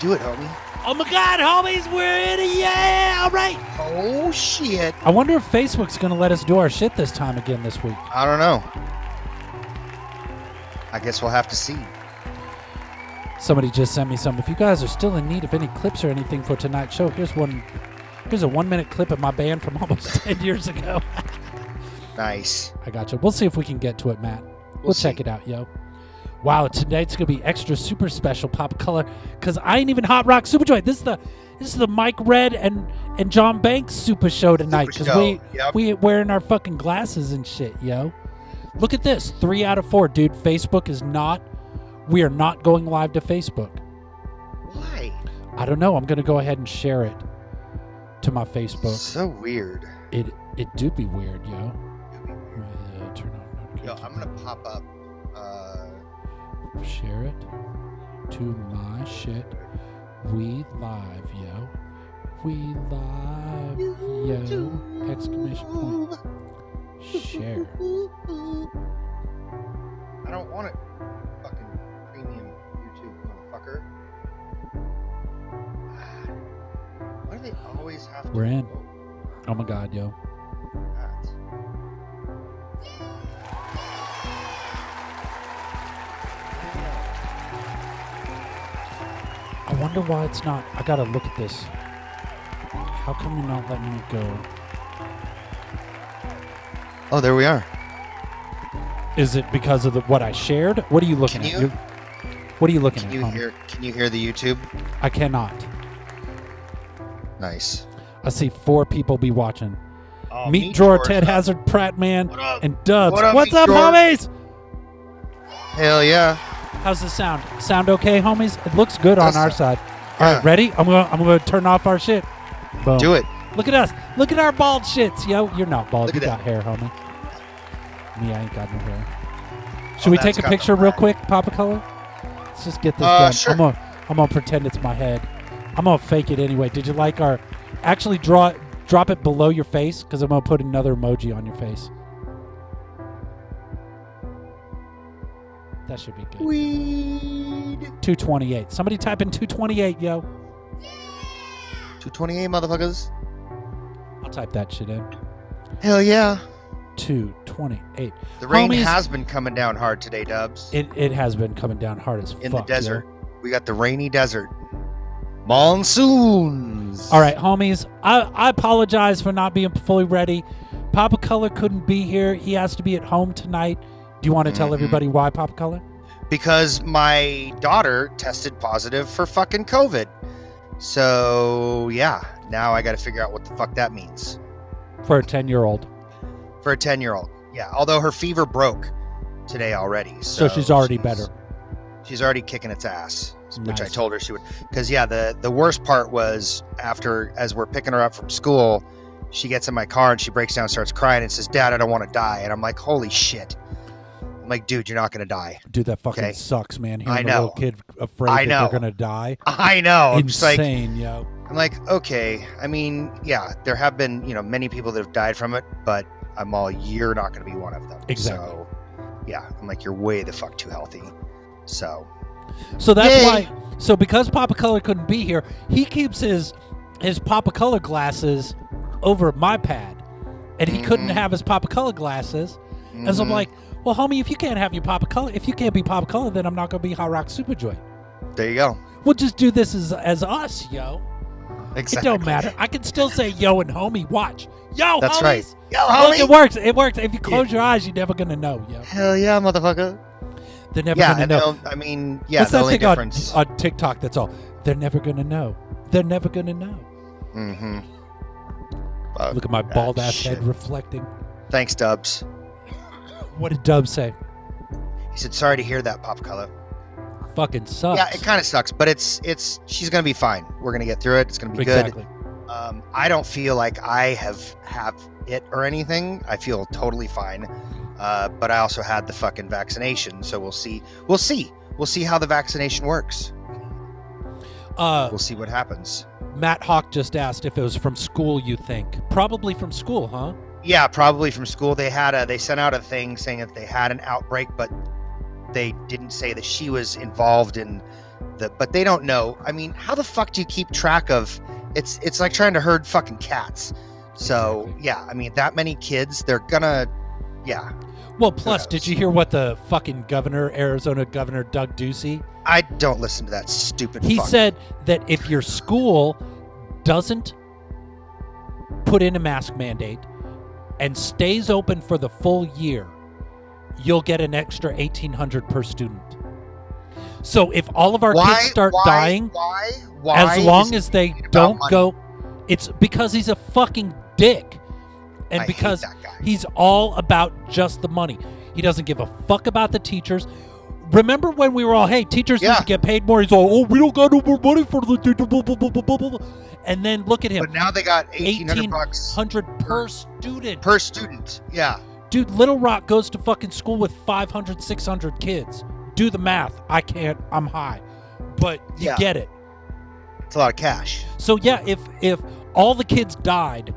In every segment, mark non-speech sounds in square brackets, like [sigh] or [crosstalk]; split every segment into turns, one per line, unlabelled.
Do it, homie.
Oh my God, homies, we're in it. Yeah, all right.
Oh shit.
I wonder if Facebook's going to let us do our shit this time again this week.
I don't know. I guess we'll have to see.
Somebody just sent me some. If you guys are still in need of any clips or anything for tonight's show, here's one. Here's a one-minute clip of my band from [laughs] almost ten years ago.
Nice.
I got you. We'll see if we can get to it, Matt. We'll, check
see.
it out, yo. Wow, tonight's gonna be extra super special pop color because I ain't even hot rock super joy. This is the this is the Mike Red and and John Banks super show tonight
Super
because we
show, yep.
we wearing our fucking glasses and shit, yo. Look at this, three out of four, dude. Facebook is not. We are not going live to Facebook.
Why?
I don't know. I'm gonna go ahead and share it to my Facebook.
So weird.
It it do be weird, yo. Uh, turn on
Yo,
notifications.
I'm gonna pop up. Uh,
share it to my shit. We live, yo. We live, yo. Exclamation point. Share.
I don't want it. Fucking premium YouTube, motherfucker. Ah, Why do they always have to?
We're in.
Oh,
Oh my god, yo.
that.
I wonder why it's not. I gotta look at this. How come you're not letting me go?
Oh, there we are.
Is it because of the, what I shared? What are you looking
Can
at?
you-
You're- what are you looking
Can
at?
you
homie?
hear? Can you hear the YouTube?
I cannot.
Nice.
I see four people be watching.
Oh,
Meat Drawer, Ted Hazard, Pratt Man,
What up?
and Dubs.
What up,
What's
Meat
up,
Drawer?
homies?
Hell yeah.
How's the sound? Sound okay, homies? It looks good on
Does
our side. All
Yeah.
right, ready? I'm gonna I'm gonna turn off our shit. Boom.
Do it.
Look at us. Look at our bald shits, yo. You're not bald.
Look
you
at
got
that.
hair, homie. Me, I ain't got no hair. Should
Oh,
we
that's
take a
got the
picture real
flag.
quick, Papa Color? Let's just get this
Uh,
done.
sure.
I'm gonna I'm gonna pretend it's my head. I'm gonna fake it anyway. Did you like our? Actually, draw drop it below your face because I'm gonna put another emoji on your face. That should be good.
Weed.
228. Somebody type in 228, yo.
228 motherfuckers.
I'll type that shit in.
Hell yeah.
228.
The rain
Homies-
has been coming down hard today, Dubs.
It, it has been coming down hard as
in the
fuck. yo.
desert. We got the rainy desert. Monsoons.
All right, homies. I, I apologize for not being fully ready. Papa Color couldn't be here. He has to be at home tonight. Do you want to tell
Mhm.
everybody why, Papa Color?
Because my daughter tested positive for fucking COVID. So, yeah, now I got to figure out what the fuck that means
For a 10 year old.
for a 10 year old. Yeah, although her fever broke today already. So,
So, she's already better.
She's already kicking its ass, which I
Nice.
told her she would. Because, yeah, the, the worst part was after, as we're picking her up from school, she gets in my car and she breaks down, and starts crying, and says, Dad, I don't want to die. And I'm like, Holy shit. I'm like, Dude, you're not going to die. [laughs]
Dude, that fucking
Okay.
sucks, man.
I
Hearing a
know.
little kid afraid
I
that
know.
they're going to die.
I know. I'm just like,
Insane, yo.
I'm like, okay. I mean, yeah, there have been, you know, many people that have died from it, but I'm all you're not going to be one of them.
Exactly.
So, yeah, I'm like, you're way the fuck too healthy. So,
So that's
Yay.
why. So because Papa Color couldn't be here, he keeps his his Papa Color glasses over at my pad, and he couldn't
Mhm.
have his Papa Color glasses. And so I'm
mhm,
like, well, homie, if you can't have your Papa Color, if you can't be Papa Color, then I'm not gonna be Hot Rock Super Joy.
there you go.
We'll just do this as as us, yo.
Exactly.
It don't matter. I can still say yo and homie. Watch, yo,
That's
homies.
right. Yo,
Look, it
homie.
works. It works. If you close your eyes, you're never gonna know, yo.
Hell yeah, motherfucker.
They're never
yeah,
gonna
and
know.
they'll- I mean, yeah,
What's
the
that
only
thing
difference.
on, on TikTok? That's all. They're never gonna know. They're never gonna know.
hmm
Look at my
that
bald ass
shit.
head reflecting.
Thanks, Dubs.
What did Dub say?
He said, sorry to hear that, Pop Color.
Fucking sucks.
Yeah, it kind of sucks, but it's, it's, she's going to be fine. We're going to get through it. It's going to be good.
exactly.
um, I don't feel like I have have it or anything. I feel totally fine, uh, but I also had the fucking vaccination, so we'll see. We'll see. We'll see how the vaccination works.
Uh,
We'll see what happens.
Matt Hawk just asked if it was from school. You think probably from school, huh?
Yeah, probably from school. They had a they sent out a thing saying that they had an outbreak, but they didn't say that she was involved in the but they don't know. I mean, how the fuck do you keep track of? It's it's like trying to herd fucking cats. So
Exactly.
yeah, I mean that many kids, they're gonna, yeah.
Well, plus,
knows?
did you hear what the fucking governor, Arizona governor Doug Ducey,
I don't listen to that stupid.
he
fuck.
said that if your school doesn't put in a mask mandate and stays open for the full year, you'll get an extra 1800 per student. So if all of our kids start
why,
dying,
Why? Why?
as
is
long
it
as they
about
don't
money?
go it's because he's a fucking dick and
I hate
because
that guy.
he's all about just the money he doesn't give a fuck about the teachers remember when we were all hey teachers need
Yeah.
to get paid more he's all oh we don't got no more money for the teacher blah, blah, blah, blah, blah, blah. and then look at him
But now they got eighteen hundred bucks
1800 per student
per student. Yeah.
dude little rock goes to fucking school with 500 600 kids do the math i can't i'm high but you
Yeah.
get it
It's a lot of cash.
So yeah, if if all the kids died,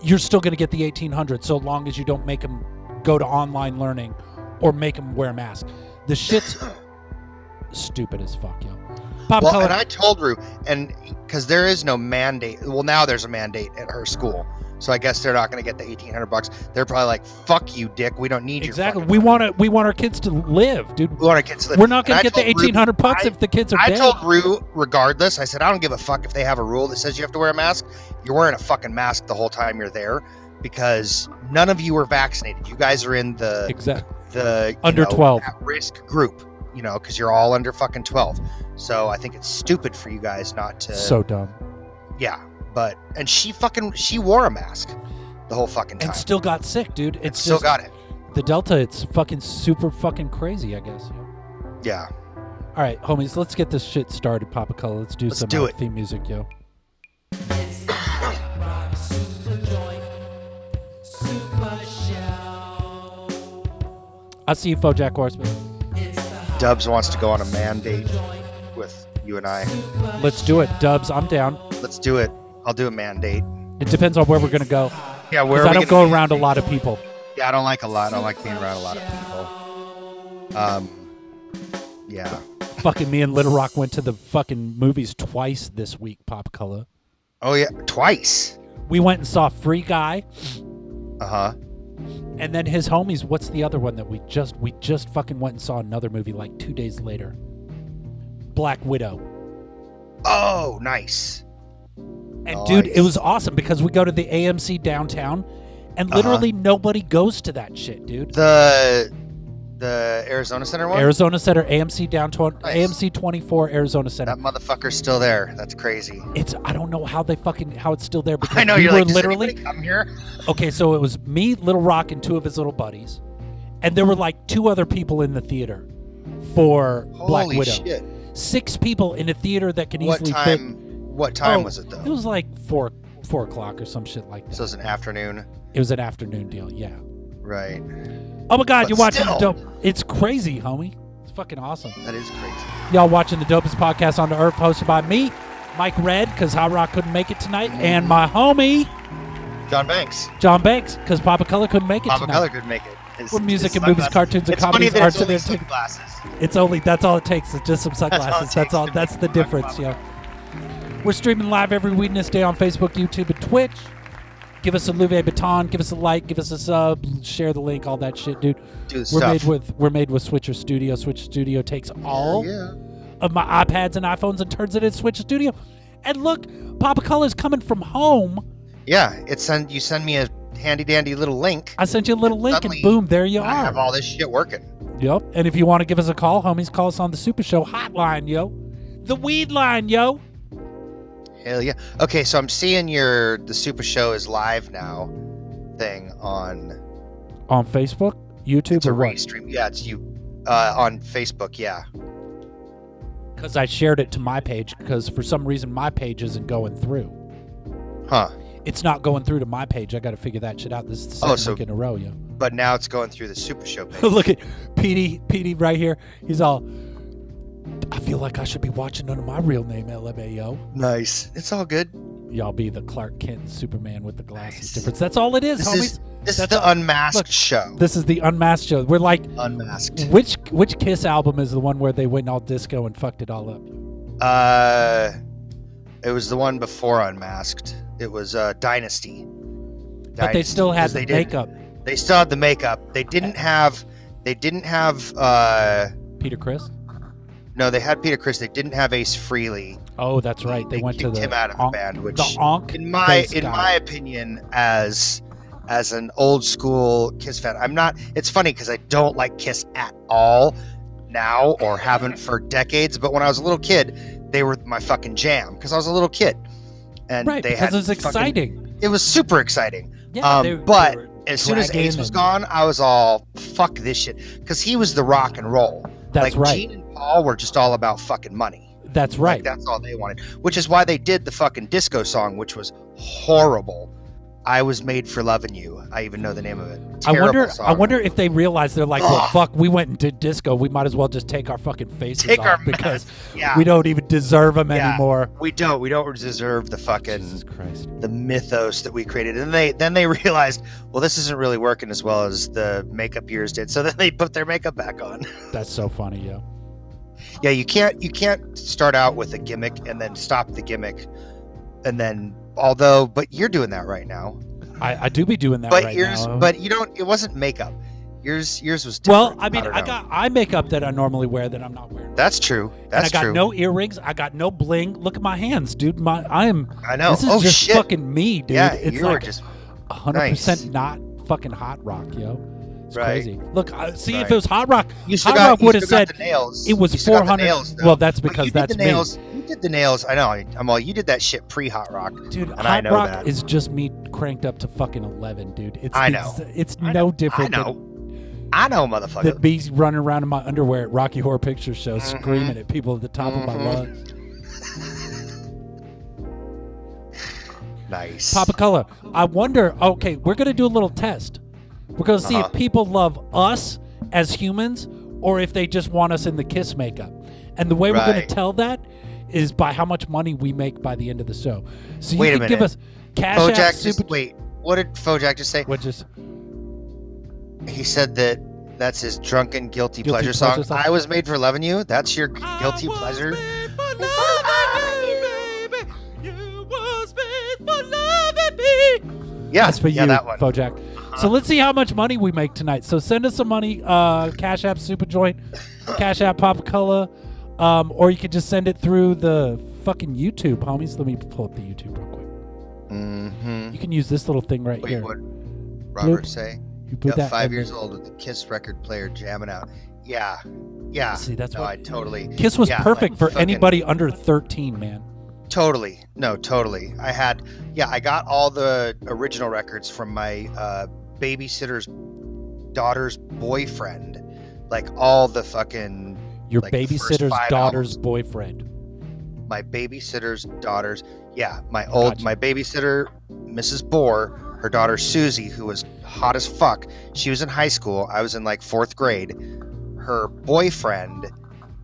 you're still going to get the 1800 so long as you don't make them go to online learning or make them wear masks. The shit's stupid as fuck, yo. Pop
well,
color.
and I told Rue, and because there is no mandate. Well, now there's a mandate at her school, so I guess they're not going to get the eighteen hundred bucks. They're probably like, "Fuck you, dick. We don't need you."
exactly. We want to we want our kids to live, dude.
We want to get to the.
We're not
and
going
I
to get the
told Rue-
1800 bucks
I-
if the kids are
I
dead.
told Rue, regardless, I said, I don't give a fuck if they have a rule that says you have to wear a mask. You're wearing a fucking mask the whole time you're there because none of you were vaccinated. You guys are in the
exactly.
the you
Under
know,
12.
at-risk group, you know, because you're all under fucking twelve. So I think it's stupid for you guys not to.
So dumb.
yeah, but and she fucking she wore a mask the whole fucking time.
And still got sick, dude. It's
Still
just-
got it.
the Delta. It's fucking super fucking crazy, I guess. yo.
Yeah.
All right, homies, let's get this shit started, Papa Color. Let's do
Let's
some
do
uh,
it.
theme music, yo. I see you, Fo Jack Horseman.
Dubs wants to go on a mandate with you and I.
Let's do it, Dubs. I'm down.
Let's do it. I'll do a mandate.
It depends on where we're gonna go.
Yeah, where
Because
are
I
we
don't
gonna
go around a lot of people.
Yeah, I don't like a lot. I don't like being around a lot of people. Um, yeah.
fucking me and Little Rock went to the fucking movies twice this week, Pop Color.
Oh yeah, twice.
We went and saw Free Guy,
Uh huh.
and then his homies. What's the other one that we just we just fucking went and saw another movie like two days later? Black Widow.
Oh, nice.
And
Nice.
dude, it was awesome because we go to the AMC downtown and
Uh-huh.
literally nobody goes to that shit, dude.
The the Arizona Center one.
Arizona Center, AMC downtown,
Nice.
AMC 24, Arizona Center.
that motherfucker's still there. That's
[laughs]
crazy.
it's I don't know how they fucking how it's still there because
I know
we
you're
were
like, "Does
literally
anybody come here.
okay. So it was me, Little Rock, and two of his little buddies, and there were like two other people in the theater for Black
Holy
Widow.
shit!
Six people in a theater that can
What
easily
time? What time
Oh,
was it though?
fit. It was like four four o'clock or some shit like that.
so it was an afternoon,
it was an afternoon deal, yeah.
right?
Oh my God,
But
you're watching the
still.
dope. It's crazy, homie. It's fucking awesome.
That is crazy.
Y'all watching the dopest podcast on the earth, hosted by me, Mike Red, because Hot Rock couldn't make it tonight,
Mm.
and my homie
John Banks,
John Banks, because Papa Color couldn't make it
Papa
tonight.
Color could make it. His-
Well, music
his
and movies,
sunglasses-
cartoons and
it's funny
comedies,
that
arts
it's
and
only
entertainment.
sunglasses.
It's only that's all it takes. It's just some
all it
sunglasses.
takes
That's all.
to
That's,
make
the
it fun,
difference,
Papa.
yo. We're streaming live every Wednesday on Facebook, YouTube, and Twitch. Give us a Louvet baton. Give us a like. Give us a sub. Share the link. All that shit, dude.
Do the
We're
stuff. Oh,
made with we're made with Switcher Studio. Switcher Studio takes all
Yeah.
of my iPads and iPhones and turns it into Switch Studio. And look, Papa Color's coming from home.
Yeah, it send you send me a handy dandy little link.
I sent you a little link,
Suddenly,
and boom, there you
and I have
are.
all this shit working.
Yep. And if you want to give us a call, homies, call us on the Super Show hotline, yo. The weed line, yo.
Hell yeah. Okay, so I'm seeing your the Super Show is live now thing on
On Facebook, YouTube,
it's a
or what?
restream. Yeah, it's you uh, on Facebook. Yeah.
Because I shared it to my page because for some reason my page isn't going through.
Huh.
It's not going through to my page. I got to figure that shit out. This is the second
Oh, so-
week in a row, yo. [laughs]
But now it's going through the Super Show page.
Look at PD PD right here. He's all. I feel like I should be watching under my real name, LMAO.
nice. It's all good.
y'all be the Clark Kent and Superman with the glasses
Nice.
difference. That's all it is,
This
homies.
is this is
That's
the unmasked
look.
show.
this is the unmasked show. We're like,
unmasked.
which which Kiss album is the one where they went all disco and fucked it all up?
Uh, it was the one before unmasked. It was uh, Dynasty.
But they
Dynasty,
still had
'cause
the
they did-
makeup.
They still had the makeup. They didn't have. They didn't have. Uh,
Peter Chris.
no, they had Peter Chris. They didn't have Ace Freely.
Oh, that's right. They,
They
went to
kicked
the
him out of the
onk-
band, which-
the onk
in my
face
in
guy.
my opinion as as an old school kiss fan i'm not it's funny because i don't like kiss at all now or haven't for decades but when i was a little kid they were my fucking jam because i was a little kid and
right
they
because
had
it's
fucking-
exciting.
it was super exciting
Yeah,
um,
they-
but
they were
as soon as
dragging
ace was
and-
gone i was all fuck this shit because he was the rock and roll
That's
like
right.
gene and paul were just all about fucking money
that's
like,
right.
that's all they wanted, which is why they did the fucking disco song, which was horrible. I was made for loving you. I even know the name of it.
I
Terrible
wonder.
Song.
I wonder if they realize they're like, well,
Ugh.
fuck, we went and did disco. We might as well just take our fucking faces
Take
off
our
[laughs] because
Yeah,
we
we,
don't even deserve them
Yeah.
anymore.
don't. We don't deserve the fucking
Jesus Christ.
the mythos that we created. And they then they [laughs] realized, well, this isn't really working as well as the makeup years did. So then they put their makeup back on.
That's so funny, yo.
yeah, you can't you can't start out with a gimmick and then stop the gimmick, and then although, but you're doing that right now.
I, I do be doing that
But
right
yours,
now.
but you don't. It wasn't makeup. Yours, yours was.
well,
different.
I mean,
don't
I,
know.
got eye makeup that I normally wear that I'm not wearing.
That's true.
and I
That's
got
true.
no earrings. I got no bling. Look at my hands, dude. My I am.
I know.
This is
oh
just
shit.
fucking me, dude.
yeah,
it's
you
like
were just
100 percent not fucking hot rock, yo. It's
Right.
crazy. Look, I, see if
Right.
it was hot rock.
you still
Hot
got,
Rock
you
would've
still got
said
the nails.
It was
You still got the
400.
nails, though.
well, that's
But
because
you did
that's
the nails. You did the nails. I know. I- I'm all. You did that shit pre-hot rock.
me, dude.
and I
hot
know
rock
that.
is just me cranked up to fucking 11, dude. It's
I
the
know.
ex- It's
I
no
know.
different
I
than
know. I know,
that
motherfucker.
be running around in my underwear at Rocky Horror Picture Show,
Mhm.
screaming at people at the top of my
Mhm.
lungs.
nice.
Papa Color, I wonder. Okay, we're gonna do a little test. We're gonna see
Uh-huh.
if people love us as humans or if they just want us in the kiss makeup. And the way we're gonna
Right.
tell that is by how much money we make by the end of the show. So you
Wait a
can give
minute.
us cash
Bojack
app,
just-
super.
wait. What did Fojack just say?
What just
He said that that's his drunken guilty,
Guilty
pleasure,
pleasure
song.
song.
I was made for loving you. That's your guilty pleasure.
[laughs]
Yeah,
That's for
yeah,
you,
that one. Uh-huh.
Bojack. So let's see how much money we make tonight. So send us some money, uh, Cash App Superjoint, Cash App Popcola, um, or you could just send it through the fucking YouTube, homies. Let me pull up the YouTube real quick.
mm-hmm.
You can use this little thing right
Wait,
here.
what? Robert say?
You put
Yeah,
that
five
in
years
there.
old with the Kiss record player jamming out. Yeah, yeah.
See, that's
Ah, No,
what
I totally,
Kiss was
yeah,
perfect
like
for
fucking-
anybody under 13, man.
totally, no, totally. I had, yeah, I got all the original records from my uh, babysitter's daughter's boyfriend, like all the fucking
Your
Like the first
babysitter's
five
daughter's
albums.
boyfriend.
my babysitter's daughter's. Yeah, my old
Gotcha.
my babysitter, Mrs. Bohr, her daughter Susie, who was hot as fuck. She was in high school. I was in like fourth grade. Her boyfriend,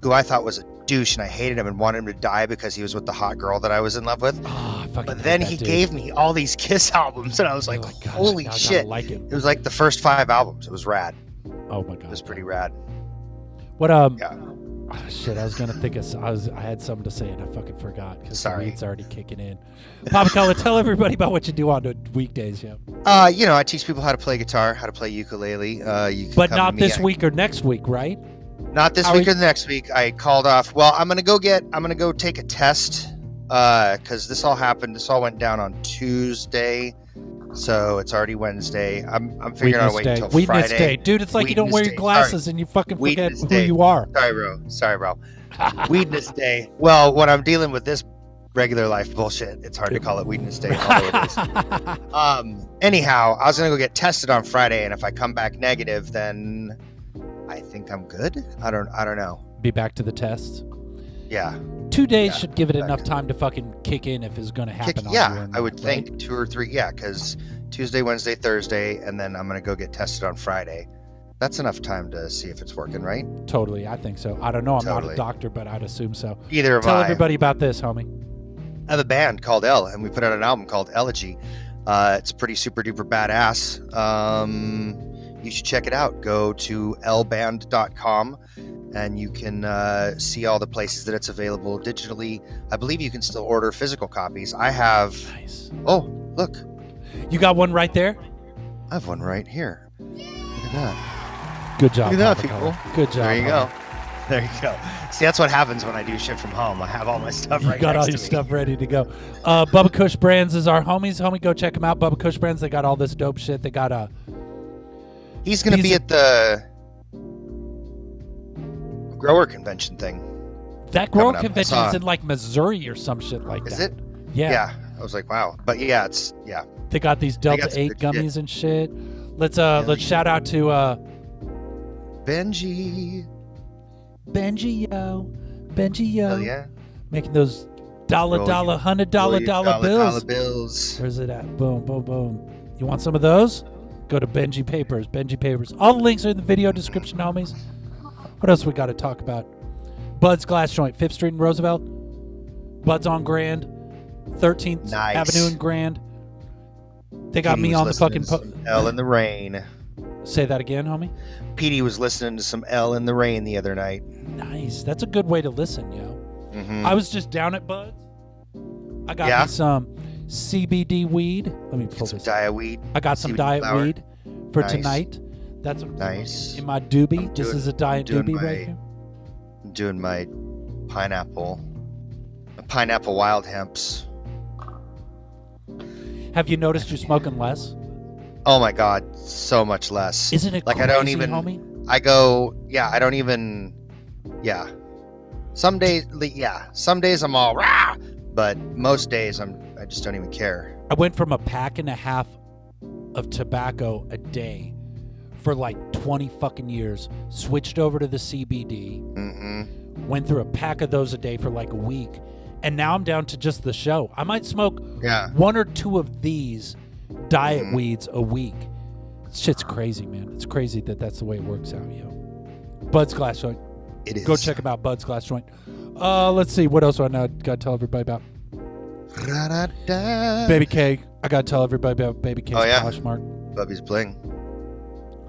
who I thought was a douche and I hated him and wanted him to die because he was with the hot girl that I was in love with.
Ah, I fucking
But
hate
then
that
he
dude.
gave me all these [laughs] Kiss albums, and I was
You're
like,
"God,
holy
now I gotta
shit.
Like him.
It was like the first five albums. It was rad.
Oh my god.
It was pretty rad.
What um
Yeah.
ah, shit, I was gonna think of s- I was I had something to say and I fucking forgot because the
Sorry.
weed's already kicking in. Papa Color, tell everybody about what you do on the weekdays, yeah.
Uh, you know, I teach people how to play guitar, how to play ukulele. Uh, you can
But
come
not
to me.
this week or next week, right?
Not this
Are
week
we-
or the next week. I called off. Well, I'm gonna go get. I'm gonna go take a test because this all happened. This all went down on Tuesday, so it's already Wednesday. I'm I'm figuring out a way
Weedness
until
Day. Weedness
Friday.
Day. Dude, it's like you don't
Weedness
wear your
Day.
glasses and you fucking forget
Weedness
who
Day.
you are.
Sorry, bro. Sorry,
[laughs]
bro. Weedness Day. Well, when I'm dealing with this regular life bullshit, it's hard to call it Weedness Day. Although
[laughs]
it is. Um, anyhow, I was gonna go get tested on Friday, and if I come back negative, then I think I'm good. I don't. I don't know.
[laughs] Be back to the test.
Yeah.
Two days
Yeah,
should give it
back.
enough time to fucking kick in if it's gonna
Kick-
happen on you
yeah,
or
I would
not, right?
think two or three. Yeah, because Tuesday, Wednesday, Thursday, and then I'm gonna go get tested on Friday. That's enough time to see if it's working, right?
Totally, I think so. I don't know. I'm not a
Totally.
doctor, but I'd assume so.
Either of
Tell
I.
everybody about this, homie.
I have a band called L, and we put out an album called Elegy. Uh, it's pretty super duper badass. Um, you should check it out. Go to lband.com and you can uh, see all the places that it's available digitally. I believe you can still order physical copies. I have,
Nice.
oh, look,
You got one right there.
I have one right here. Look at that.
Good job.
Look at that,
Papa
people.
Color. Good job.
There you
Papa.
go. Um, There you go. See, that's what happens when I do shit from home. I have all my stuff
You
right
got
next
all
to
your
me.
stuff ready to go. Uh, Bubba Kush Brands is our homies. Homie, go check them out. Bubba Kush Brands, they got all this dope shit. They got uh,
He's going to
These
be
are-
at the grower convention thing.
that grow
Coming up. I
convention
saw
is
it.
in like Missouri or some shit like
Is
that.
it?
Yeah.
I was like, wow. But yeah, it's yeah.
They got these Delta
got some
8
good shit.
gummies and shit. Let's uh
Yeah,
let's
they-
shout out to uh
Benji.
Benji yo. Benji yo.
Hell yeah.
Making those dollar
Roll
dollar hundred dollar
Billion
dollar bills.
Dollar bills.
Where's it at? Boom, boom, boom. You want some of those? Go to Benji Papers, Benji Papers. All the links are in the video description, homies. What else we got to talk about? Bud's Glass Joint, 5th Street and Roosevelt. Bud's on Grand, 13th
Nice.
Avenue and Grand. They got
Petey
me
was
on the
listening
fucking.
to
Po-
some L in the rain.
Say that again, homie.
Petey was listening to some L in the rain the other night.
Nice. That's a good way to listen, yo.
Mhm.
I was just down at Bud's. I got
Yeah.
me some CBD weed. Let me pull
Get some
this.
diet weed.
I got some
CBD
diet
flower.
weed for
Nice.
tonight. That's what
Nice.
in my doobie.
I'm
this
doing-
is a diet
doing
doobie
my-
right here.
I'm doing my pineapple. Pineapple wild hemps.
Have you noticed you're smoking less?
Oh my god, so much less.
Isn't it
Like, I
crazy,
don't even-
homie?
I go, yeah, I don't even, yeah. Some days, li- yeah, some days I'm all rah, but most days I'm, I just don't even care.
I went from a pack and a half of tobacco a day for like 20 fucking years. Switched over to the CBD.
Mm-hmm.
Went through a pack of those a day for like a week, and now I'm down to just the show. I might smoke
Yeah,
one or two of these diet
Mhm.
weeds a week. Shit's crazy, man. It's crazy that that's the way it works out, yo. Bud's Glass Joint.
it is.
Go check him out, Bud's Glass Joint. Uh, let's see. What else do I know? I got to tell everybody about?
Ra-da-da.
Baby K. I got to tell everybody about Baby K's
Oh, yeah.
Poshmark.
Bubby's bling.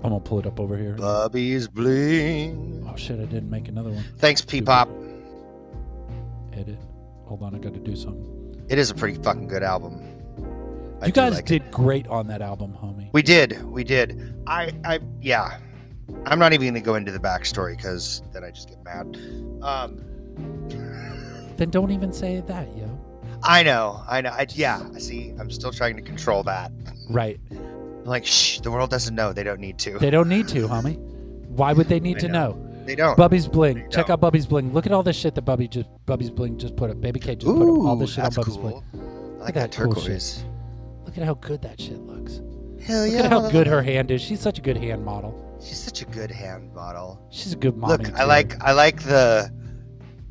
I'm going to pull it up over here.
Bubby's bling.
Oh, shit. I didn't make another one.
Thanks, P Pop.
Edit. Hold on. I got to do something.
It is a pretty fucking good album. I
you
do
guys
like it.
did great on that album, homie.
We did. We did. I, I, yeah. I'm not even going to go into the backstory because then I just get mad. Um,
Then don't even say that, yo.
I know. I know. I, yeah. I see. I'm still trying to control that. [laughs]
Right.
I'm like, shh, the world doesn't know. They don't need to.
They don't need to, homie. Why would they need
I
to
know.
know?
They don't.
Bubby's Bling.
No.
Check out Bubby's Bling. Look at all this shit that Bubby just Bubby's Bling just put up. Baby K just put up all this shit on
that's
Bubby's Bling.
cool. I like that
at that cool shit.
turquoise.
Look at how good that shit looks.
Hell
Look
yeah.
at how good her hand is. She's such a good hand model.
She's such a good hand model.
She's a good mommy.
Look, I
too.
like I like the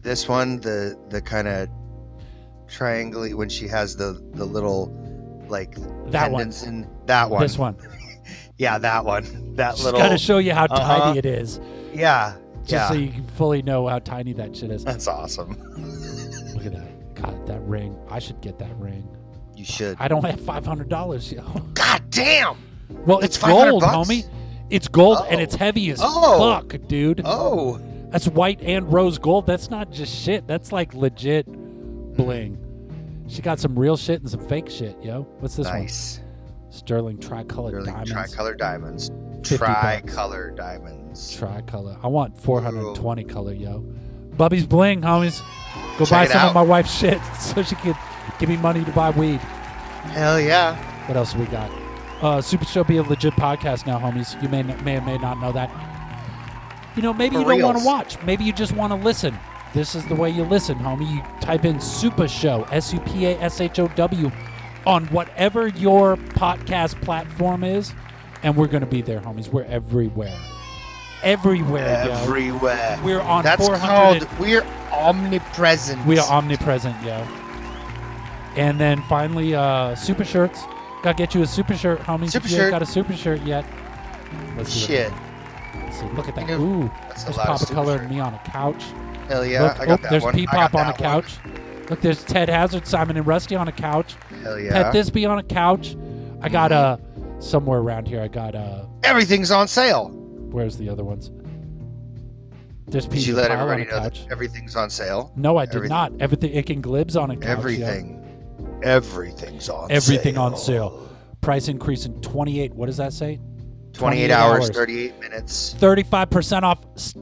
this one the the kind of triangly when she has the the little like
that one.
tendons in that one.
This one.
Yeah, that one. [laughs] That
She's
little.
got to show you how
Uh-huh.
tiny it is,
yeah.
just
yeah.
so you can fully know how tiny that shit is.
That's awesome.
Look at that. God, that ring. I should get that ring.
You should.
I don't have five hundred dollars, yo.
God damn.
Well,
It's
it's,
500
gold,
bucks?
homie. It's gold and
Oh.
it's heavy as
Oh.
fuck, dude.
Oh.
That's white and rose gold. That's not just shit. That's like legit bling. She got some real shit and some fake shit, yo. What's this
nice.
one? Sterling tricolor
Really
diamonds.
tricolor diamonds.
50 bucks.
Tricolor diamonds.
Tricolor. I want 420 color, yo. Bubby's bling, homies. Go
Check
buy
it
some
out.
of my wife's shit [laughs] so she can give me money to buy weed.
Hell yeah.
What else we got? Uh, Super Show be a legit podcast now, homies. You may may or may not know that. You know, maybe
For
you don't want to
reals.
watch. Maybe you just want to listen. This is the way you listen, homie. You type in Super Show, S U P A S H O W, on whatever your podcast platform is, and we're going to be there, homies. We're everywhere. Everywhere, yo.
Everywhere.
We're on
That's
400
called. We're omnipresent.
we are omnipresent, yo. And then finally, uh, super shirts. Gotta get you a super shirt, homie.
Super
if you ain't
shirt.
got a super shirt yet. Let's see what-
Shit.
let's see. Look at that.
You know,
Ooh,
That's a
there's
lot of
Papa
super
Color
shirt.
and me on a couch.
Hell yeah.
Look,
I got
oh,
that
there's
one. I
P-Pop
got
on a
that one.
couch. Look, there's Ted Hazard, Simon and Rusty on a couch.
Hell
Pet
yeah.
this be on a couch. I got uh somewhere around here. I got uh
Everything's on sale.
where's the other ones? There's
Did
Pizza
you let
Pile on
everybody
a
know
couch.
that everything's on sale?
No, I did
Everything.
not. Everything Ick and Glibs on a couch. yeah.
Everything. Everything's on
Everything
sale.
on sale. Price increase in 28. What does that say?
28 hours, 38 minutes.
35% off s-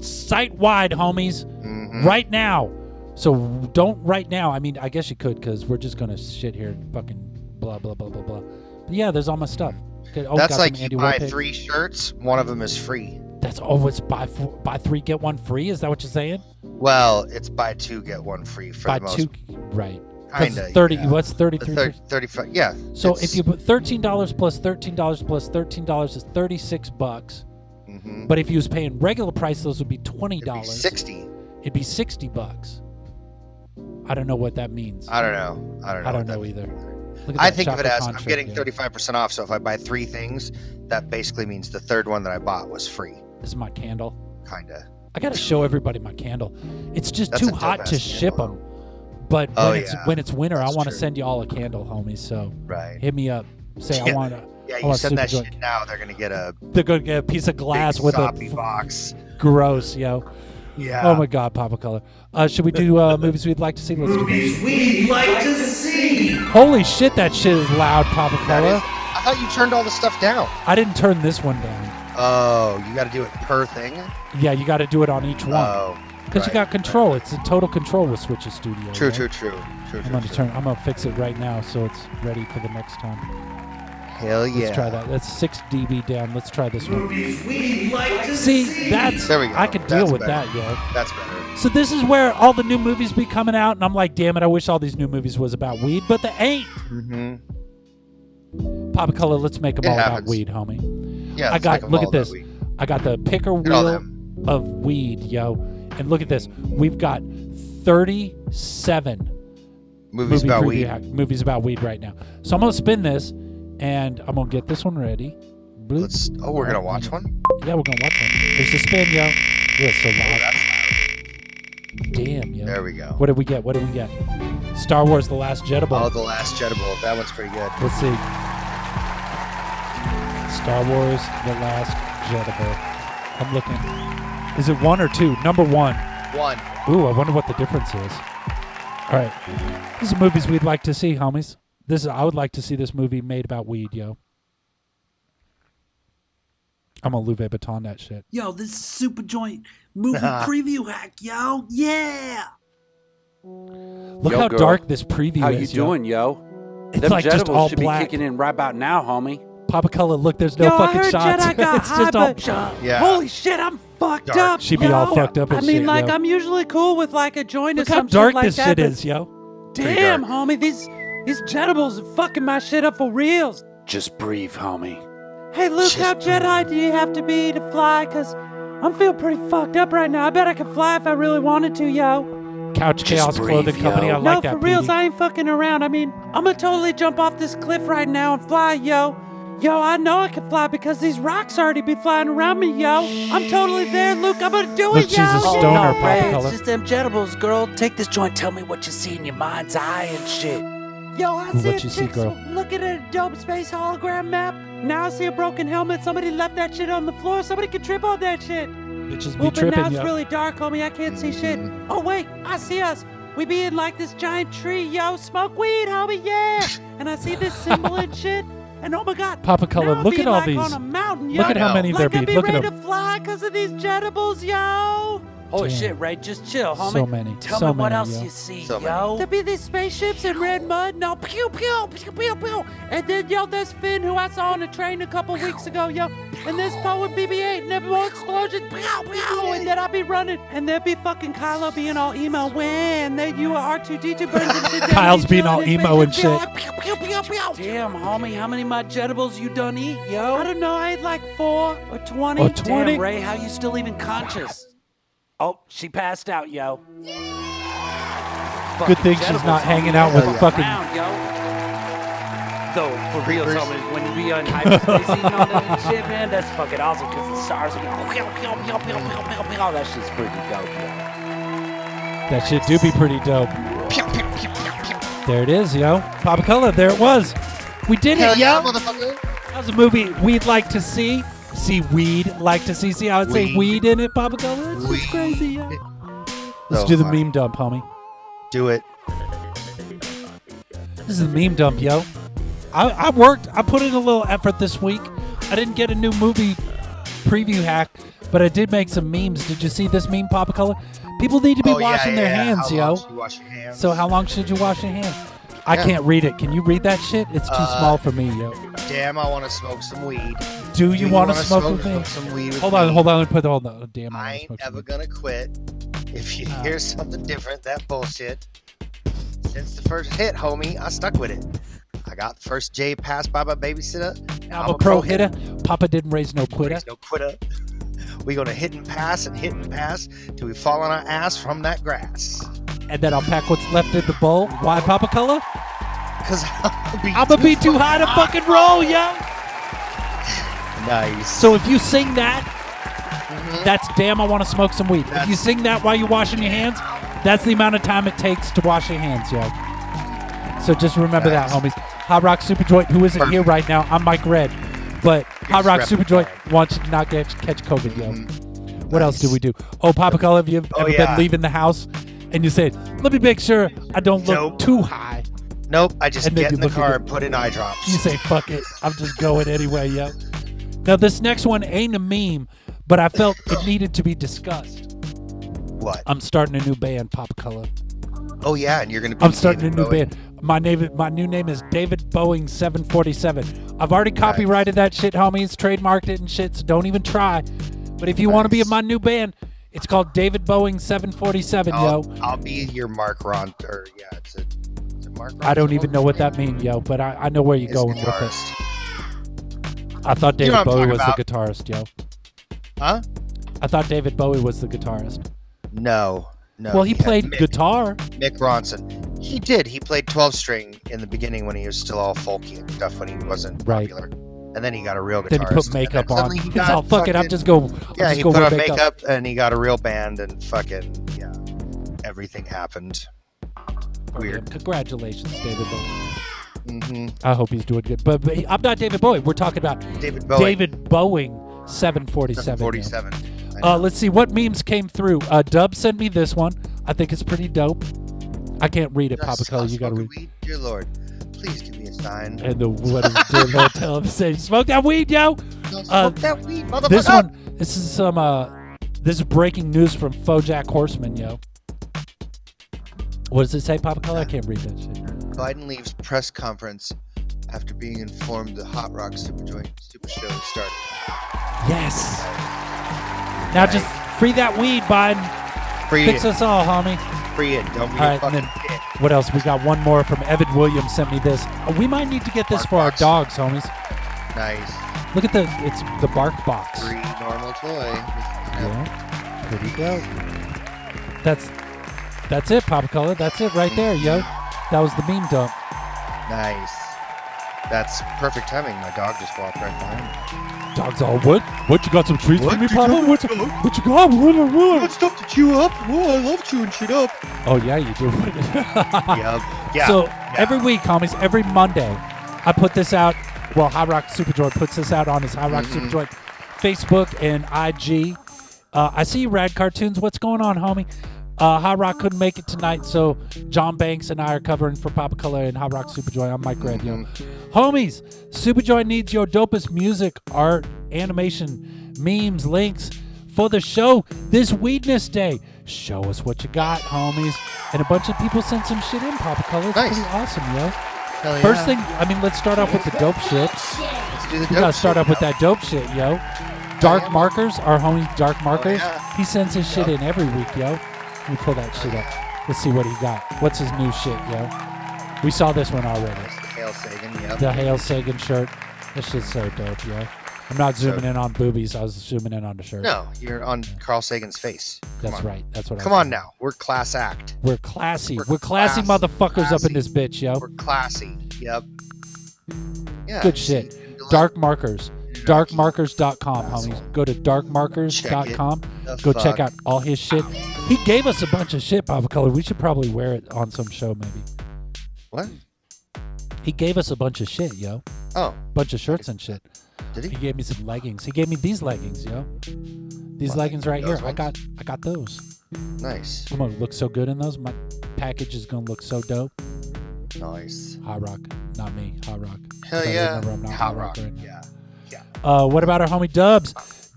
site wide, homies.
Mhm.
Right now. So don't right now. I mean, I guess you could because we're just going to shit here and fucking blah, blah, blah, blah, blah. But yeah, there's all my stuff. Okay, oh, got
That's
some
like you
Andy
buy
Warpig.
three shirts, one of them is free.
That's always buy, four, buy three, get one free. Is that what you're saying?
Well, it's buy two, get one free for
buy
the most
two. Right. 'Cause
Kinda,
30,
yeah.
what's
The
33
thir- 35 yeah
So
it's-
if you put thirteen dollars plus thirteen dollars plus thirteen dollars is thirty six bucks.
mhm.
But if you was paying regular price, those would be twenty
It'd be
dollars.
60
It'd be sixty bucks. I don't know what that means.
i don't know i don't know
I don't
what that
know
means.
either. Look at
i
that
think of it
Shopify
as i'm
contract,
getting
yeah.
35% off so if i buy three things that basically means the third one that i bought was free
This is my candle.
kinda
I gotta show everybody my candle. It's just
That's a
too
dope
hot
ass
to ship
candle.
them. But
Oh,
when it's
yeah.
when it's winter, I
That's
want to
true.
send you all a candle, homie. So
right
hit me up. Say I
Yeah.
want. to
yeah
Oh,
you send that
super
shit
good.
now they're gonna get a
They're gonna get a piece of glass
big
with a
soppy
f-
box
gross, yo.
yeah
Oh my God, Papa Color. Uh, should we do uh, movies we'd like to see? Let's do that.
We'd like to see.
Holy shit, that shit is loud, Papa
That
Color.
is- i thought you turned all the stuff down
I didn't turn this one down.
oh you gotta do it per thing
Yeah, you got to do it on each one
oh
because you
right.
got control. It's in total control with Switches Studio.
true
right?
true true true,
I'm
true,
gonna
true.
turn. I'm gonna fix it right now so it's ready for the next time.
hell yeah
Let's try that. That's six dB down. Let's try this one.
Movies we'd like to
See, that's
There we go.
I could deal
That's
with
better.
that, yo.
that's better
So this is where all the new movies be coming out, and I'm like, damn it, I wish all these new movies was about weed, but they ain't.
hmm
Papa Color, let's make them
It
all about
happens.
weed, homie.
yeah
I
let's
got-
make 'em
look
all
at
that
this.
week.
I got the picker
Look at all
wheel
them
of weed, yo. And look at this. We've got 37
movies about
preview
weed
hack- movies about weed right now. So I'm going to spin this and I'm going to get this one ready. Bloop.
Let's. Oh, we're gonna watch one.
Yeah, we're going to watch one. There's the spin, yo. Yeah, it's so loud. Damn, yo.
There we go.
What did we get? What did we get? Star Wars The Last Jedi.
Oh, the last Jetable. That one's pretty good.
Let's see. Star Wars The Last Jedi. I'm looking. Is it one or two? Number one.
One.
Ooh, I wonder what the difference is. All right. These are movies we'd like to see, homies. This is I would like to see this movie made about weed, yo. I'm a Louis Vuitton that shit.
Yo, this is Super Joint
[laughs]
movie preview hack, yo. Yeah.
Look
Yo,
how
girl.
dark this preview
How
is.
you
yo.
doing, yo?
It's
Them
like just
Jedables
all
should
black.
be kicking in right about now, homie.
Papa Color, look, there's no
Yo, I
fucking
heard
shots.
Jedi [laughs] got
it's
high,
just all
but uh,
Yeah.
[laughs] holy shit, I'm fucked
Dark.
up.
She be
yo.
all fucked up
I
and
mean,
shit,
like
yo.
I'm usually cool with like a joint
Look
or
how
some
dark
shit like
this
that,
shit
but
is, yo.
Damn, homie, these these Jedables are fucking my shit up for reals.
Just breathe, homie.
Hey, Luke,
Just-
how Jedi do you have to be to fly? Cause I'm feeling pretty fucked up right now. I bet I could fly if I really wanted to, yo.
Couch Chaos
breathe,
Clothing Company.
yo.
I
no,
like that.
for reals,
PD.
I ain't fucking around. I mean, I'm gonna totally jump off this cliff right now and fly, yo. Yo, I know I can fly because these rocks already be flying around me, yo. I'm totally there, Luke. I'm gonna do
Look,
it,
she's
yo.
a stoner, Papa Color.
them Jedables, girl. Take this joint. Tell me what you see in your mind's eye and shit. Yo, I
Ooh,
see
what
a
you see,
chick
girl?
sw- looking at a dope space hologram map. Now I see a broken helmet. Somebody left that shit on the floor. Somebody could trip on that shit.
Bitches be
Well, but now
tripping,
it's
yo. Mm-hmm.
really dark, homie. I can't see shit. Oh wait, I see us. We be in like this giant tree, yo. Smoke weed, homie,
[laughs]
yeah. And I see this symbol and shit. And oh my god,
Papa Color,
now I
look
be
at all
like
these-
On a mountain, yo.
Look at how many
like
there
I
be.
be.
Look at
ready
them.
to fly because of these jettables, yo.
Holy
Damn.
shit, Ray, just chill, homie.
So many.
Tell
So
me what
many,
else
yo.
you see,
So many.
yo.
There be these spaceships in red mud, and all pew pew pew pew pew. And then yo, there's Finn who I saw on a train a couple weeks ago, yo. And there's Poe and BB-8, and every more explosions, pew pew. And then I be running, and there be fucking Kylo being all emo, when they you are R2D2 burns and shit. down,
[laughs] Kyle's
he's
being
chilling
all
in his
emo
spaceship,
and
pew, like, Pew pew pew pew.
Damn, homie, how many of my Jedables you done eat,
I
yo?
don't know, I had like four or twenty.
Or 20.
Damn, Ray, how you still even conscious? Oh, she passed out, yo.
Good thing she's not hanging out with
Hell yeah.
fucking
Around, yo. Though, for real,
Creepers.
homie, when we on hyperspace eating all that shit, man, that's fucking awesome because the stars be pew, pew, pew, pew, pew, pew, pew. That shit's pretty dope, yo.
That shit do be pretty dope.
Pew, pew,
There it is, yo. Papa Cola, there it was. We did
Hell
it, yo.
yeah, motherfucker.
That was a movie we'd like to see. See, we'd like to see. See, I would say
Weed.
weed in it, Papa Cola. It's
Weed.
just crazy, yo. Let's
So
do the
funny.
meme dump, homie.
Do it.
This is the meme dump, yo. I, I worked. I put in a little effort this week. I didn't get a new movie preview hack, but I did make some memes. Did you see this meme, Papa Color? People need to be
Oh, yeah,
washing their
yeah, yeah.
hands,
How
yo.
long should you wash your hands?
So how long should you wash your hands? I
Yeah.
can't read it. Can you read that shit? It's too
Uh,
small for me, yo.
Damn, I want to smoke some weed.
Do you, want to
wanna
smoke with me?
some weed? With
Hold on,
me?
hold on. Let me put all the oh, damn. I,
I
wanna
ain't
smoke some
ever
weed.
gonna quit. If you
Ah.
hear something different, that bullshit. Since the first hit, homie, I stuck with it. I got the first J passed by my babysitter. Now
I'm a pro hitter. Papa didn't raise no quitter.
There's no quitter. [laughs] We gonna hit and pass and hit and pass till we fall on our ass from that grass.
And then I'll pack what's left in the bowl. Why, Papa Color?
Cause [laughs] I'll be
I'ma be too high
Ah.
to fucking roll, yo.
nice.
So if you sing that,
Mhm.
that's damn, I want to smoke some weed. if you
That's-
sing that while you're washing your hands, that's the amount of time it takes to wash your hands, yo. So just remember
Nice.
that, homies. Hot Rock Super Joint, who isn't here right now, I'm Mike Red. But Hot Rock
rep-
Super Joint wants you to not get, catch COVID, yo. What else do
Nice.
we do? Oh, Papa Call, have you
Mm-hmm. Oh,
ever
yeah.
been leaving the house and you said, let me make sure I don't look
Nope.
too high?
Nope, I just
And then
get in
you
the
look at
car
the-
and put in eye drops.
You say, fuck it. I'm just going anyway, yo. Now, this next one ain't a meme, but I felt it needed to be discussed.
what?
I'm starting a new band, Pop Color.
oh yeah, and you're gonna. Be
I'm starting a
David
new
Bowie.
band. My name, my new name is David Boeing 747. I've already copyrighted that shit, homies, trademarked it and shit, so don't even try. But if you want to be in
Nice.
my new band, it's called David Boeing 747, yo.
I'll, I'll be your Mark Ron, or yeah, it's a, it's a Mark.
I don't
Ronson?
even know what that means, yo, but I, I know where you're
His
going with it.
guitarist.
I thought
You
David
know what I'm
Bowie
talking
was the
about.
guitarist, yo.
Huh?
I thought David Bowie was the guitarist.
No, no.
Well, he
had
played
Mick,
guitar.
Mick Ronson. He did. He played 12 string in the beginning when he was still all folky and stuff when he wasn't
Right.
popular. And then he got a real guitarist.
Then he put
and
makeup
then
on.
suddenly he
It's
got
all fuck it. I'm
fucking-
just
Yeah,
go. I'll just
he
go
put
wear
on
makeup.
makeup and he got a real band and fucking yeah, everything happened.
for
Weird.
him. Congratulations, David Bowie.
hmm
I hope he's doing good. But, but he- I'm not David Bowie. We're talking about
David Bowie.
David Boeing 747.
47. I know.
Uh, let's see what memes came through. Uh, Dub sent me this one. I think it's pretty dope. I can't read it,
Did I
Papa
stop
Color. You gotta
smoking
read.
weed? Dear Lord, please give me a sign.
And the what is it? Dear Lord, [laughs] tell him to say, smoke that weed, yo.
Don't smoke
uh,
that weed, motherfucker.
This one. This is some. Uh, this is breaking news from Fojack Horseman, yo. What does it say, Papa Color? I can't read that shit.
Biden leaves press conference after being informed the Hot Rock Superjoint Super Show is starting.
Yes. Now just free that weed, Biden.
Free
Fix
it,
us all, homie.
free it. Don't be a
All right, and
fucking
then
dick.
what else? We got one more from Evan Williams. Sent me this. Uh, We might need to get this
Bark
for our
box.
dogs, homies.
Nice,
Look at the it's the bark box.
free normal toy.
Yeah. Pretty dope. That's that's it, Pop Color. That's it right there, yo. That was the meme dump.
Nice. That's perfect timing. My dog just walked right behind.
Dogs all what? What you got some treats
What
for me,
you
Papa?
got?
What, what you got? What, what?
stuff to chew up. Oh, I love chewing shit
[laughs]
up.
Oh yeah, you do.
Yep. Yeah.
[laughs] So
yeah.
every week, homies, every Monday, I put this out. Well, High Rock Superjoint puts this out on his High Rock
Mhm.
Superjoint Facebook and IG. Uh, I see you, Rad Cartoons. What's going on, homie? Uh, High Rock couldn't make it tonight, so John Banks and I are covering for Papa Color and High Rock Superjoint. I'm Mike Red, yo. Homies, Superjoint needs your dopest music, art, animation, memes, links for the show this Weedness Day. Show us what you got, homies. And a bunch of people sent some shit in, Papa Color. It's
Nice.
pretty awesome, yo.
Hell yeah.
First thing, I mean, let's start off with the dope shit.
Let's do the
We
dope
gotta start
shit,
off with
yo.
that dope shit, yo. Dark markers, our homie Dark Markers.
Oh, yeah.
He sends his shit in every week, yo. We pull that shit up. Let's see what he got. What's his new shit, yo? We saw this one already.
That's the Hail Sagan. Yep.
The Hale Sagan shirt. This shit's so dope, yo. I'm not zooming
So-
in on boobies. I was zooming in on the shirt.
No, you're on Carl Sagan's face. Come
That's
on.
right. That's what I
Come
was
on
doing.
now. We're class act.
We're classy. We're,
We're
classy
class-
motherfuckers up in
classy.
this bitch, yo.
We're classy. Yep. Yeah.
Oh. Good
see,
shit.
you like
Dark markers.
Darky.
Darkmarkers.com, homies. Go to darkmarkers.com.
the
Go check
fuck?
out all his shit. He gave us a bunch of shit, Papa Color. We should probably wear it on some show, maybe.
What?
He gave us a bunch of shit, yo.
Oh,
Bunch of shirts and shit.
did
He
he?
gave me some leggings. He gave me these leggings, yo. These
Wow,
leggings right here.
those
I
ones?
got I got those.
Nice,
I'm gonna look so good in those. My package is gonna look so dope.
nice.
Hot rock, not me. Hot rock.
Hell
Because I
yeah,
remember I'm not
hot rock.
right now.
Yeah,
Uh, what about our homie Dubs?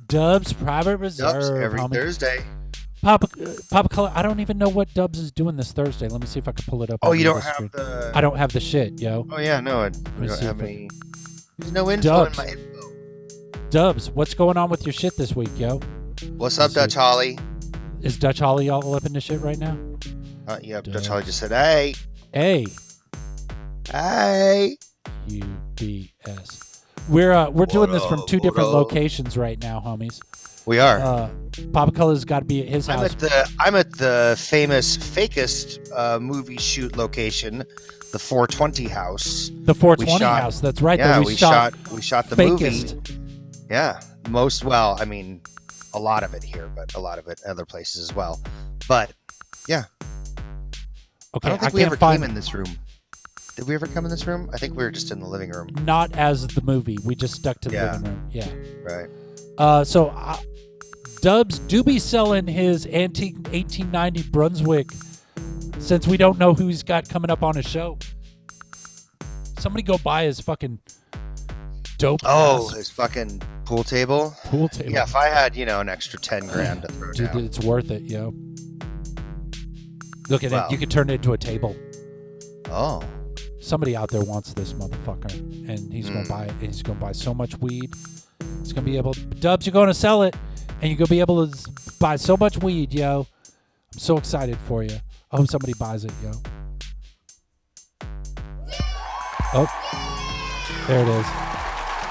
Dubs Private Reserve.
Dubs every
homie.
Thursday.
Papa, uh, Papa Color. I don't even know what Dubs is doing this Thursday. Let me see if I can pull it up.
Oh,
on
you
the
don't
other screen.
have the.
I don't have the shit, yo.
Oh yeah, no, I, we
me
don't
see
have
if I-
any. There's no info
Dubs.
in my info.
Dubs, what's going on with your shit this week, yo?
What's
Let me
up,
see
Dutch
if-
Holly?
Is Dutch Holly all up in the shit right now?
Uh, yeah, Dutch
Dubs.
Holly just said, "Hey,
Hey,
hey."
U B S. We're uh, we're doing this from
What
two
up,
different
what up?
locations right now, homies.
We are.
Uh, Papa Color's got to be at his
I'm
house.
at the I'm at the famous fakest uh, movie shoot location, the 420 house.
The 420
shot-
house. That's right.
yeah,
there.
we, shot, we shot the
fakest.
movie. Yeah, most well, I mean, a lot of it here, but a lot of it other places as well. But
Okay,
I don't think we
can't
ever
find
came in this room. Did we ever come in this room? I think we were just in the living room,
not as the movie. We just stuck to the
Yeah.
living room. Yeah.
right?
Uh, so uh, Dubs do be selling his antique 1890 Brunswick since we don't know who he's got coming up on his show. Somebody go buy his fucking dope
Oh,
ass
his fucking pool table.
pool table.
Yeah, if I had you know an extra 10 grand to throw
Dude,
down,
it's worth it, yo. Look at
Wow.
it. You could turn it into a table.
oh,
Somebody out there wants this motherfucker, and he's gonna
Mm.
buy it. and He's gonna buy so much weed. He's gonna be able. Dubs, you're gonna sell it, and you're gonna be able to s- buy so much weed, yo. I'm so excited for you. I hope somebody buys it, yo. Oh, there it is.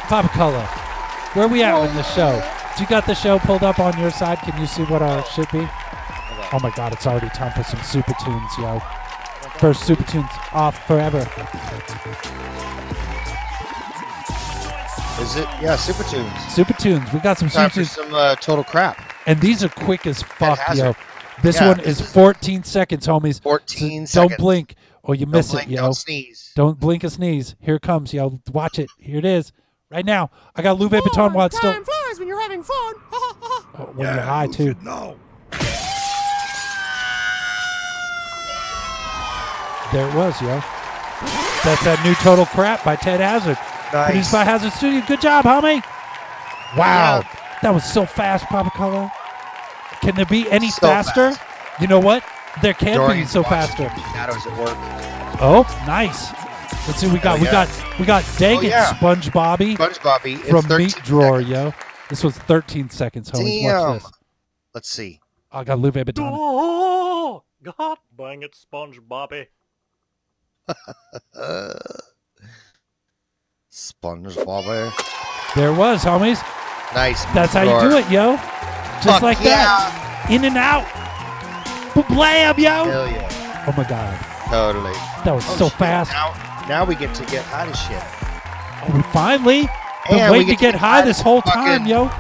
Pop color. Where we at with the show? Do you got the show pulled up on your side? Can you see what our should be? Oh my God, it's already time for some super tunes, yo. First super tunes off forever.
is it? Yeah, super tunes.
Super tunes. We got some
Time
super
for
tunes,
some uh, total crap.
and these are quick as fuck,
hazard.
yo. This
Yeah,
one
this
is
is-
14 seconds, homies.
14
So Don't
seconds.
blink or you
Don't
miss
blink,
it, yo.
don't sneeze.
Don't blink a sneeze. Here it comes, yo. Watch it. Here it is. Right now. I got Louis Vuitton while it's still.
Time flies when you're having fun. [laughs]
Oh, when you're high, too. There it was, yo. That's that new Total Crap by Ted Hazard.
Nice.
Produced by Hazard Studio. Good job, homie. Wow.
Yeah.
That was so fast, Papa Color. Can there be any
So
faster?
fast.
You know what? There can be
Dorian's
so
watching
faster.
Shadows at work.
Oh, nice. Let's see what we
Hell
got. we
Oh, yeah.
got we got Dang
Oh,
it,
yeah.
Sponge Bobby
Bunch Bobby it's
from
13
Meat Drawer,
seconds.
yo. This was 13 seconds, homies. Watch
Damn.
this.
Let's see.
I got Lou Vuitton.
Oh, God dang it, SpongeBobby.
Uh, Sponge Bobby.
There it was, homies.
Nice.
That's how you do it, yo. Just
Fuck
like that. In and out. Blam, yo.
Hell yeah.
Oh my god.
Totally.
That was
Oh,
so
shit.
fast.
Now, now we get to get hot as shit.
Oh, we finally been
And we
waiting to get high this whole time,
fucking
yo.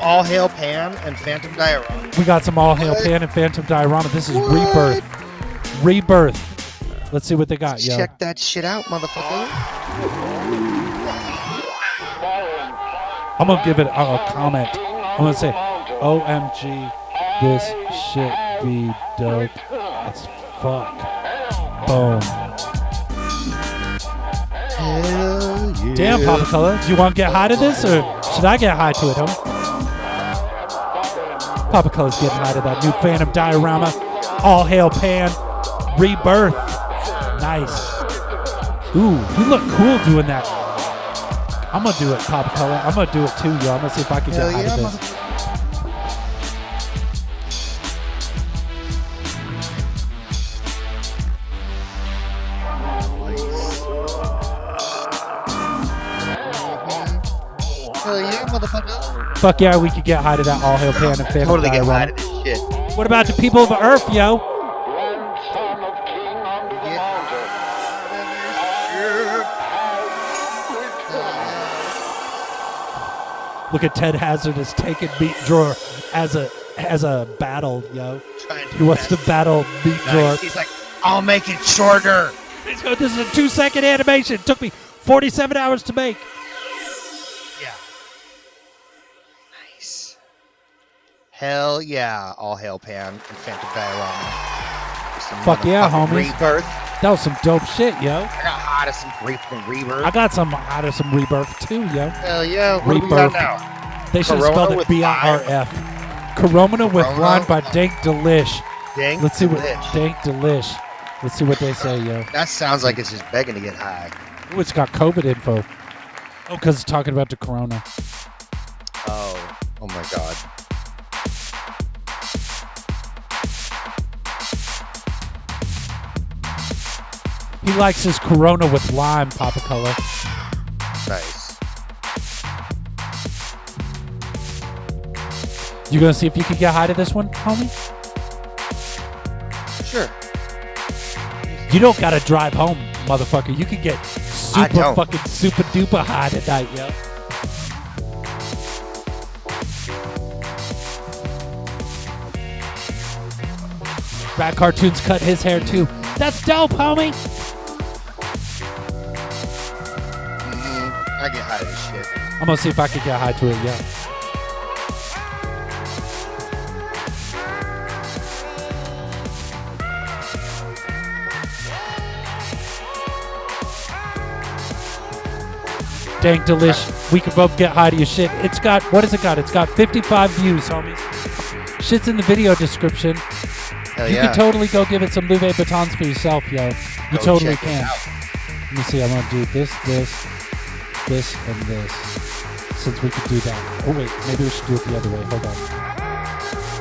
All hail Pan and Phantom Diorama.
We got some All Hail
What?
Pan and Phantom Diorama. This is Rebirth. Rebirth. Let's see what they got, yo.
Check that shit out, motherfucker.
I'm gonna give it a, a comment. I'm gonna say, OMG, this shit be dope as fuck. Boom.
Hell yeah.
Damn, Papa Color, do you want to get high to this, or should I get high to it, huh? Papa Color's getting high to that new Phantom Diorama, All Hail Pan, Rebirth. Nice. Ooh, you look cool doing that. I'm gonna do it, Papa Color. I'm gonna do it too, yo. I'm gonna see if I can
Hell
get
yeah,
high to this.
Hell yeah, motherfucker.
Fuck yeah, we could get high to that all hail pan and fan.
Totally get high to this shit.
What about the people of the earth, yo? Look at Ted Hazard is taking Meat Drawer as a as a battle, yo.
Trying to
He wants to battle Meat Drawer.
He's like, I'll make it shorter.
So this is a two second animation. It took me 47 hours to make.
Yeah. Nice. Hell yeah! All hail Pan and Phantom Diorama. Some
Fuck yeah,
motherfucking
homies.
Rebirth.
That was some dope shit, yo.
I got hottest and grief and rebirth.
I got some out of some rebirth too, yo.
Hell yeah! What do we got
Rebirth.
now?
They should
Corona
have spelled
with
it B I R F. Corona with
Corona.
line by Dank Delish.
Dang.
Let's see what
delish.
Dank Delish. Let's see what they say, yo.
That sounds like it's just begging to get high.
Ooh, it's got COVID info. Oh, because it's talking about the corona.
Oh. Oh my god.
He likes his corona with lime, Papa Color.
Nice.
You gonna see if you can get high to this one, homie?
Sure.
You don't gotta drive home, motherfucker. You can get super
don't.
fucking super duper high tonight, yo. Brad Cartoons cut his hair too. That's dope, homie.
Mm-hmm. I get high to this shit.
I'm gonna see if I can get high to it, yeah. Dang delish. We can both get high to your shit. It's got what has it got? It's got 55 views, homies. Shit's in the video description.
Hell
you
Oh, yeah.
can totally go give it some Louis Batons for yourself, yo. You
Go
totally
check it
can.
out.
Let me see. I'm gonna do this, this, this, and this. Since we could do that. Oh wait, maybe we should do it the other way. Hold on.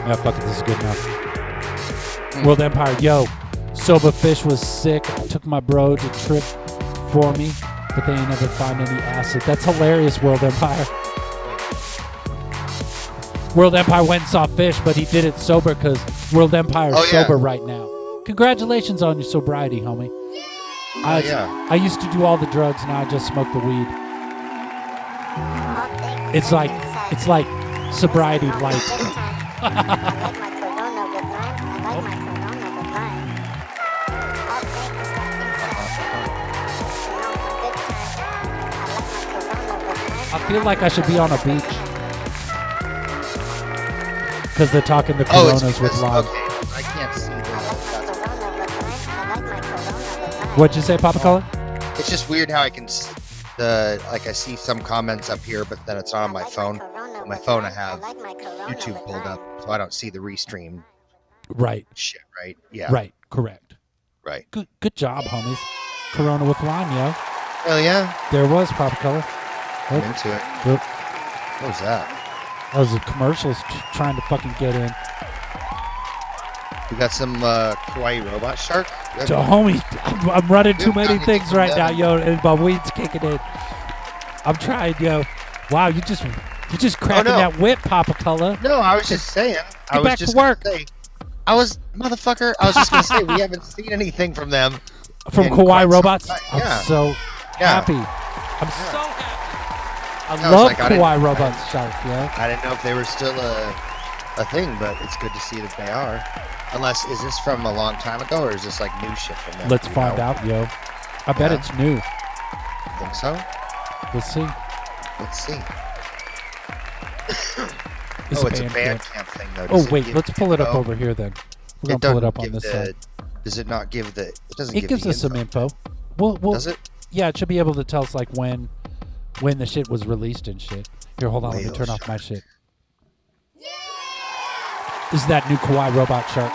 Yeah, fuck it. This is good enough.
Hmm.
World Empire, yo. Soba Fish was sick. I took my bro to trip for me, but they ain't ever find any acid. That's hilarious, World Empire. World Empire went and saw fish, but he did it sober because World Empire's
Oh, yeah.
sober right now. Congratulations on your sobriety, homie. I,
Oh, yeah.
I used to do all the drugs, now I just smoke the weed. It's like it's like sobriety light.
I
feel like I should be on a beach. because they're talking the
Oh, it's
coronas with
because,
lime.
okay. I can't see the.
What'd you say, Papa Colin?
It's just weird how I can s- the like I see some comments up here, but then it's not on my phone. On my phone, I have YouTube pulled up, so I don't see the restream
Right,
shit. Right? Yeah.
right, correct.
Right.
Good, good job, homies. Corona with lime, yo.
Hell yeah.
There was Papa Color.
I'm into it.
Oop.
What was that?
That was the commercials t- trying to fucking get in.
We got some uh, kawaii robot shark.
So, homie, I'm, I'm running too
Dude, I
many
need to
things
come
right now,
down.
yo, and my weed's kicking in. I'm trying, yo. Wow, you just you just cracking
Oh, no.
that whip, Papa Color.
No, I was just saying. I was
back to
just gonna
work.
say- I was motherfucker. I was just gonna say we haven't seen anything from them.
from
in
Kawaii
quite some
Robots.
time.
I'm
Yeah.
so
Yeah.
happy. I'm so happy.
I
I,
was
love
like, I didn't-
Kawaii Robots Shark, yeah.
I didn't know if they were still a, a thing, but it's good to see that they are. Unless, is this from a long time ago, or is this like new shit from them?
Let's
Do you
find
know?
out, yo. I bet
Yeah.
it's new.
I think so.
Let's see.
Let's see.
It's
oh, it's a
Bandcamp.
band camp thing though. Does
Oh
it
wait,
give-
let's pull it up
oh,
over here then. We're
it
gonna pull it
doesn't
up on
give
this
the-
side.
Does it not give the? It doesn't.
It
give
gives
the
us some
info,
info. We'll, we'll,
Does it?
Yeah, it should be able to tell us like when when the shit was released and shit. Here, hold on, let me
Whale
turn off my shit. This is that new Kawaii robot shark.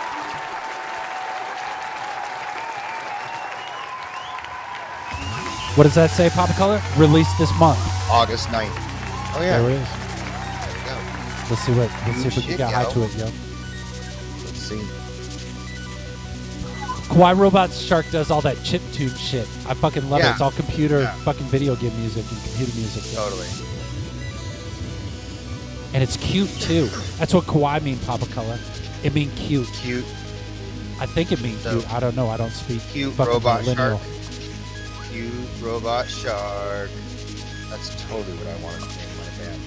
What does that say, Papa Color? Released this month.
August 9th. Oh yeah.
There
There
it is.
we go.
Let's see what let's see if we can
Shit,
get high
yo.
to it, yo.
Let's see.
Kawaii Robot Shark does all that chiptune shit. I fucking love it.
Yeah.
It's all computer
Yeah. Oh,
fucking video game music and computer music. yo.
Totally.
And it's cute too. That's what kawaii mean, Papa Color. It mean cute.
Cute,
I think it means
So-
cute. I don't know. I don't speak
cute
fucking
robot
millennial.
shark. Cute robot shark. That's totally what I wanted to name my band.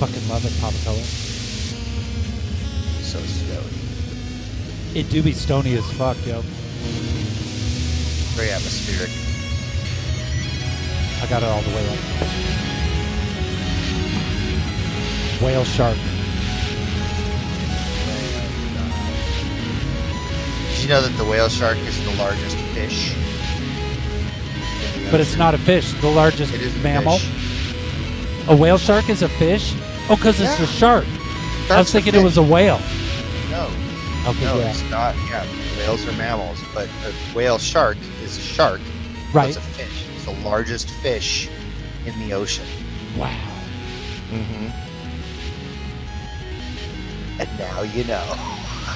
Fucking love it, Papa Color.
So stoked.
It do be stony as fuck, yo.
Very atmospheric.
I got it all the way up. Whale shark.
Did you know that the whale shark is the largest fish? in the
But it's
ocean?
not a fish, the largest
It is a
mammal.
fish.
A whale shark is a fish? Oh, because it's
Yeah.
a shark. I
That's
was
the
thinking it
fish.
was a whale.
No,
Okay,
no,
yeah.
it's not. Yeah, whales are mammals, but a whale shark is a shark. so
Right.
It's a fish. It's the largest fish in the ocean.
Wow.
Mm-hmm. And now you know.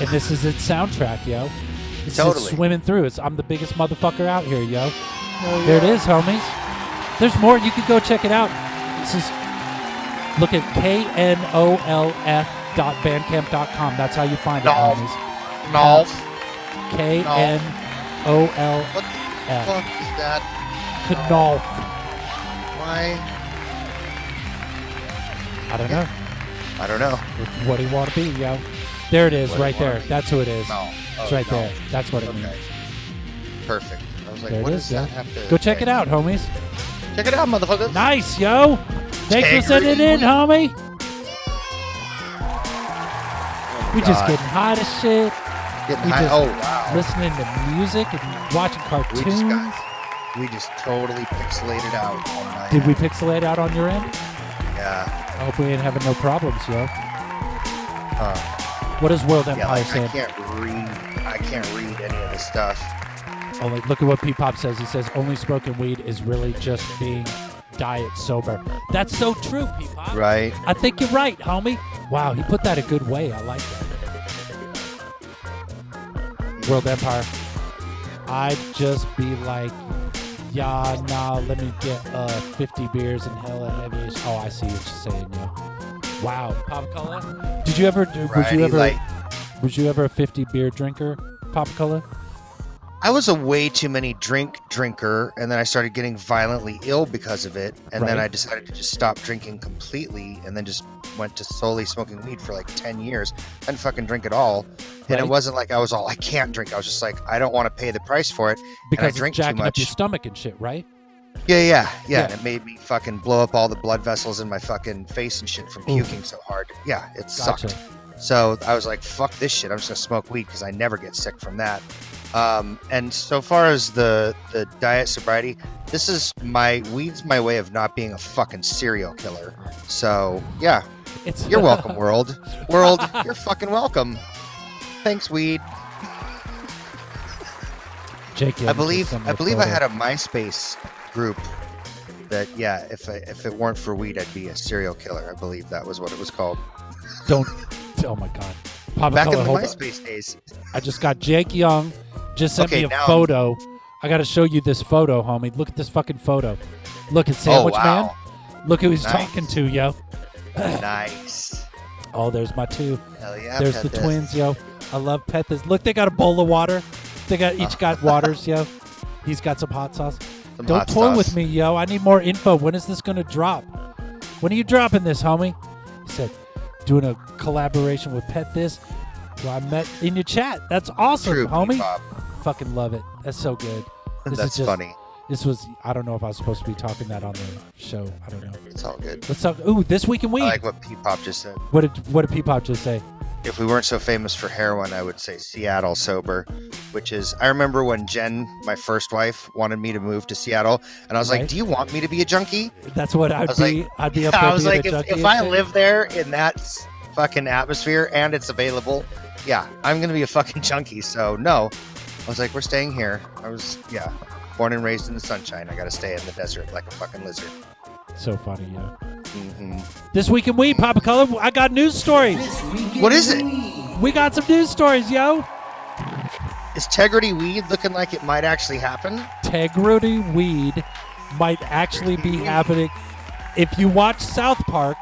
And this is its soundtrack, yo. It's
Totally.
just swimming through. It's I'm the biggest motherfucker out here, yo. There it is, homies. There's more. You can go check it out. This is look at knolf.bandcamp.com. That's how you find it,
Nolf.
homies.
Nolf.
K N O L
What the
F.
fuck is that?
Knolf.
Why?
I don't know.
I don't know.
It's what do you want to be, yo? There it is,
What do you
right
wanna
there.
be?
That's who it is.
No. Oh,
It's right
no.
there. That's what it means.
Okay. Perfect. I was like,
There it
what
is,
does
yo.
that have to
Go check it
okay.
out, homies.
Check it out, motherfuckers.
Nice, yo. Thanks
Take
for
her
sending it in,
easy.
homie. we just
God.
getting hot as shit,
Getting
we
high.
just-
oh wow.
listening to music and watching
We
cartoons.
just got. We just totally pixelated out. all night.
Did we pixelate out on your end?
Yeah.
I hope we ain't having no problems, yo.
Huh.
What does World Empire
Uh, yeah. Like I
saying?
can't read. I can't read any of this stuff.
Only Oh, look at what P Pop says. He says only smoking weed is really just being diet sober. That's so true, P Pop.
Right.
I think you're right, homie. Wow, he put that a good way. I like that. World Empire. I'd just be like, yeah, nah, let me get uh 50 beers and hella heavy. ish." Oh, I see what you're saying, yo. Wow, Pop Color. Did you ever do? Was
Right.
you ever?
Like
was you ever a 50 beer drinker, Pop Color?
I was a way too many drink drinker, and then I started getting violently ill because of it. And then
Right.
I decided to just stop drinking completely, and then just went to solely smoking weed for like ten years. Didn't fucking drink at all. And
Right.
it wasn't like I was all I can't drink. I was just like I don't want to pay the price for it.
Because
drink
it's
too
jacking up your
much.
stomach and shit, right?
Yeah, yeah, yeah.
Yeah.
And it made me fucking blow up all the blood vessels in my fucking face and shit from
Oof.
puking so hard. Yeah, it
Gotcha.
sucked. So I was like, fuck this shit. I'm just gonna smoke weed because I never get sick from that. Um, and so far as the the diet sobriety, this is my weed's my way of not being a fucking serial killer. So yeah,
It's
you're
[laughs]
welcome, world. World, you're fucking welcome. Thanks, weed.
Jake.
I believe I believe I had a MySpace group that yeah, if I, if it weren't for weed, I'd be a serial killer. I believe that was what it was called
Don't. Oh my god. Papa
back
Color,
in the
hold on.
MySpace days.
I just got Jake Young. Just sent
Okay,
me a
now-
photo. I got to show you this photo, homie. Look at this fucking photo. Look at Sandwich
oh wow,
Man. Look who he's
Nice.
talking to, yo.
[laughs] nice.
Oh, there's my two.
Hell yeah,
there's the
Pethas.
twins, yo. I love Pethas. Look, they got a bowl of water. They got
[laughs]
each got waters, yo. He's got some hot sauce.
Some
Don't
hot
toy
sauce.
with me, yo. I need more info. When is this gonna drop? When are you dropping this, homie? He said, doing a collaboration with Pet This, who I met in your chat. That's awesome,
True,
homie.
Bebop.
Fucking love it. That's so good. This
That's
is just,
funny.
This was I don't know if I was supposed to be talking that on the show. I don't know.
It's all good.
Let's talk. Ooh, this week in
I
weed.
like what P Pop just said.
what did what did P Pop just say?
If we weren't so famous for heroin, I would say Seattle sober, which is I remember when Jen, my first wife, wanted me to move to Seattle, and I was
Right.
like, "Do you want me to be a junkie?"
That's what I'd
was
be. I'd be up
[laughs]
there
I was
being
like,
a
if,
junkie
if
and
I
shit.
live there in that s- fucking atmosphere and it's available, yeah, I'm gonna be a fucking junkie. So no, I was like, we're staying here. I was yeah, born and raised in the sunshine. I gotta stay in the desert like a fucking lizard.
So funny, yo.
hmm
This week in weed, Papa Color. I got news stories.
What is it?
We got some news stories, yo.
Is Tegrity Weed looking like it might actually happen?
integrity weed might actually be happening. If you watch South Park,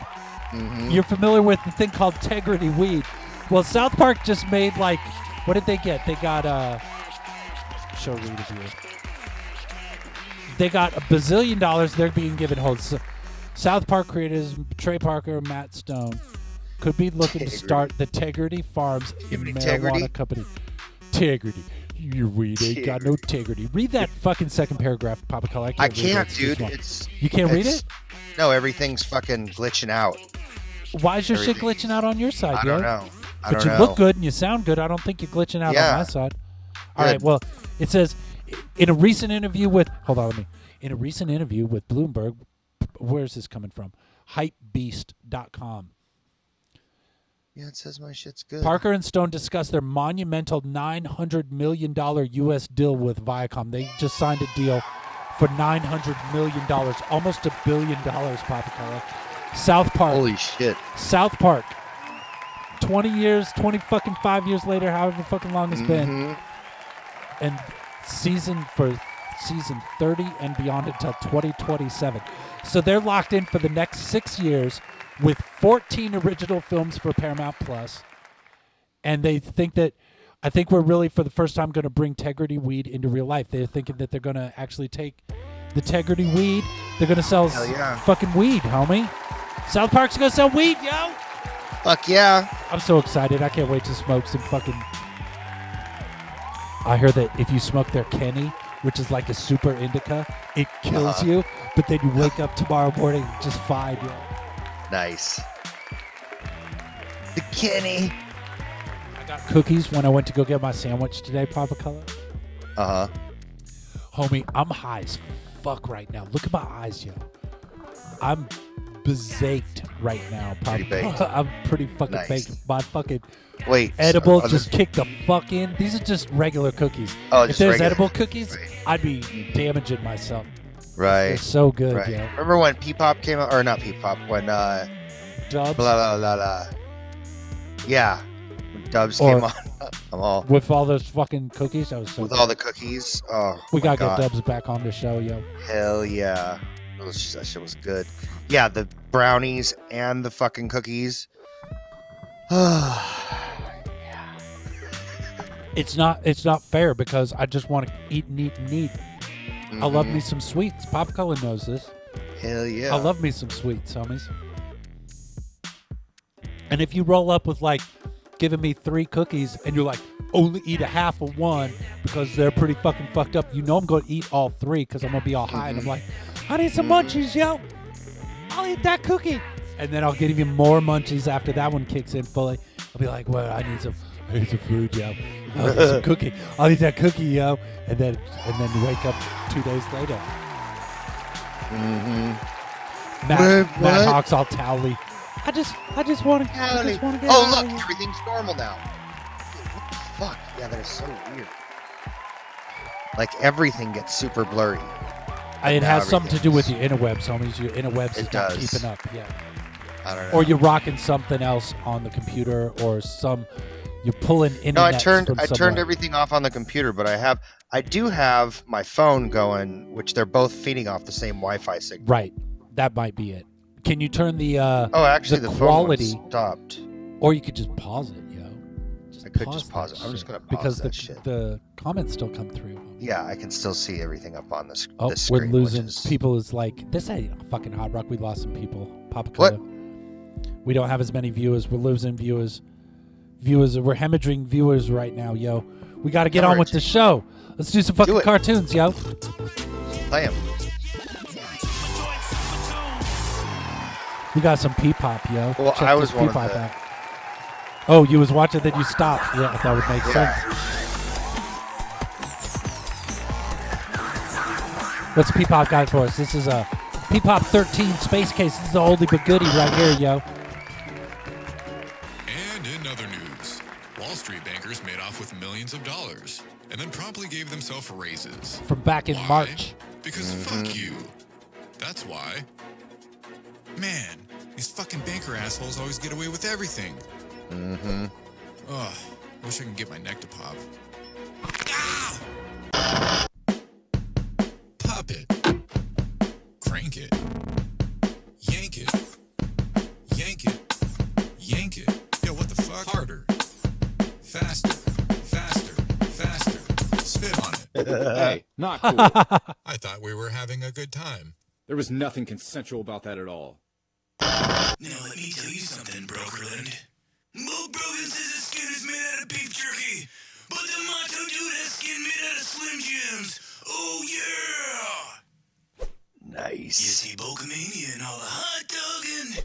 you're familiar with the thing called integrity weed. Well, South Park just made like, what did they get? They got uh, show read is here. They got a bazillion dollars. They're being given holds. South Park creators Trey Parker and Matt Stone could be looking to
Tegrity.
start the Tegrity Farms in
Tegrity,
marijuana
Tegrity.
company. Tegrity. Your weed ain't got no tegrity. Read that fucking second paragraph, Papa Color. I can't,
I
read it.
can't,
It's just
dude.
long.
It's
you can't read
it's-
it?
No, everything's fucking glitching out.
Why is your shit
everything.
glitching out on your side,
I
yo?
don't know. I
but
don't
you
know.
look good and you sound good. I don't think you're glitching out
Yeah.
on my side. All right.
Good.
Well, it says in a recent interview with hold on, let me. In a recent interview with Bloomberg, where's this coming from? Hypebeast.com.
Yeah, it says my shit's good.
Parker and Stone discussed their monumental $900 million U.S. deal with Viacom. They just signed a deal for $900 million, almost a billion dollars, Papa Color. South Park.
Holy shit.
South Park. 20 years, 20 fucking five years later, however fucking long it's been.
Mm-hmm.
And season for season 30 and beyond until 2027. So they're locked in for the next six years with 14 original films for Paramount Plus. And they think that, I think we're really for the first time going to bring Tegrity Weed into real life. They're thinking that they're going to actually take the Tegrity Weed, they're going to sell s-
Hell yeah.
fucking weed, homie. South Park's gonna sell weed, yo!
Fuck yeah.
I'm so excited. I can't wait to smoke some fucking. I heard that if you smoke their Kenny, which is like a super indica, it kills
Uh-huh.
you, but then you wake up tomorrow morning just fine, yo.
Nice. The Kenny.
I got cookies when I went to go get my sandwich today, Papa Color.
Uh huh.
Homie, I'm high as fuck right now. Look at my eyes, yo. I'm bezaked right now, Papa.
Pretty baked.
[laughs] I'm pretty fucking
Nice.
baked. My fucking
Wait. so
edible
are there-
just kick the fuck in. These are just regular cookies.
Oh,
if
just
there's
regular.
edible cookies,
Right.
I'd be damaging myself.
right.
It's so good,
right.
yeah.
Remember when P Pop came out, or not P Pop? When uh,
Dubs
blah blah blah blah. Yeah, when Dubs
Or-
came [laughs] on. I'm all
with all those fucking cookies. That was so
with
good.
all the cookies. Oh,
we
my
gotta
God.
get Dubs back on the show, yo.
Hell yeah. That was- that shit was good. Yeah, the brownies and the fucking cookies. [sighs]
It's not it's not fair because I just want to eat and eat and eat. I love
Mm-hmm.
me some sweets. Pop Cullen knows this.
Hell yeah.
I love me some sweets, homies. And if you roll up with like giving me three cookies and you're like, only eat a half of one because they're pretty fucking fucked up, you know I'm gonna eat all three because I'm gonna be all high and I'm like, I need some munchies, yo. I'll eat that cookie. And then I'll get even more munchies after that one kicks in fully. I'll be like, well, I need some I need some food, yo. I'll
[laughs]
eat some cookie. I'll eat that cookie, yo. And then and then wake up two days later. Matt,
Mm-hmm. Wait,
Matt
what?
Hawks all towly. I just, I just want to, I
Howdy.
just want to get.
oh,
out
look,
of here.
everything's normal now. Dude, what the fuck? Yeah, that is so weird. Like, everything gets super blurry.
It
now
has something to do with
everything's-
your interwebs, homies. Your interwebs is
It
not
does.
keeping up. Yeah.
I don't know.
Or you're rocking something else on the computer, or some, you're pulling internet.
No, I turned
From
I turned
somewhere.
everything off on the computer, but I have I do have my phone going, which they're both feeding off the same Wi-Fi signal.
Right. That might be it. Can you turn the? uh
Oh, actually,
The
the, phone one
quality-
stopped.
Or you could just pause it, yo. Just
I could just pause
that
it. I'm just
shit.
gonna pause
because
that
the
shit.
the comments still come through.
Yeah, I can still see everything up on this.
Oh,
this
we're
screen, which
losing
is-
people. Is like this ain't fucking hot rock. We lost some people. Papa
What?
Cola. We don't have as many viewers. We're losing viewers. Viewers. We're hemorrhaging viewers right now, yo. We got to get on with the show. Let's do some fucking
it.
cartoons, yo.
Play 'em.
We got some pee pop, yo.
Well,
Check
I was
this
one
pee
of
pop
the-
out. Oh, you was watching that you stopped. Yeah, that would make sense. What's pee pop got for us? This is a pee pop 13 space case. This is the oldie but goodie right here, yo.
And in other news, Wall Street bankers made off with millions of dollars and then promptly gave themselves raises.
From back in
Why?
March.
Because fuck you. That's why. Man, these fucking banker assholes always get away with everything. Mm-hmm. Ugh, wish I could get my neck to pop. Ah! Pop it. Crank it. Yank it. Yank it. Yank it. Yo, what the fuck? Harder. Faster. Faster. Faster. Spit on it.
hey, not cool.
I thought we were having a good time.
There was nothing consensual about that at all.
Now let me tell you something, Brokerland. Mo Brogan's his skin is made out of beef jerky, but the Macho Dude has skin made out of Slim Jims. Oh yeah! You
Nice.
see Bulkamania and all the hot dogging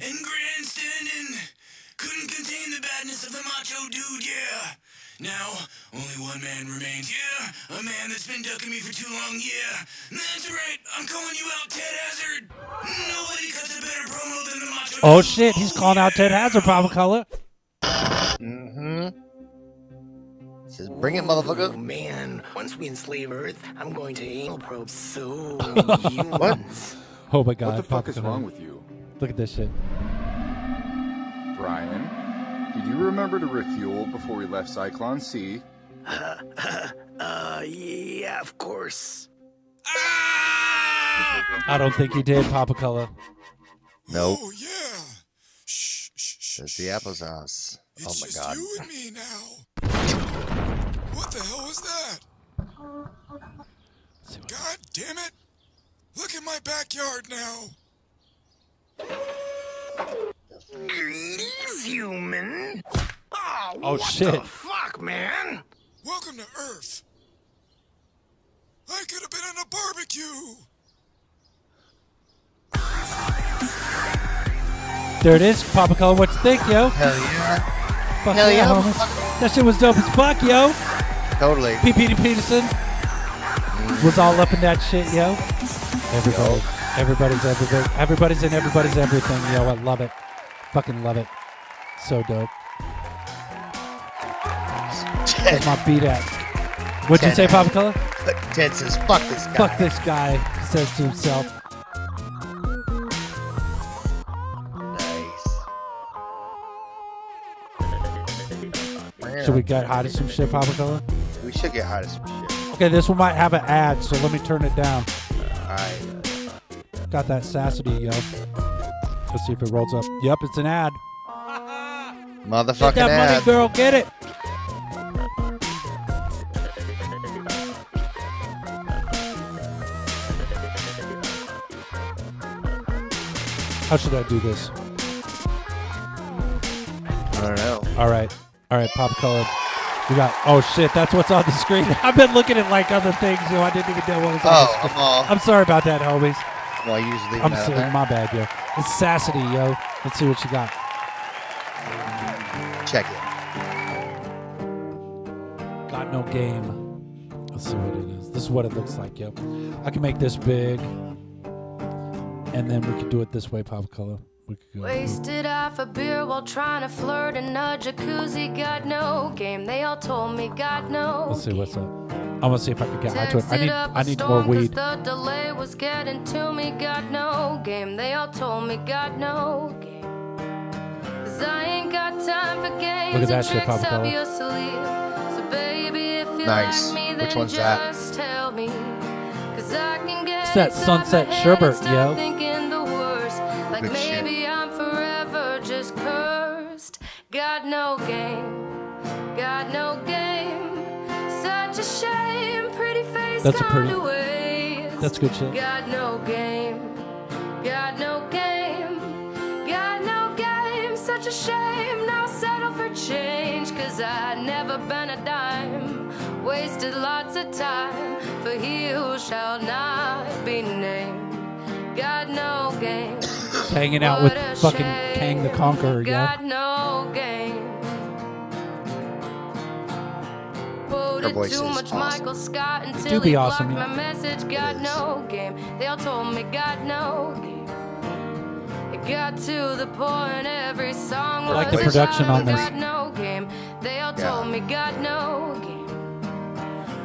and grandstanding couldn't contain the badness of the macho dude, yeah. Now, only one man remains, yeah. A man that's been ducking me for too long, yeah. That's right, I'm calling you out, Ted Hazard. Nobody cuts a better promo than the macho
Oh
Dude. Oh,
shit, he's calling out Ted Hazard, Papa Color.
Mm-hmm. Says, bring it, motherfucker.
Oh, Man, once we enslave Earth, I'm going to anal
[laughs]
probe so
What?
Oh my
What
god,
the fuck
Papa
is
Color.
wrong with you?
Look at this shit.
Brian, did you remember to refuel before we left Cyclone C?
Uh, yeah, of course.
I don't think he did, Papa Color.
Nope.
Oh yeah. Shh, shh, shh.
It's the applesauce.
It's
Oh my
just
god.
you and me now. What the hell was that? God damn it! Look at my backyard now.
Greetings, human. Oh,
Oh,
what
shit.
the fuck, man?
Welcome to Earth. I could have been on a barbecue.
There it is, Papa Color. What you think, yo?
Hell yeah.
Fuck
Hell yeah.
homies. That shit was dope as fuck, yo.
Totally.
P. Petey Peterson was all up in that shit, yo. Everybody, everybody's everything. Everybody's in everybody's everything, yo. I love it. Fucking love it. So dope. Where's
Ted,
my beat at? What'd you say, Papa Color?
Ted says, fuck this guy.
Fuck this guy, says to himself.
Nice.
Should we get hot as some shit, Papa Color?
We should get hot as some shit.
Okay, this one might have an ad, so let me turn it down.
Alright.
Got that sassity, yo. Let's see if it rolls up. Yep, it's an ad.
Motherfucking
get that money,
ad.
girl. Get it. How should I do this?
I don't know.
All right, all right, pop color. We got. Oh shit, that's what's on the screen. [laughs] I've been looking at like other things, yo. I didn't even know what was on the
Oh,
screen.
I'm all.
I'm sorry about that, homies.
Well, usually
I'm
not
sorry,
there.
my bad, yo. It's sassity, yo. Let's see what you got.
Check it.
Got no game. Let's see what it is. This is what it looks like. Yep. I can make this big. And then we could do it this way, Pop Color. We could go.
Wasted off a beer while trying to flirt in a jacuzzi. Got no game. They all told me got no.
Let's see what's up. I'm gonna see if I can get high to it. I
Texted
need
up a
I need
storm
more
'cause
weed.
The delay was getting to me. Got no game. They all told me got no game. 'Cause I ain't got time for games
Look at that
and
shit,
tricks
Papa
up
Color.
your sleeve. So baby, if you
Nice.
like me,
Which
then
one's that?
just tell me. 'Cause I can get
It's that
inside my
Sunset
head
Sherbert,
and stop
yo.
thinking the worst. Like
Good shit.
maybe I'm forever just cursed. Got no game. Got no game. Such a shame. Pretty face
That's a
gone
pretty-
to waste.
That's good shit.
Got no game. Got no game. Got no game. Such a shame. Now settle for change. Cause I never been a dime. Wasted lots of time for he who shall not be named. Got no game.
Hanging out with
What a
fucking
shame.
Kang the Conqueror, yo.
Got no game.
Her
Quoted
voice
too
is
much
awesome.
Michael Scott until
do be
he
awesome,
blocked
yeah.
my message. Got
is.
no game. They all told me got no game. It got to the point every song
like
was
the production
about
on this.
Got no game. They all
Yeah.
told me got no game.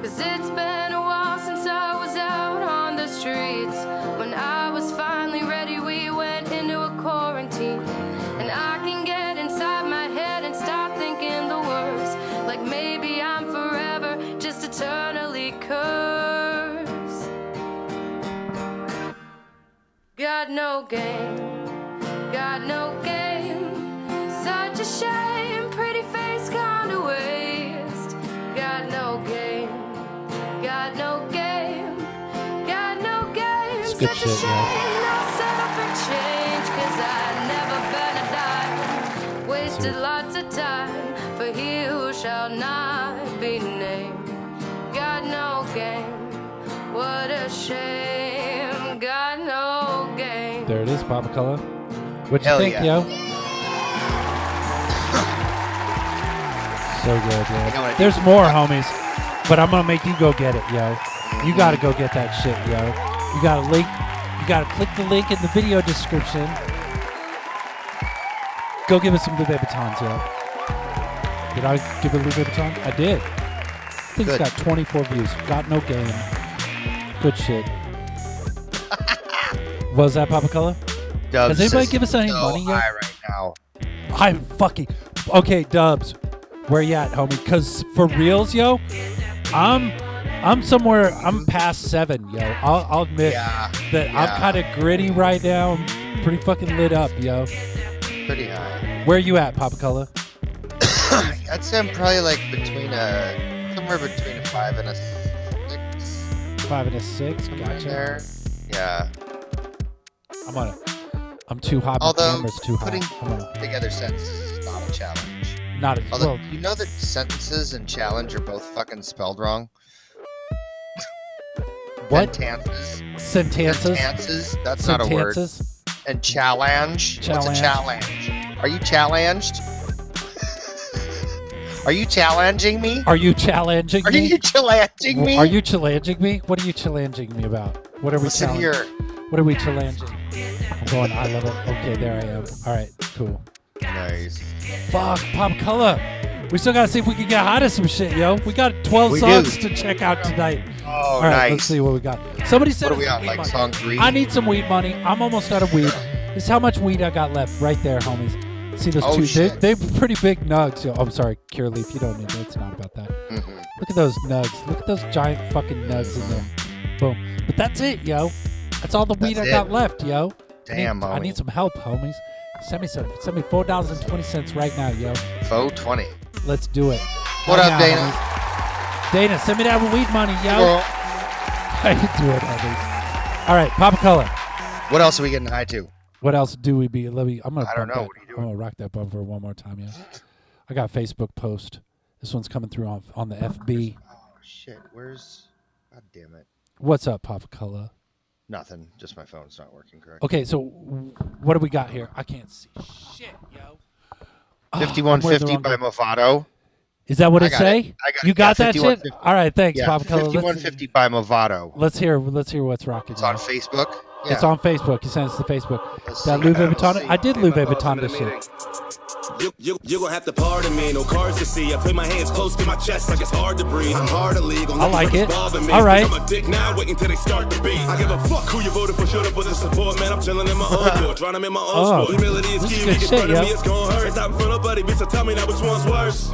Cause it's been a while since I was out on the streets. When I was finally ready, we went into a quarantine. And I can get inside my head and stop thinking the worst. Like maybe I'm forever just eternally cursed. Got no game, got no game. Such a shame, pretty face gone to waste. Got no game, got no game, got no game.
good shit, yeah.
change, 'cause I never been a dime. Wasted lots of time for he who shall not be named. Got no game, what a shame. Got no game.
There it is, Papa Color. What you
Hell
think,
yeah. [laughs]
yo? so
I
good,
know what I
yo.
did.
There's more, homies, but I'm gonna make you go get it, yo. You gotta go get that shit, yo. You gotta link. You gotta click the link in the video description. Go give us some Louis Vuittons, yo. Did I give a Louis Vuitton? I did. Thing's
Good.
got 24 views. Got no game. Good
[laughs]
shit. Was that Papa Color?
Dubs
Does anybody
says,
give us any
"So
money yet?"
high right now.
I'm fucking okay, Dubs. Where you at, homie? Cause for reals, yo, I'm I'm somewhere. I'm past seven, yo. I'll, I'll admit
Yeah,
that
yeah.
I'm kind of gritty right now. I'm pretty fucking lit up, yo.
pretty high.
Where you at, Papa Color?
I'd say I'm probably like between a somewhere between a five and a six.
Five and a six.
somewhere in
Gotcha.
There. Yeah.
I'm on. A, I'm too high. My
Although,
camera's too high.
putting-
I'm on a-
Together sentences is not a challenge.
not a,
Although
well.
you know that sentences and challenge are both fucking spelled wrong.
[laughs] What
Sentances.
sentences?
Sentances. That's not a word.
Sentences?
And challenge. What's
Challenge.
a challenge? Are you challenged? [laughs] are you challenging me?
Are you challenging
Are
me?
you challenging me?
Are you challenging me? What are you challenging me about? What are we
Listen
challenging?
here.
What are we challenging? I'm going eye level. Okay, there I am. All right, cool.
Nice.
Fuck, pop color. We still gotta see if we can get hot as some shit, yo. We got 12
We
songs
do.
to check out tonight.
Oh,
All right,
nice.
let's see what we got. Somebody said
What are we
it's
on?
weed
Like
money.
song three?
I need some weed money. I'm almost out of weed. This is how much weed I got left right there, homies. See those
Oh,
two? They,
shit.
they're pretty big nugs. Yo. I'm sorry, Cure Leaf. You don't need it. It's not about that.
Mhm.
Look at those nugs. Look at those giant fucking nugs in there. Boom. But that's it, yo. That's all the weed
That's
I
it.
got left, yo.
Damn,
I need, I
homie.
need some help, homies. Send me some. Send me four dollars and twenty cents right now, yo.
Faux 20.
Let's do it.
What
Right
up,
now,
Dana?
homies. Dana, send me that weed money, yo.
Well,
[laughs] How you doing, homies? All right, Papa Color.
what else are we getting high to?
What else do we be? Let me. I'm gonna.
I don't
bump
know.
that-
What are you
I'm gonna rock that bumper one more time, yo. I got a Facebook post. This one's coming through on on the FB.
Oh, shit. Where's. God damn it.
What's up, Papa Color?
Nothing. Just my phone's not working correct.
Okay, so w- what do we got here? I can't see shit, yo.
[gasps]
Ah, I'm wearing the
5150
wrong-
by Movado.
Is that what
I
it
got
say?
it. I got
you
it.
got
Yeah,
that shit?
51.50.
All right, thanks,
Yeah,
Bob Color. Let's,
5150 by Movado.
let's hear let's hear what's rocking.
It's on
yo.
Facebook. Yeah.
It's on Facebook. You sent us to Facebook.
Let's
That
see.
Louis Vuitton. I did Louis Vuitton
Welcome to
this
the
shit.
meeting. You, you, you gonna have to pardon me, no cards to see. I put my hands close to my chest like it's hard to breathe. I'm hard illegal.
I like it.
Bother me.
All right.
Think I'm a dick now, wait until they start to beat. I give a fuck who you voted for, should have put the support, man. I'm chilling in my
[laughs]
own court, trying to in my own
Oh,
sport. Humility is
this is
key,
good
if you
shit,
get front of
yo.
me, it's gonna hurt. It's not in front of buddy, bitch, so tell me now which one's
[laughs]
worse.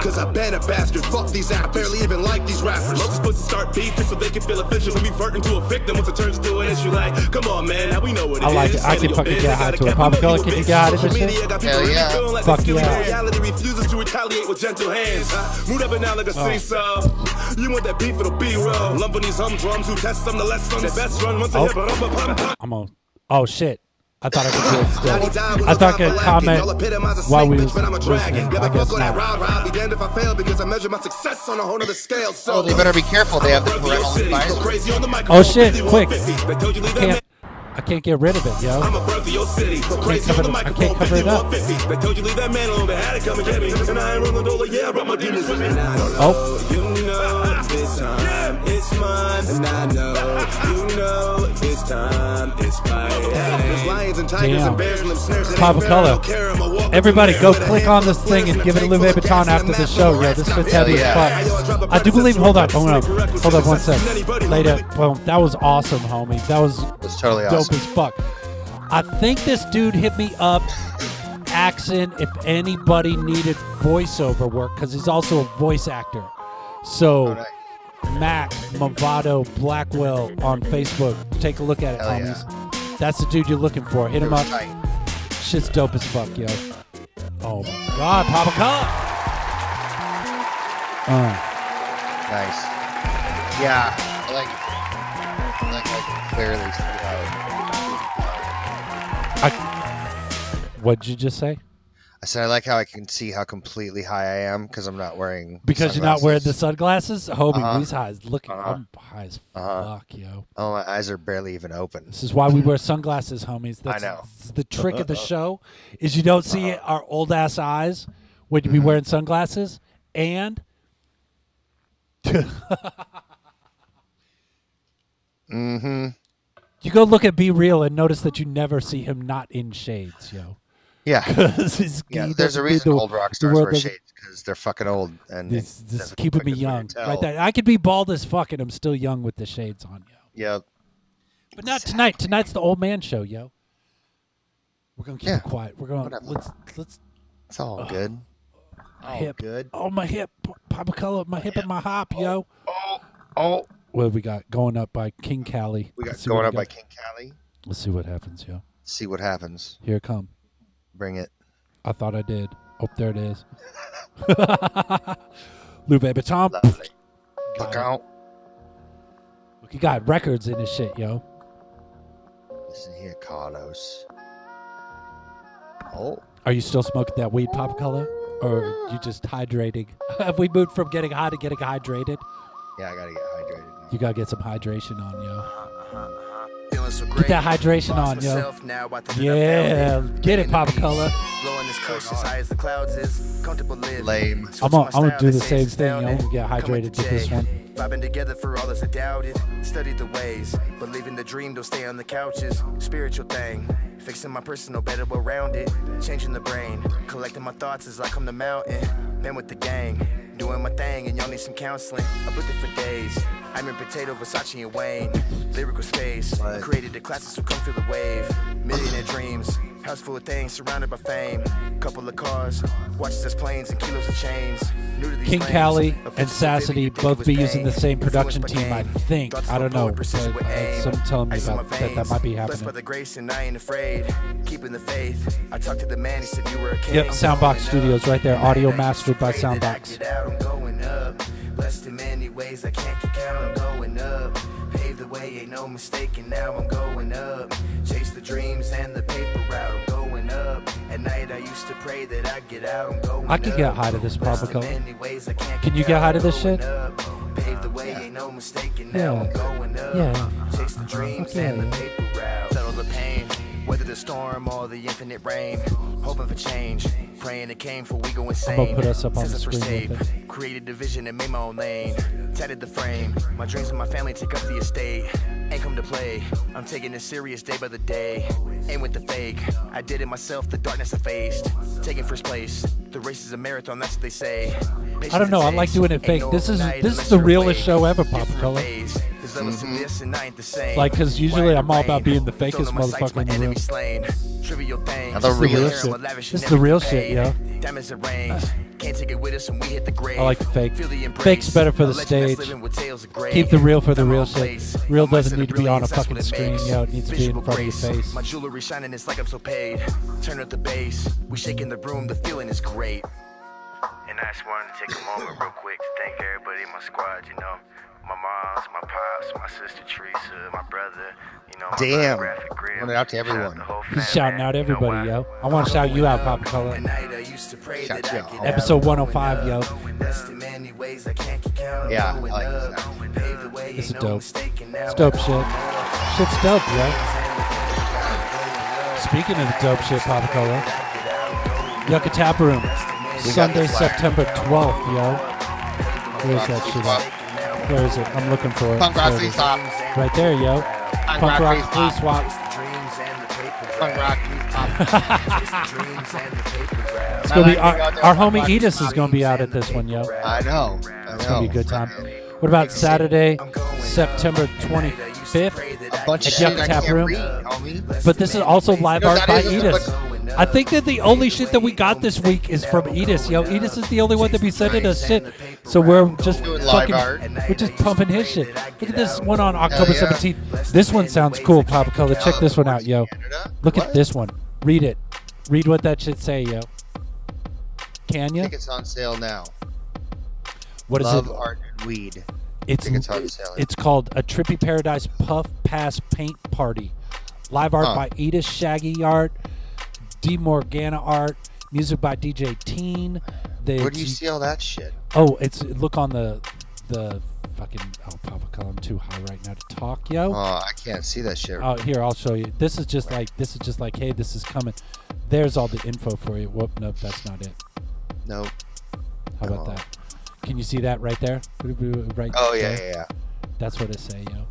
Cause I've been a bastard, fuck these apps, barely even like these rappers. Most supposed to start beefing so they can feel official and be verting to a victim once it turns to an issue. Like, come on, man, now we know what it
I
is.
like it. I
Handle your
can fucking
biz,
get
they
high
gotta
to it.
cap
Papa
them
Color,
up,
can
you
you
bitch.
get high to
Social
this shit?
media got people
Hell
really
yeah.
feeling like
Fuck
they're stealing
yeah.
Reality refuses to retaliate with gentle hands. Huh? Moved up and out like
Oh.
a seesaw. You want that beef, it'll be real. Lumping these humdrums who test them the less fun. The best run once
Oh.
oh. hit, but pump, pump.
I'm on. Oh shit! I thought I could do it
Johnny died
still.
with
I
no
thought I
time for
could
lacking. Y'all epitomize a
comment
snake,
while we
bitch,
was
but I'm a dragon.
listening.
Give
I
a
guess
fuck on that
not.
rah rah. I'll be damned if I fail because I measure my success on a whole nother scale. So
Oh, they better be careful. They have the parental advisory.
crazy on the
Oh
microphone.
shit!
50,
Quick.
150. They told you leave that man-
Can't. I can't get rid of it, yo.
I'm a birth of your city. Go crazy
cover
on the
it- I
microphone,
can't cover it
50,
up.
150. They told you leave that man alone, they had to come and get me. And I ain't rolling dollar, yeah, I brought my demons with me. And I don't know,
Oh.
you know this time it's mine. And I know, you know this time it's mine. There's lions and tigers
Damn.
and bears and them snares that
Papa
ain't fair. I don't
Color.
care, I'm a walking
Everybody,
thing
go
with a
click
handful
on this
of
thing
flares
and
a
give it a
tank
Louis
full of
Vuitton
gas and a
after the
map
show,
full
yo.
of
This
rats.
shit's heavy
Yeah.
as
Yeah.
fuck. I do believe. Hold on, hold on, hold on one sec. Later, boom. That was awesome, homie. That was
That's totally
dope
awesome.
as fuck. I think this dude hit me up, accent if anybody needed voiceover work, because he's also a voice actor. So.
All right.
Mac Movado Blackwell on Facebook. Take a look at it,
Hell yeah.
homies. That's the dude you're looking for. Hit
It
him up.
was tight.
Shit's dope as fuck, yo. Oh my god, Papa Cup. Uh,
Nice. Yeah. I like it. I like, like clearly see how
What'd you just say?
I said I like how I can see how completely high I am because I'm not wearing
Because you're not wearing the
sunglasses.
sunglasses? Homie,
Uh-huh.
these highs looking
Uh-huh.
I'm high as
Uh-huh.
fuck, yo.
Oh, my eyes are barely even open.
[laughs] This is why we wear sunglasses, homies.
Hmm. I
That's
know. Uh-uh.
that's the trick of the show is you don't see our old ass eyes when you be wearing sunglasses and
[laughs] Mm-hmm.
you go look at Be Real and notice that you never see him not in shades, yo. [laughs]
Yeah.
'Cause he's-
yeah,
he
there's a
doesn't
reason
do-
old rock
the
stars
world
wear
doesn't-
shades because they're fucking old and
This,
it
this
doesn't
keeping me
quickest way to
young, right
tell.
there. I could be bald as fuck and I'm still young with the shades on, yo.
Yep.
But not tonight. Tonight's the old man show, yo. We're gonna keep
Yeah,
it quiet. We're gonna
whatever.
let's let's
It's all good.
my hip.
good.
Oh my hip, P- Papa Color, my hip and my hop, yo.
Oh,
What have we got going up by King Cali?
we got
Let's see
going
what
up
we
by
got.
King Cali.
Let's see what happens, yo.
See what happens.
Here it come.
Bring it.
I thought I did. Oh, there it is. [laughs] Lou Baby Tom.
Lovely.
Got
Look
it.
out.
Look, he got records in his shit, yo.
Listen here, Carlos. Oh,
Are you still smoking that weed, Papa Color, or you just hydrating? [laughs] have we moved from getting high to getting hydrated?
yeah, I gotta get hydrated.
You gotta get some hydration on, yo.
Feeling so
Get
great.
that hydration
Lost
on, yo.
myself now, I think I
Yeah,
found
get it, Pop Color.
Blowing this curse as high as the clouds is comfortable living.
Lame.
I'm
Switch my
gonna, I'm gonna
style,
do
they
the
say
same
it's
thing.
down
I'm
and
gonna get
come with
hydrated
the
with this
J.
one.
Vibing together for all those that doubted. Studied the ways, believe in the dream, don't stay on the couches. Spiritual thing, fixing my personal, better well rounded. Changing the brain, collecting my thoughts as I come the mountain. Been with the gang, doing my thing, and y'all need some counseling. I've been there for days. I'm in potato, Versace, and Wayne. Lyrical space, created the classes so come feel the wave. Millionaire dreams, house full of things, surrounded by fame. Couple of cars, watches as planes and kilos of chains. New to these
King
lanes.
Cali
A
and Sassity both be using the same production team, I think. I don't know. But, uh, some telling me about that that might be
Blessed by
happening.
the grace and I ain't afraid. Keeping the faith. I talked to the man, he said you were a king.
Yep, Soundbox Studios right there. Audio mastered by Soundbox.
Get out, I'm going up. Blessed in many ways, I can't kick out, I'm going up. Pave the way, ain't no mistake, and now I'm going up. Chase the dreams and the paper route, I'm going up. At night, I used to pray that I get out, I'm going
I could get
up.
high to this
Blessed
Papa
in
Color.
many ways, I can't
Can you
kick
get
out,
high to this
I'm
shit?
going up. Pave the way, ain't no mistake, and now
Yeah.
I'm going up.
Yeah.
Chase the dreams
Okay.
and the paper route. Settle the pain, weather the storm or the infinite rain. Hoping for change, praying it came for we go
I'm
insane.
gonna put us up on
Since
the
I first
screen real
tape, Created a vision and made my own lane. Tatted the frame, my dreams and my family take up the estate. Ain't come to play, I'm taking it serious day by the day. Ain't with the fake, I did it myself, the darkness I faced. Taking first place, the race is a marathon, that's what they say.
I don't know. I like doing it fake. This is this is the realest show ever, Papa Color. Like, cause usually I'm all about being the fakest motherfucker in the room.
Slain. Trivial
This is
things.
the real shit. This is the real shit, yo.
Diamonds that rain.
[sighs]
Can't take it with us when we hit the grave.
I like the fake.
Feel the embrace.
Fake's better for the
A legend that's
stage.
living with tales of grave.
Keep the real for the
Time
real
on
shit.
place.
Real
My mindset
doesn't need to be on a
brilliance, that's
fucking
what it
screen,
makes.
yo. It needs to be in
Visual
front of your
grace.
face.
My jewelry shining, it's like I'm so paid. Turn up the bass. We shaking the room, the feeling is great.
And I just wanted to take a moment real quick to thank everybody in my squad, you know. My moms, my pops, my sister Teresa, my brother, you know. my
Damn.
brother Graphic Grim.
Running out to everyone.
He's shouting out everybody, yo. I want to shout you out, Papa Color. Episode 105, yo.
Yeah, I like this.
This is dope. It's dope shit. Shit's dope, yo. Speaking of the dope shit, Papa Color, Yucca Tap Room,
We got
Sunday,
the flyer.
September 12th, yo. Where is that shit at? Where is it? I'm looking for it.
Punk Rock
There it
Free
is.
Swap.
Right there, yo.
Punk
Punk
Rock
Rock
Free
Free Swap.
Punk rock.
It's gonna be our, our homie Edis is gonna be out at this one, yo.
[laughs] I know. I
It's gonna be
know.
a good time. What about Saturday, September 25th?
A bunch of
at Yucca
shit I
Tap
can't
Room?
read, homie.
But this is also live
You know,
art
that
by
is a bunch-
Edis. I think that the only shit that we got this week is from Edis. Yo, Edis is the only one that be sending us shit. So we're just
Doing live
fucking,
art.
we're just pumping his shit. Look at this one on October
Hell yeah.
17th. This one sounds cool, Papa Color. Check this one out, yo. Look at this one. Read it. Read what that shit say, yo. Can you?
Tickets on sale now.
What is
Love,
it?
art, and weed.
It's
Tickets on sale.
it's called a Trippy Paradise Puff Pass Paint Party, live art
Huh.
by Edith Shaggy Art, D Morgana art, music by DJ Teen. The,
Where do you see all that shit?
Oh, it's look on the the fucking oh Papa I'm too high right now to talk, yo.
Oh, I can't see that shit.
Oh, here I'll show you. This is just like this is just like hey, this is coming. There's all the info for you. Whoop, nope, that's not it.
Nope.
How about
No.
that? Can you see that right there? Right.
Oh, yeah,
there?
yeah, yeah.
That's what I say, yo.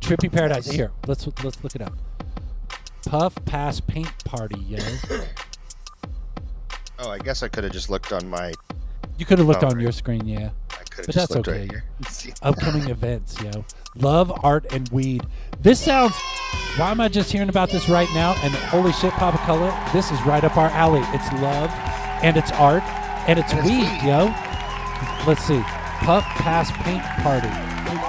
Trippy Paradise.
Nice.
Here, let's let's look it up. Puff Pass Paint Party, yo.
Oh, I guess I could have just looked on my.
You could have looked
Oh,
on your screen, yeah.
could've just
But that's
looked right
okay.
here.
Upcoming events, yo. Love, art, and weed. This sounds. Why am I just hearing about this right now? And holy shit, Papa Color, this is right up our alley. It's love, and it's art, and it's, weed, yo. Let's see. Puff Pass Paint Party.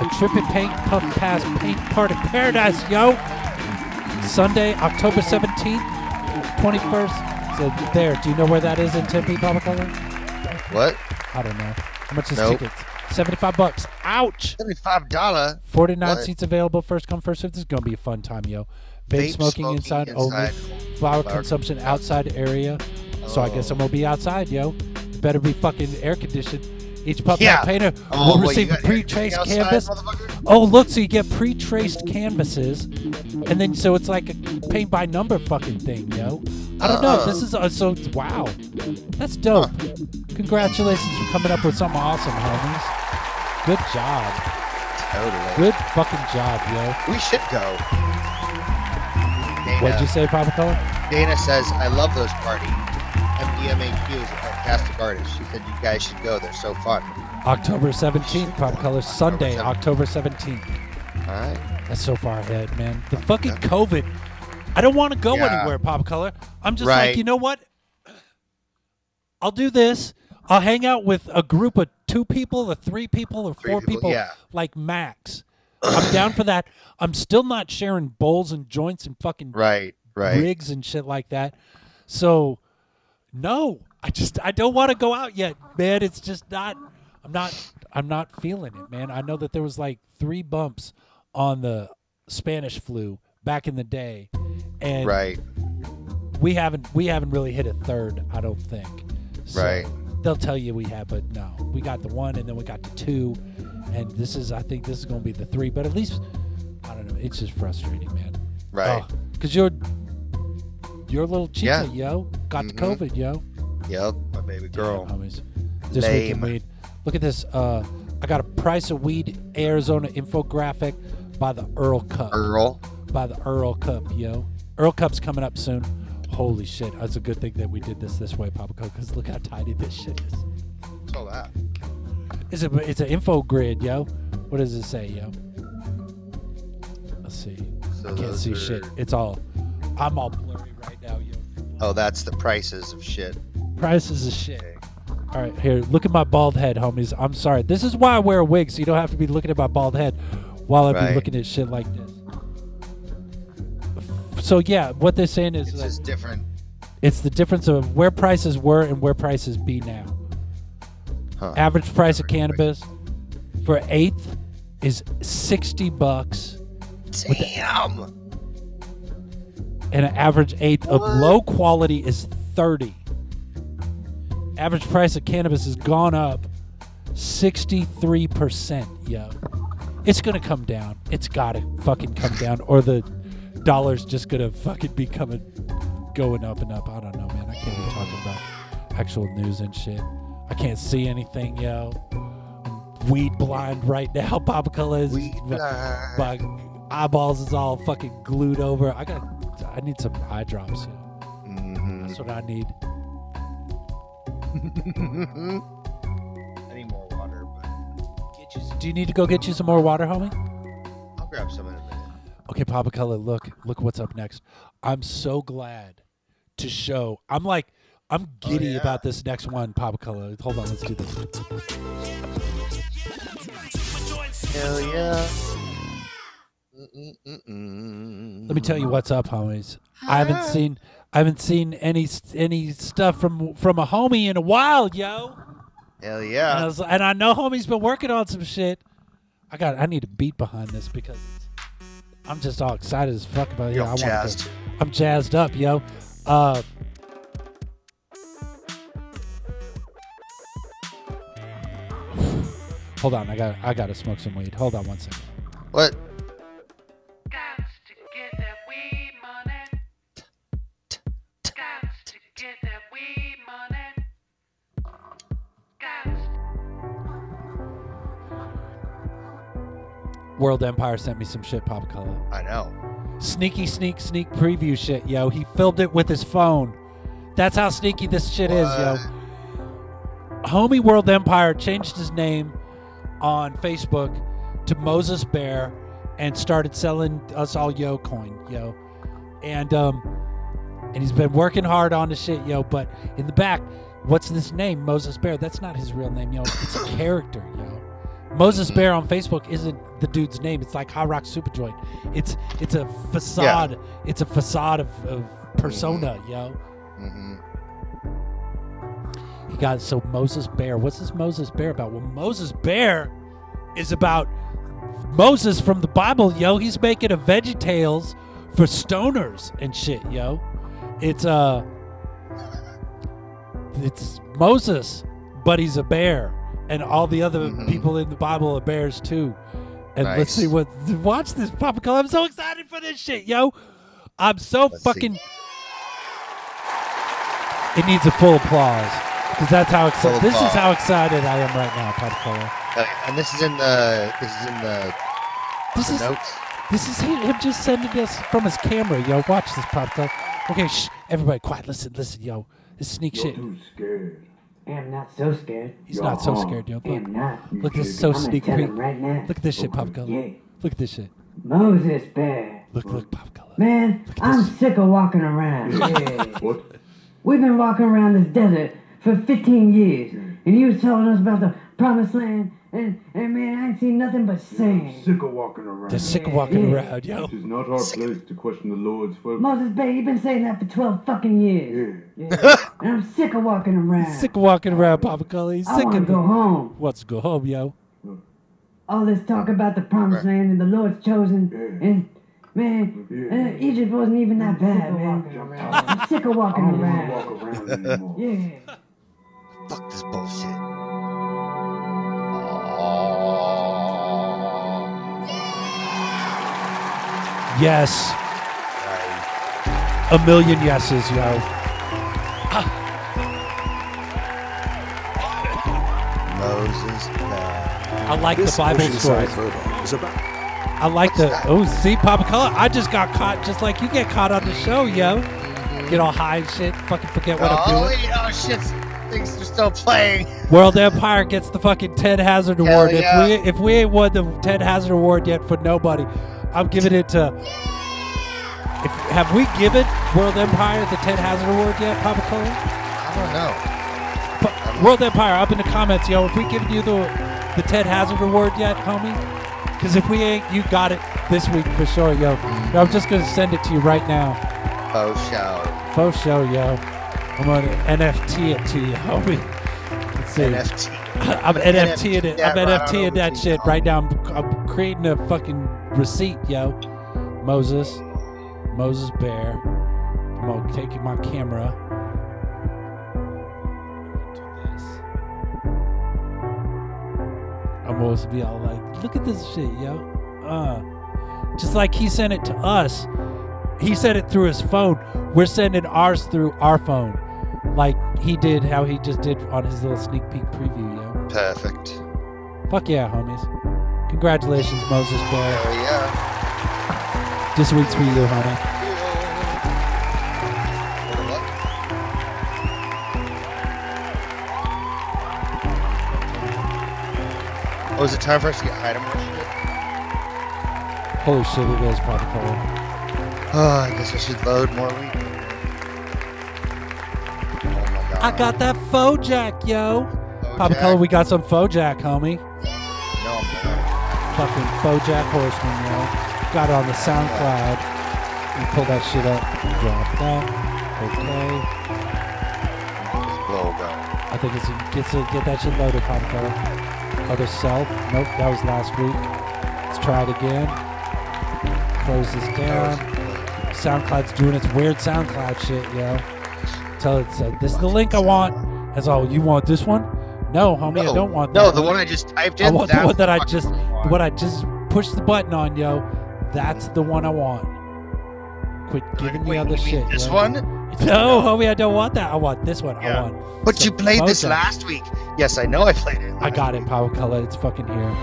A Trippin' Paint Puff Pass Paint Party Paradise, yo. Sunday, October 17th, 21st. So there, do you know where that is in Tempe, Papa Color?
What?
I don't know. How much is
Nope.
tickets? Seventy-five bucks. Ouch.
Seventy-five dollar.
Forty-nine
What?
seats available. First come, first served. This is gonna be a fun time, yo. Vape,
Vape
smoking,
smoking
inside,
inside.
only. Flower
Flower
consumption outside area. So I guess
Oh.
I'm gonna be outside, yo. Better be fucking air conditioned. Each pup
Yeah.
painter
Oh,
will
well, you
receive a
got air
pre-traced
conditioning
canvas.
outside, motherfucker?
Oh, look! So you get pre-traced canvases, and then so it's like a paint-by-number fucking thing, yo. I don't know.
Uh-uh.
This is uh, so wow. That's dope.
Uh-huh.
Congratulations for coming up with something awesome, homies. Good job.
Totally.
Good fucking job, yo.
We should go. Dana,
What'd you say, Papa Color?
Dana says, I love those parties. MDMAQ is a fantastic artist. She said, You guys should go. They're so fun.
October 17th, Pop Color Sunday, October 17th.
All right.
That's so far ahead, man. The fucking COVID. I don't want to go
Yeah.
anywhere, Pop Color. I'm just
Right.
like, you know what? I'll do this. I'll hang out with a group of two people, or three people, or four
people,
people,
yeah.
like max. I'm down for that. I'm still not sharing bowls and joints and fucking
Right, right.
rigs and shit like that. So, no, I just I don't want to go out yet, man. It's just not. I'm not. I'm not feeling it, man. I know that there was like three bumps on the Spanish flu back in the day, and
Right.
we haven't we haven't really hit a third, I don't think.
Right.
They'll tell you we have, but no, we got the one, and then we got the two, and this is I think this is going to be the three. But at least I don't know. It's just frustrating, man.
Right.
Because your your little
Yeah.
chica, yo, got the
Mhm.
COVID, yo.
Yep. My baby girl.
This week
Lame.
in weed. Look at this. Uh, I got a price of weed Arizona infographic by the Earl Cup.
Earl.
By the Earl Cup, yo. Earl Cup's coming up soon. Holy shit! That's a good thing that we did this this way, Papa because look how tidy this shit is.
What's all that?
It's a it's an info grid, yo. What does it say, yo? Let's see.
So
I can't
those
see
are-
shit. It's all. I'm all blurry right now, yo.
Oh, that's the prices of shit.
Prices of shit. All right, here. Look at my bald head, homies. I'm sorry. This is why I wear a wig, so you don't have to be looking at my bald head while I be
Right.
looking at shit like this. So yeah, what they're saying is
It's
that
just different.
it's the difference of where prices were and where prices be now.
Huh.
Average price of cannabis for eighth is sixty bucks, with the-
Damn.
and an average eighth of low quality is thirty. Average price of cannabis has gone up sixty-three percent. Yo, it's gonna come down. It's gotta fucking come down, or the dollar's just gonna fucking be coming, going up and up. I don't know, man. I can't be talking about actual news and shit. I can't see anything, yo. I'm weed blind right now. [laughs] Papa Color is my eyeballs is all fucking glued over. I got. I need some eye drops. Yo.
Mm-hmm.
That's what I need.
I need more water, but
Do you need to go get you some more water, homie?
I'll grab some in a minute.
Okay, Papa Color, look, look what's up next. I'm so glad to show. I'm like, I'm giddy about this next one, Papa Color. Hold on, let's do this.
Hell yeah. Mm-mm-mm-mm.
Let me tell you what's up, homies. I haven't seen, I haven't seen any any stuff from from a homie in a while, yo.
Hell
And I,
yeah.
was, and I know homie's been working on some shit. I got, I need a beat behind this because it's, I'm just all excited as fuck about it.
You're
Yeah, I
all
want to go-
jazzed.
I'm jazzed up, yo. Uh, [sighs] Hold on, I got I gotta smoke some weed. Hold on one second.
What?
World Empire sent me some shit, Pop Color.
I know.
Sneaky sneak sneak preview shit, yo. He filmed it with his phone. That's how sneaky this shit is, yo. Homie World Empire changed his name on Facebook to Moses Bear and started selling us all yo coin, yo. And um and he's been working hard on the shit, yo, but in the back, what's this name? Moses Bear. That's not his real name, yo. It's a character, yo. Moses Bear on Facebook isn't the dude's name. It's like High Rock Superjoint. It's it's a facade. It's a facade of, of persona, yo. He got so Moses Bear. What's this Moses Bear about? Well, Moses Bear is about Moses from the Bible, yo. He's making a Veggie Tales for stoners and shit, yo. It's uh it's Moses, but he's a bear, and all the other people in the Bible are bears too. And let's
Nice.
see what watch this Papa Cole. I'm so excited for this shit, yo. I'm so fucking. It needs a full applause because that's how
Full
excited. This is
applause.
how excited I am right now, Papa Cole.
Uh, and this is in the this is in the
This is
notes.
this is him, him just sending us from his camera. Yo, watch this pop up. Okay, shh, everybody, quiet. Listen, listen, yo. This sneak
You're
shit.
too scared. I'm not so scared.
He's not so scared, yo. Look, look this is so sneak
I'm gonna tell
peek.
him right now.
Look at this shit, pop color. Look at this shit.
Moses Bear.
Look, look, pop
Man, I'm sick of walking around. [laughs] Yeah. what? We've been walking around this desert for 15 years, and you was telling us about the promised land, and, and man, I ain't seen nothing but sand.
Sick of walking around.
They're sick of walking
Yeah.
around, yo.
It is not our place to question the Lord's will.
Moses Bear, you've been saying that for 12 fucking years. Yeah. and I'm sick of walking around.
Sick of walking around, Papa Color. He's
I
sick
wanna
of
go home.
What's go home, yo?
all this talk about the promised land and the Lord's chosen, and man, and Egypt wasn't even that bad, man. I'm sick of walking around. Yeah.
Fuck this bullshit.
Yes. A million yeses, yo.
Moses Bear.
I like the Bible story.
is about
I like the oh, see, Papa Color. I just got caught, just like you get caught on the show, yo. Get all high and shit. Fucking forget what I'm
Oh,
doing.
wait, oh shit! Things are still playing.
World Empire gets the fucking Ted Hazard
Hell
Award.
yeah.
If we if we ain't won the Ted Hazard Award yet for nobody, I'm giving it to. If, have we given World Empire the Ted Hazard Award yet, Papa Cole?
I don't know.
But World Empire, up in the comments, yo. If we given you the the Ted Hazard Award yet, homie? Because if we ain't, you got it this week for sure, yo. Yo, I'm just gonna send it to you right now.
Faux show.
Faux show, yo. I'm gonna NFT it to you, homie. Let's see.
NFT.
I'm NFTing it.
that
I'm
right on
NFTing
over
that
to
shit right now. I'm, I'm creating a fucking receipt, yo. Moses, Moses Bear. I'm gonna take my camera. I'm supposed to be all like, look at this shit, yo. Uh, just like he sent it to us. He sent it through his phone. We're sending ours through our phone, like he did how he just did on his little sneak peek preview, yo.
Perfect.
Fuck yeah, homies. Congratulations, Moses Bear.
Hell yeah.
This week's for you, homie.
Oh, is it time for us to get high tomorrow?
Holy shit, it is probably cold.
Oh, I guess I should load more weed. Oh
I got that Fojack, yo. Papa Color, we got some Fojack, homie.
No, I'm not.
Fucking Fojack Horseman, yo. Got it on the SoundCloud. You pull that shit up. Drop that. Okay.
Just blow down.
I think it's gets to get that shit loaded, Papa Color. Other self. Nope, that was last week. Let's try it again. Close this down. SoundCloud's doing its weird SoundCloud shit, yo. Tell it, uh, this is the link I want. That's all. You want this one? No, homie, I
No.
don't want that.
Oh. No, the one I just typed
I
in,
want
that
the one that I
fucking
just, the one I just pushed the button on, yo. That's the one I want. Quit giving me other shit.
this
yo.
one?
[laughs] No, homie, I don't want that. I want this one. I want.
But you played this
Mojo.
last week. Yes, I know I played it.
I got it, Power Color. It's fucking here.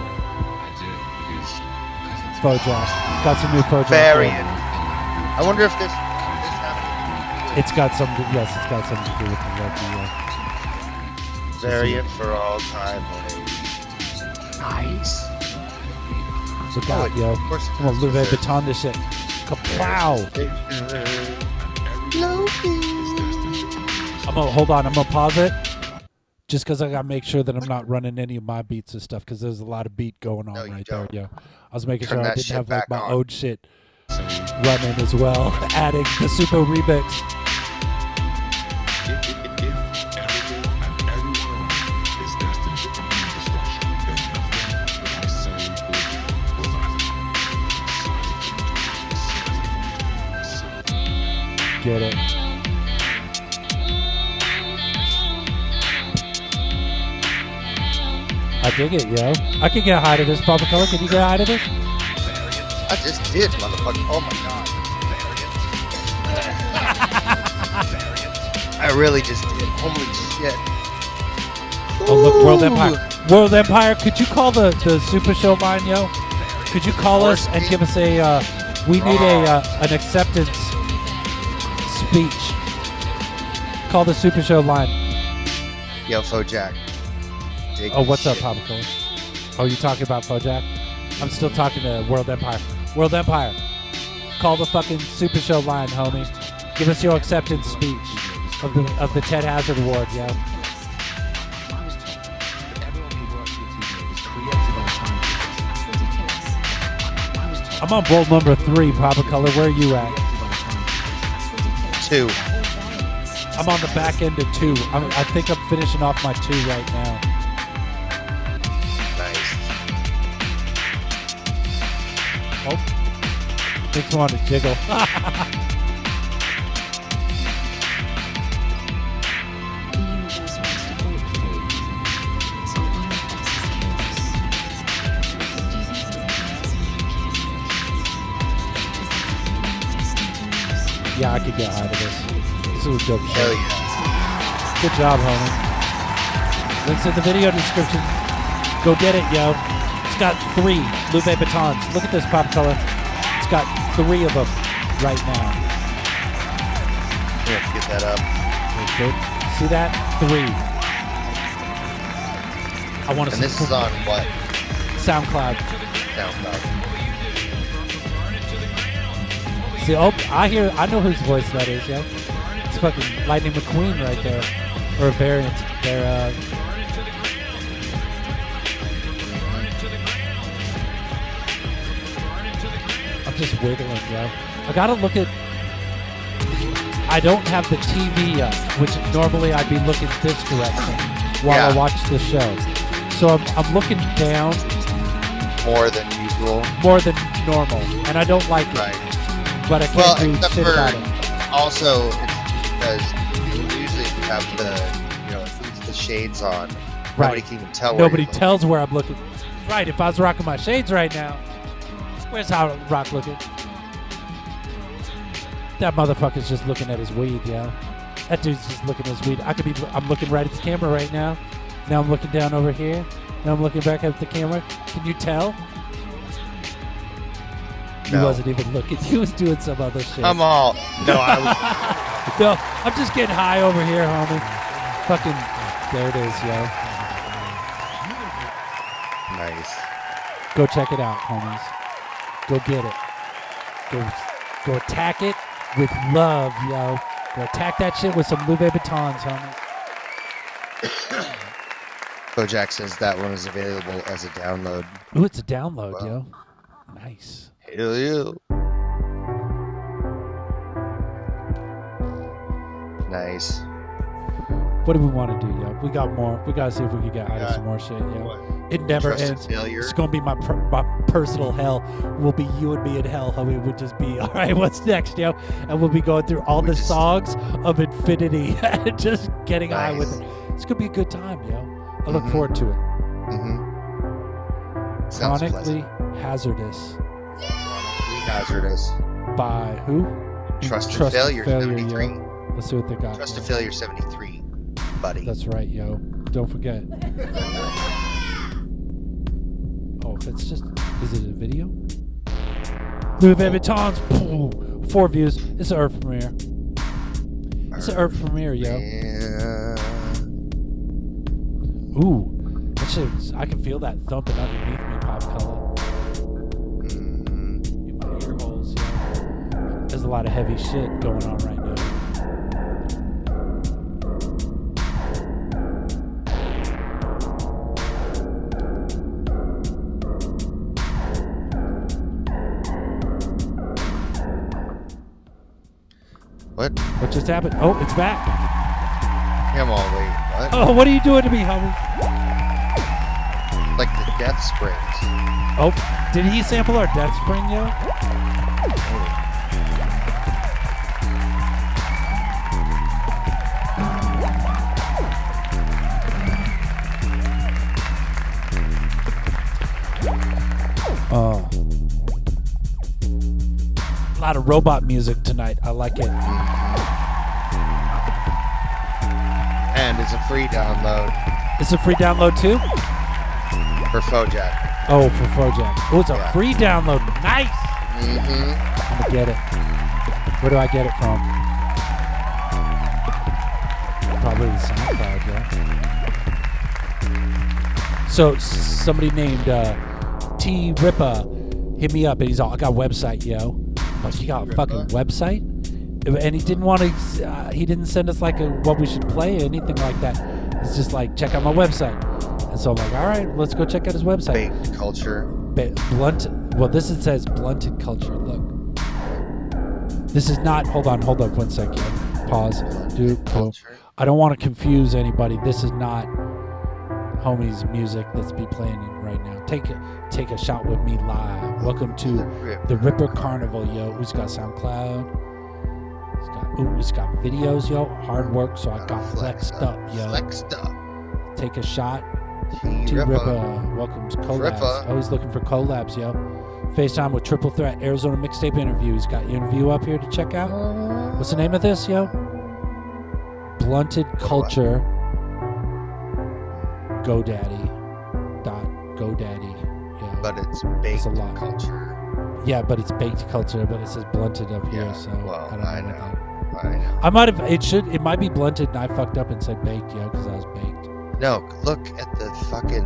Fojo. Got some new Fojo.
Variant. I wonder if this.
It's got some. Yes, it's got something to do with the lucky. Yeah.
Variant for all time. Nice.
So God, uh, yo.
Oh, Of course it
I'm gonna
does.
Louis Vuitton this shit. Kaplow. I'm gonna hold on. I'm gonna pause it, just because I gotta make sure that I'm not running any of my beats and stuff, because there's a lot of beat going on right there. Yo, I was making
Turn
sure I
that
didn't
shit
have like
back
my
on.
old shit running as well. [laughs] Adding the super remix. Get it. I dig it, yo. I can get high to this, Papa Color. Can you get high to this?
I just did, motherfucker. Oh my god. I really just did. Holy shit.
Oh, look, World
Ooh.
Empire. World Empire, could you call the, the Super Show line, yo? Could you call us and give us a, uh, we need a, uh, an acceptance speech. Call the Super Show line.
Yo, Fojack. Dig
Oh, what's
shit.
up, Papa Color? Oh, you talking about Fojack? I'm still talking to World Empire. World Empire, call the fucking Super Show line, homie. Give us your acceptance speech of the of the Ted Hazard Award, yo. I'm on bowl number three, Papa Color. Where are you at?
Two.
I'm on the back end of two. I'm, I think I'm finishing off my two right now.
Nice.
Oh, makes me want to jiggle. [laughs] yeah, I could get out of this. This is a dope show.
Hell
Good job, homie. Links in the video description. Go get it, yo. It's got three Louis Batons. Look at this pop color. It's got three of them right now.
We have to get that up.
Okay. See that? Three. I want to
And
see
this is on what?
SoundCloud.
SoundCloud.
See, oh, I hear, I know whose voice that is, yo. It's fucking Lightning McQueen right there, or a variant. They're, uh, I'm just wiggling, yo. I gotta look at. I don't have the TV up, which normally I'd be looking this direction while I
Yeah.
watch the show. So I'm, I'm looking down
More than usual.
more than normal, and I don't like it. But I can't
Well,
do
except
shit about it.
for also it's because usually if you have the you know at least the shades on. Nobody can even tell. where
Nobody
you're looking.
tells where I'm looking. Right, if I was rocking my shades right now, where's how Rock looking? That motherfucker's just looking at his weed, yo. That dude's just looking at his weed. I could be. I'm looking right at the camera right now. Now I'm looking down over here. Now I'm looking back at the camera. Can you tell? He
No.
wasn't even looking. [laughs] He was doing some other shit.
I'm all no. I [laughs] was,
no, I'm just getting high over here, homie. Fucking there it is, yo.
nice.
Go check it out, homies. Go get it. Go, go attack it with love, yo. Go attack that shit with some Louis Vuittons, homie.
Bojack says that one is available as a download.
Ooh, it's a download, yo. Nice.
Hell yeah. Nice.
What do we want to do, yo? We got more. We gotta see if we can get out of
got-
some more shit, yo. It never
Trusted
ends.
failure.
It's gonna be my per- my personal hell. Will be you and me in hell, homie. We'll just be [laughs] all right. What's next, yo? And we'll be going through all the [laughs] songs of infinity and just getting high with it. It's gonna be a good time, yo. I look
Mm-hmm.
forward to it.
Sounds
Chronically hazardous.
Hazardous.
By who?
Trust to
to
Failure,
yo.
73.
Let's see what they got.
Trust to Failure 73, buddy.
That's right, yo. Don't
[laughs]
forget. Oh, if it's just. Is it a video? Louis Vuitton's. boom, Four views. It's an Earth premiere. It's an Earth premiere, yo. Ooh. That shit, was- I can feel that thumping underneath me, Pop Color. In my ear holes, yo. There's a lot of heavy shit going on right now.
What?
What just happened? Oh, it's back.
Come on, wait. What?
Oh, what are you doing to me, homie?
Oh. Like the Death Springs.
Oh, did he sample our Death Spring, yo? Oh. A lot of robot music tonight. I like it.
And it's a free download
It's a free download too.
for Fojack.
Oh, for Fojack. Oh, it's a free download. Nice. I'm gonna get it. Where do I get it from? Probably the SoundCloud, yeah. So s- somebody named uh, T Ripa hit me up and he's all, "I got a website, yo." I'm like, "You got a fucking website?" And he didn't want to. Uh, he didn't send us like a what we should play or anything like that. It's just like check out my website. And so I'm like, "All right, let's go check out his website."
Culture.
Ba- blunt. Well, this it says blunted culture. Look, this is not. Hold on, hold up, one second. Pause. Do boom. I don't want to confuse anybody. This is not homies music that's be playing right now. Take a take a shot with me live. Welcome to the Ripper Carnival, yo. Who's got SoundCloud? It's got ooh, it's got videos, yo. Hard work, so I got flexed up, yo.
Flexed up.
Take a shot.
T
T
Ripa.
Ripa welcomes collabs.
Ripa.
Oh, he's looking for collabs, yo. FaceTime with Triple Threat Arizona mixtape interview. He's got your interview up here to check out. What's the name of this, yo? Blunted Culture. GoDaddy. Dot GoDaddy. Yeah.
But it's
It's
baked
a lot.
culture.
Yeah, but it's baked culture, but it says blunted up here,
Yeah,
so
well,
I don't
I
know. what that-
I know.
I might have. It should. It might be blunted, and I fucked up and said baked, yo, because I was baked.
No, look at the fucking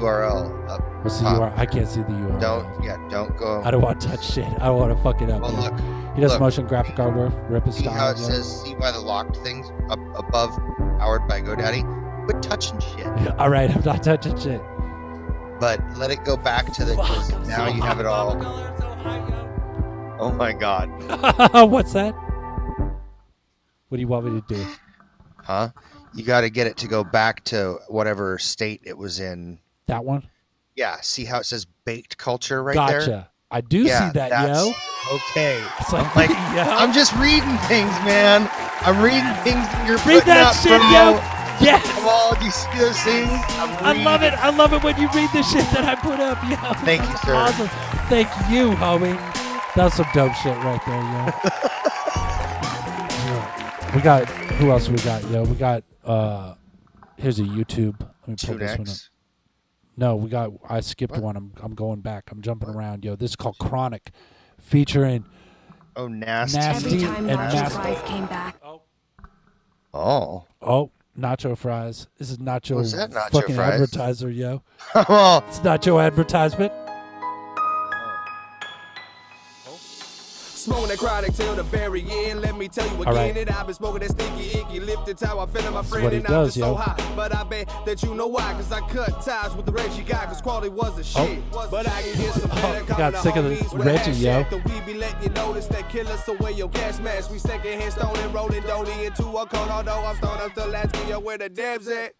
URL up
What's the
top.
URL? I can't see the URL.
Don't, yeah, don't go.
Uh, I don't want to touch shit. I want to fuck it up.
Well,
yeah.
look,
he does
look.
motion graphic art work, rip his
See how
style.
it
yeah.
says, see why the locked things up above powered by GoDaddy? Quit touching shit.
All right, I'm not touching shit.
But let it go back to the. 'cause now you have it all. Oh my god.
[laughs] What's that? What do you want me to do?
Huh? You got to get it to go back to whatever state it was in.
That one?
Yeah, see how it says baked culture right
gotcha.
there?
I do
Yeah,
see that,
that's-
yo.
Okay.
It's [laughs] like,
Like,
yeah.
[laughs] I'm just reading things, man. I'm reading things that you're
Read
putting up,
that shit,
bro.
yo. Yes.
Come on, do you see those things?
I love it. I love it when you read the shit that I put up, yo.
Thank you,
That's
sir.
Awesome. Thank you, homie. That's some dumb shit right there, yo. Yeah. [laughs] We got who else we got, yo? We got uh here's a YouTube. Let me pull this one up.
2Nex?
No, we got I skipped one. I'm I'm going back. I'm jumping around, yo. This is called Chronic featuring
Oh, nasty.
Nasty and Nasty.
Fries came back.
Oh.
Oh, Nacho Fries. This is Nacho,
Who's that Nacho
fucking
Fries?
advertiser, yo.
[laughs] oh.
It's Nacho advertisement.
Smoking that chronic till the very end. Let me tell you again
All right.
that I've been smoking that stinky icky. Lifted how I feel, my
what
friend,
he
and
does,
I'm just so
yo.
hot. But I bet that you know why, cause I cut ties with the rent you got, cause quality was the
Oh.
shit. But I can get some better
got sick of the Reggie, yo.
The we be letting you notice that kill us away your gas mask. We secondhand stone and rolling dolly into a cone. Although I'm stoned, I'm still asking yo where the dabs at.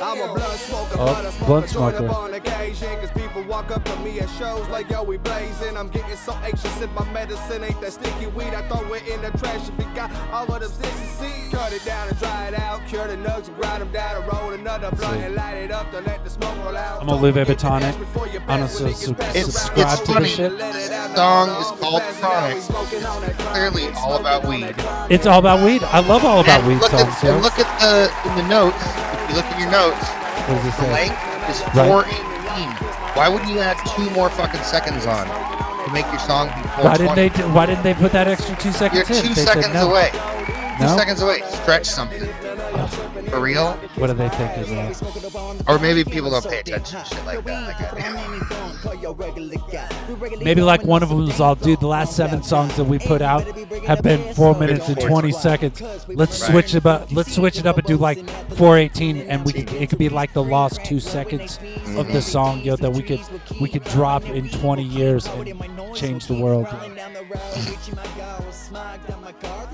I'm a blunt smoker,
Oh,
but I smoke
blunt
a joint
smoker.
up on occasion. Cause people walk up to me at shows like, yo, we blazing. I'm getting so anxious if my medicine ain't that that sticky weed, I throw it in the trash if it got all of them sticks and seeds. Cut it down and dry it out, cure the nugs, grind them down and roll another blunt and light it up, don't let the smoke roll out.
I'm gonna live Vuitton on it. Honestly, su- subscribe to the shit.
This song is called Chronic. It's clearly all about weed.
It's all about weed. I love all about weed
Look
songs.
at,
yo.
and look at the in the notes. If you look at your notes,
What does it
the
say?
length is
Right.
418. Why wouldn't you add two more fucking seconds on to make your song be 420?
Why didn't they? do- Why didn't they put that extra two
You're
seconds in?
two
They said
seconds
no.
away. Two
No?
seconds away. Stretch something. For real?
What are they thinking? man?
Or maybe people don't pay attention to shit like that. Like, I-
Maybe like one of them was all, dude. The last seven songs that we put out have been four minutes and twenty seconds. Let's
Right.
switch it up. Let's switch it up and do like four eighteen, and we could, it could be like the lost two seconds of
Mm-hmm.
the song, yo, that we could we could drop in twenty years and change the world.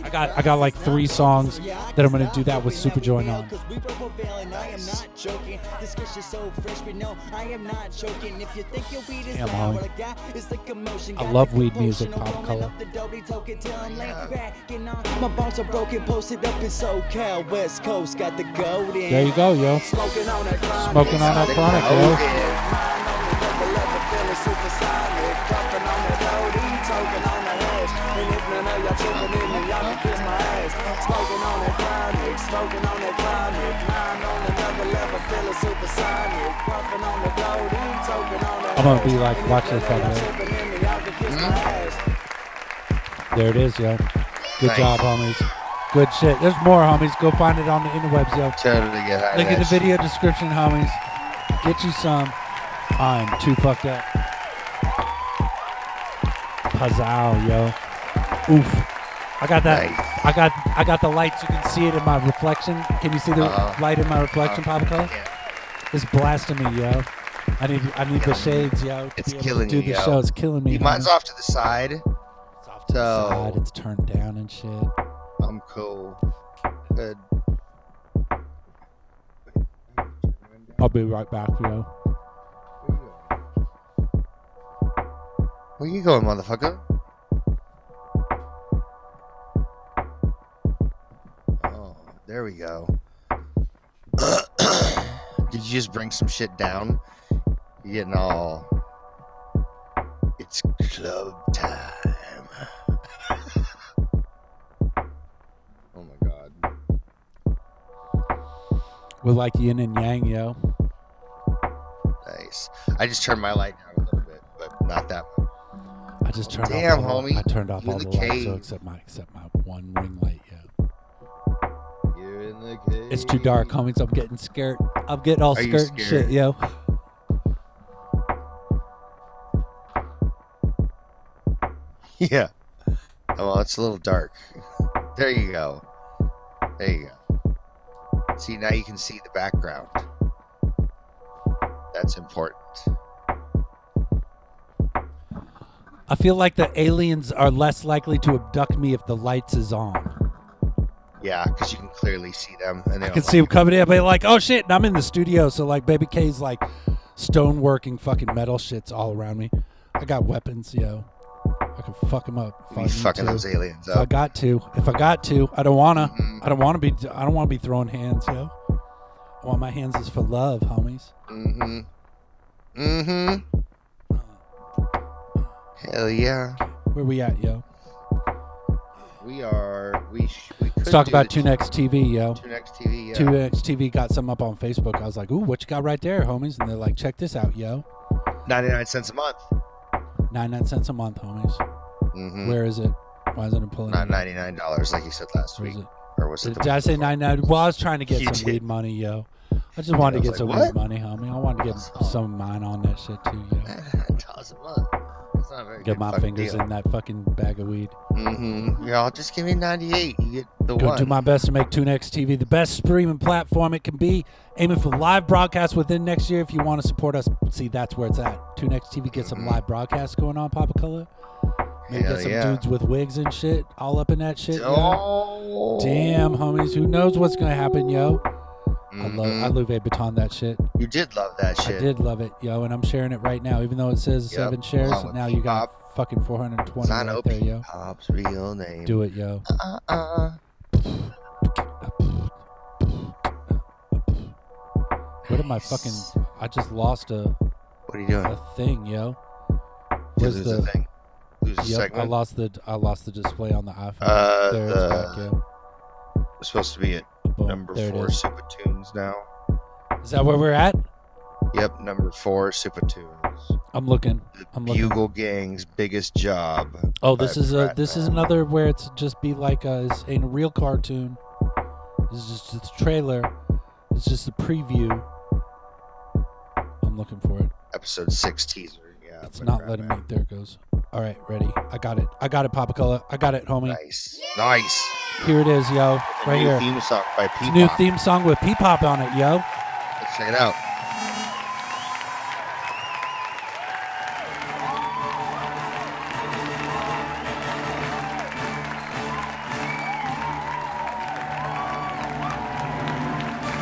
I got I got like three songs that I'm gonna do that with Superjoy on. Damn, Holly. I love weed music, pop color.
My bones are broken, posted up in SoCal. West Coast got the gold in.
There you go, yo.
Smoking on that chronic.
Smoking on that chronic, yo. I'm gonna be like, watch this, by the way. There it is, yo. Good
Hmm? Nice.
job, homies. Good shit. There's more, homies. Go find it on the interwebs, yo.
Totally get high to
Look
that
at the
shit.
video description, homies. Get you some. I'm too fucked up. Pazzow, yo. Oof. I got that. I got. I got the lights. You can see it in my reflection. Can you see the
Uh-huh.
light in my reflection,
Uh-huh.
Papa? Color? It's blasting me, yo. I need. I need the shades, yo. to
It's
be able to
killing
do
you.
the
yo.
show. It's killing me.
Mine's
homie.
off to the side. It's
off
to so
God, it's turned down and shit.
I'm cool. Good.
I'll be right back, yo.
Where you going, motherfucker? Oh, there we go. [coughs] Did you just bring some shit down? You're getting all. It's club time. [laughs] oh my god.
We're like yin and yang, yo.
Nice. I just turned my light down a little bit, but not that much.
I just turned
Damn,
off. all-
homie.
I turned off
You
all
in the
the, lights so
cave.
except my except my one ring light. Yeah,
You're in the cave.
it's too dark, homies. I'm getting scared. I'm getting all
Are you
scared and shit,
scared?
yo.
[laughs] Yeah. Oh, well, it's a little dark. There you go. There you go. See, now you can see the background. That's important.
I feel like the aliens are less likely to abduct me if the lights is on.
Yeah, because you can clearly see them. And they
I can see him coming in, but like, oh shit, and I'm in the studio, so like, Baby K's like stoneworking fucking metal shits all around me. I got weapons, yo. I can fuck them up. if I
You
need
fucking
to.
those aliens
If I
up. Mm-hmm.
got to, if I got to, I don't wanna. I don't wanna be. I don't wanna be throwing hands, yo. I want my hands is for love, homies.
Mm-hmm. Mm-hmm. Hell yeah.
Where we at, yo?
We are. We. Sh- we could
Let's talk
do
about
the
Two Next TV, yo.
Two Next TV. Yeah.
Two Next TV got something up on Facebook. I was like, ooh, what you got right there, homies? And they're like, check this out, yo.
99 cents a month.
99 cents a month, homies.
Mm-hmm.
Where is it? Why isn't it pulling?
Not
it up?
ninety nine dollars like you said last
Where is
week,
it?
or was it?
Did,
the
did I
week
say
before?
nine ninety? Well, I was trying to get
You
some
did.
weed money, yo. I just
And
wanted
I
to get
was
some
like,
weed
"What?"
money, homie. I wanted to get some of mine on that shit too, yo.
[laughs] dollars a month. That's not a very
Get
good
my
fucking
fingers
deal.
in that fucking bag of weed.
Mm-hmm. Y'all just give me ninety eight. You get the
Gonna
one.
do my best to make 2Next TV the best streaming platform it can be. Aiming for live broadcasts within next year. If you want to support us, see that's where it's at. 2Next TV get some live broadcasts going on, Papa Color. Maybe
Mm-hmm. Hell
get some
yeah. Oh.
dudes with wigs and shit all up in that shit.
yo.
Damn, homies, who knows what's gonna happen, yo? I love I
Mhm.
Louis Vuitton that shit.
You did love that shit.
I did love it, yo, and I'm sharing it right now. Even though it says
Yep,
seven shares,
along with
now you got fucking 420
Sign
right
up,
there, yo.
Pop's real name.
Do it, yo.
Uh, uh.
Where did my fucking? I just lost a.
What are you doing?
A thing, yo.
Did you
Where's
lose
the
a thing? Lose a
Yep, I
segment?
lost the I lost the display on the iPhone.
Uh,
there
the-
it's back, yo.
We're supposed to be at number
Oh, there it
four
is.
Super Tunes now.
Is that where we're at?
Yep, number four Super Tunes.
I'm looking. I'm looking.
Bugle Gang's biggest job.
Oh, this
by
is a
Brad
this is another where it's just be like a this ain't a real cartoon. This is just a trailer. It's just a preview. I'm looking for it.
Episode six teaser. Yeah,
It's not letting me. There it goes. All right, ready. I got it. I got it, Papa Cola. I got it, homie.
Nice. Nice.
Here it is, yo.
A
Right
new
here.
theme song by
It's a new
Peepop.
theme song with P Pop on it, yo.
Let's check it out.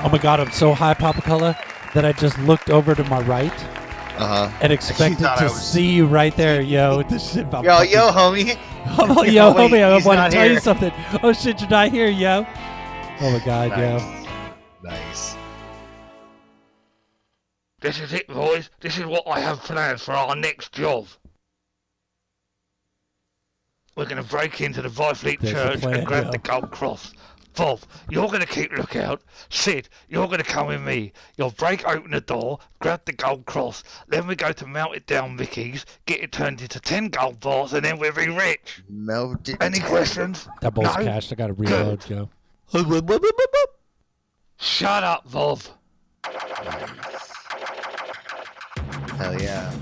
Oh my god, I'm so high, Papa Cola, that I just looked over to my right
Uh-huh.
and
She
expected
thought
to
I was-
see you right there,
[laughs]
yo. This shit, I'm
Yo, [laughs]
fucking-
yo, homie. [laughs]
Oh, yo,
Wait,
homie, I
he's
want
not
to tell you
here.
something. Oh shit, you're not here, yo. Oh my god, yo.
Nice. Nice.
This is it, boys. This is what I have planned for our next job. We're going to break into the Vyfleet
There's the
Church
plan,
and grab
yeah.
the gold cross. Bob, you're going to keep lookout. Sid, you're going to come with me. You'll break open the door, grab the gold cross. Then we go to melt it down Mickey's, get it turned into 10 gold bars, and then we'll be rich.
Melt it.
Any
down.
questions?
That bowl's
No?
cashed. I gotta reload, yo.
Shut up, Bob.
Hell yeah.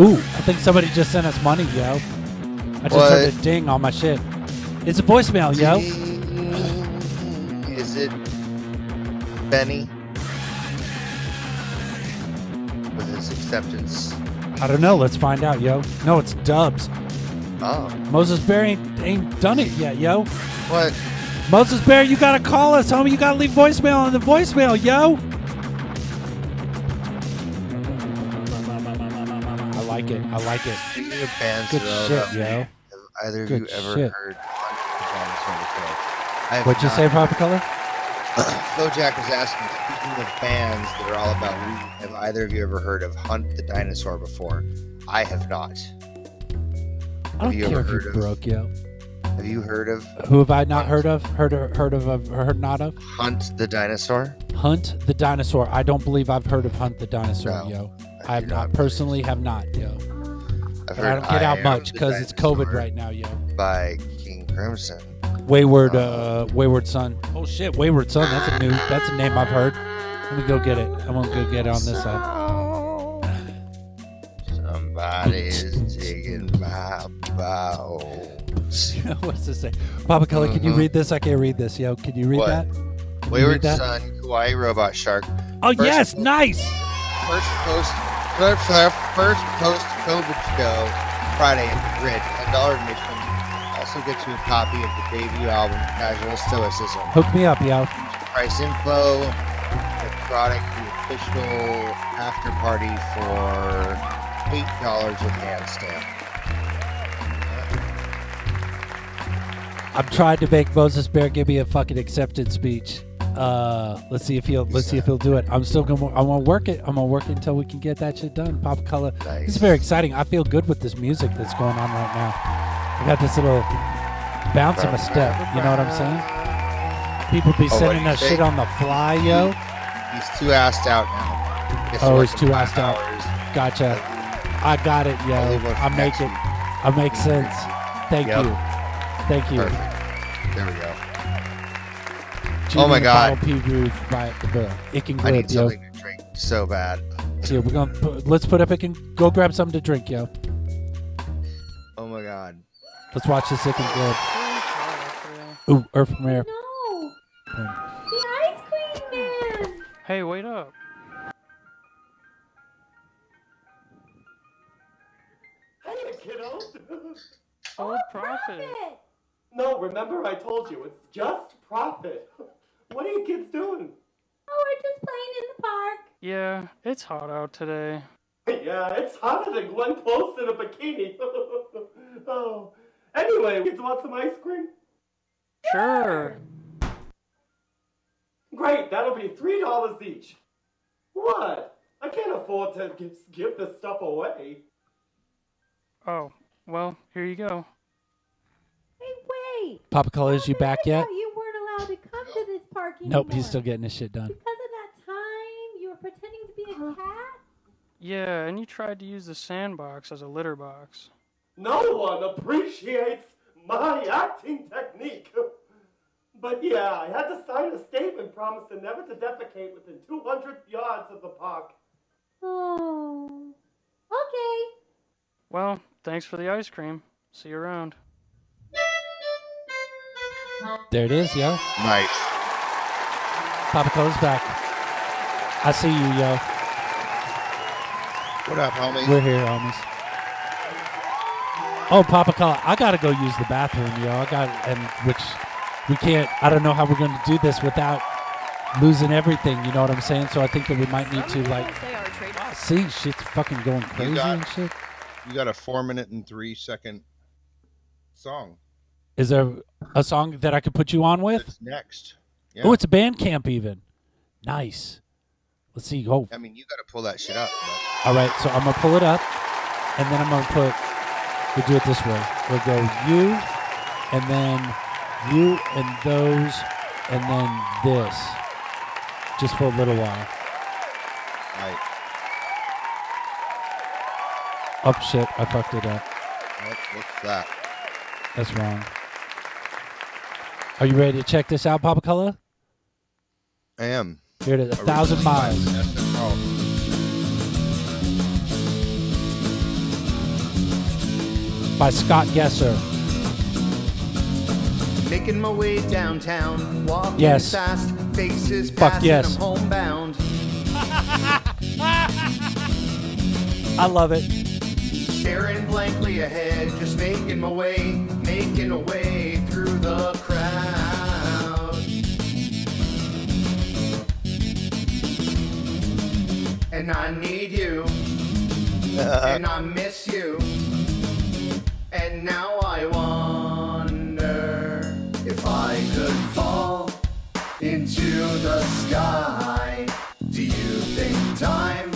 Ooh, I think somebody just sent us money, yo. I just heard a ding on my shit. It's a voicemail, yo.
Is it Benny? With his acceptance.
I don't know. Let's find out, yo. No, it's Dubs.
Oh.
Moses Bear ain't, ain't done it yet, yo.
What?
Moses Bear, you gotta call us, homie. You gotta leave voicemail on the voicemail, yo. I like it. I like it.
Speaking of bands
Good
that are
shit,
about me,
yo.
Have either of you
Good
ever
shit.
heard I have
What'd you
not.
say, Papa Color?
Bojack was asking, speaking of bands that are all about me, have either of you ever heard of Hunt the Dinosaur before? I have not.
I don't
you
care
ever
if
heard
you
of-
broke, yo.
Have you heard of
Who have I not heard of? Heard of, heard of, of heard not of?
Hunt the Dinosaur?
Hunt the dinosaur. I don't believe I've heard of Hunt the dinosaur,
No,
yo. I have not personally have not, yo.
I've
But I
heard
don't get
I
out
Am
much
the
because it's COVID
Dinosaur
right now, yo.
By King Crimson.
Wayward, uh, Wayward Son. Oh shit, Wayward Son. That's a new. That's a name I've heard. Let me go get it. I'm gonna go get it on this side.
Somebody's digging my bowels.
[laughs] What's this say? Papa Color, can you
Mhm.
read this? I can't read this, yo. Can you read
What?
that? Can you read
Wayward
that?
Son, Kawaii Robot Shark.
Oh
First
yes, nice.
First post, first, first post COVID show Friday at the Grid. Ten dollar admission. Also get you a copy of the debut album Casual Stoicism.
Hook me up, yo.
Price info. The product, the official after party for eight dollars with hand stamp.
I'm trying to make Moses Bear give me a fucking acceptance speech. Uh, let's see if he'll let's see if he'll do it. I'm still gonna I'm gonna work it. I'm gonna work it until we can get that shit done. Pop color. It's very exciting. I feel good with this music that's going on right now. I got this little bounce in my step. You know what I'm saying? People be
Oh, what do
sending
you
that shit
think?
on the fly, yo.
He's too assed out now. Gets to
Oh,
work
it's
in
too
five
assed out.
hours.
Gotcha. I got it, yo.
I'll leave one
I
for
make
next
it.
week.
I make sense. Thank
Yep.
you. Thank you.
Perfect. There we go.
Genie
oh my
in a
god.
bottle, Pee Wee by the It can
I
glib,
need
yo.
something to drink so bad.
Yeah, we're gonna put, let's put up a can go grab something to drink, yo.
Oh my god.
Let's watch this sick and good. Ooh, Earth from Air.
Hey, wait up.
Old profit. No, remember I told you it's just profit. [laughs] What are you kids doing?
Oh, we're just playing in the park.
Yeah, it's hot out today.
[laughs] Yeah, it's hotter than Glenn Close in a bikini. [laughs] oh. Anyway, kids want some ice cream?
Sure.
Great, that'll be three dollars each. What? I can't afford to give, give this stuff away.
Oh, well, here you go.
Hey, wait.
Papa Color, is you back yet?
No, you weren't allowed to come to this park anymore.
Nope, he's still getting his shit done.
Because of that time, you were pretending to be a cat.
Yeah, and you tried to use the sandbox as a litter box.
No one appreciates my acting technique. [laughs] But yeah, I had to sign a statement promising never to defecate within 200 yards of the park.
Oh. Okay.
Well, thanks for the ice cream. See you around.
There it is, yo.
Nice.
Papa Color's back. I see you, yo.
What up, homie?
We're here, homies. Oh, Papa Color, I gotta go use the bathroom, yo. I got and which we can't. I don't know how we're gonna do this without losing everything. You know what I'm saying? So I think that we might need to like see shit's fucking going crazy
got-
and shit.
You got a four minute and three second song.
Is there a song that I could put you on with?
next. Yeah.
Oh, it's a band camp even. Nice. Let's see. Oh,
I mean, you got to pull that shit up. but-
All right, so I'm gonna pull it up, and then I'm gonna put. We'll do it this way. We'll go you, and then you, and those, and then this, just for a little while.
Right.
Oh shit! I fucked it up.
What, what's that?
That's wrong. Are you ready to check this out, Papa Color?
I am.
Here it is. A thousand miles. By Scott Gesser.
Making my way downtown, walking
Yes.
fast, faces
Fuck
past,
yes.
and I'm homebound.
I love it.
Staring blankly ahead, just making my way, making a way through the crowd. And I need you, and I miss you, and now I wonder if I could fall into the sky. Do you think time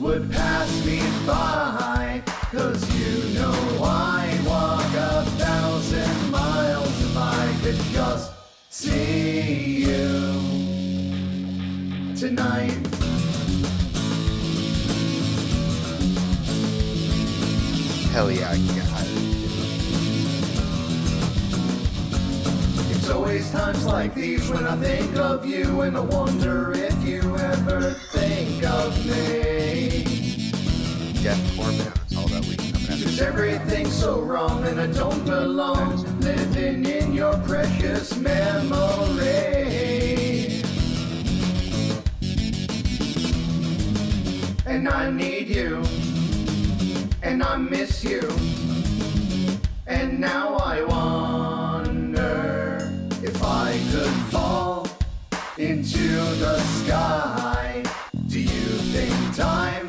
would pass me by? Cause you know I walk a thousand miles if I could just see you tonight.
Hell yeah, God.
It's always times like these when I think of you and I wonder if you ever think of me.
Death Corbin. That's all that we coming after.
Cause everything's so wrong and I don't belong living in your precious memory. And I need you, and I miss you, and now I wonder if I could fall into the sky. Do you think time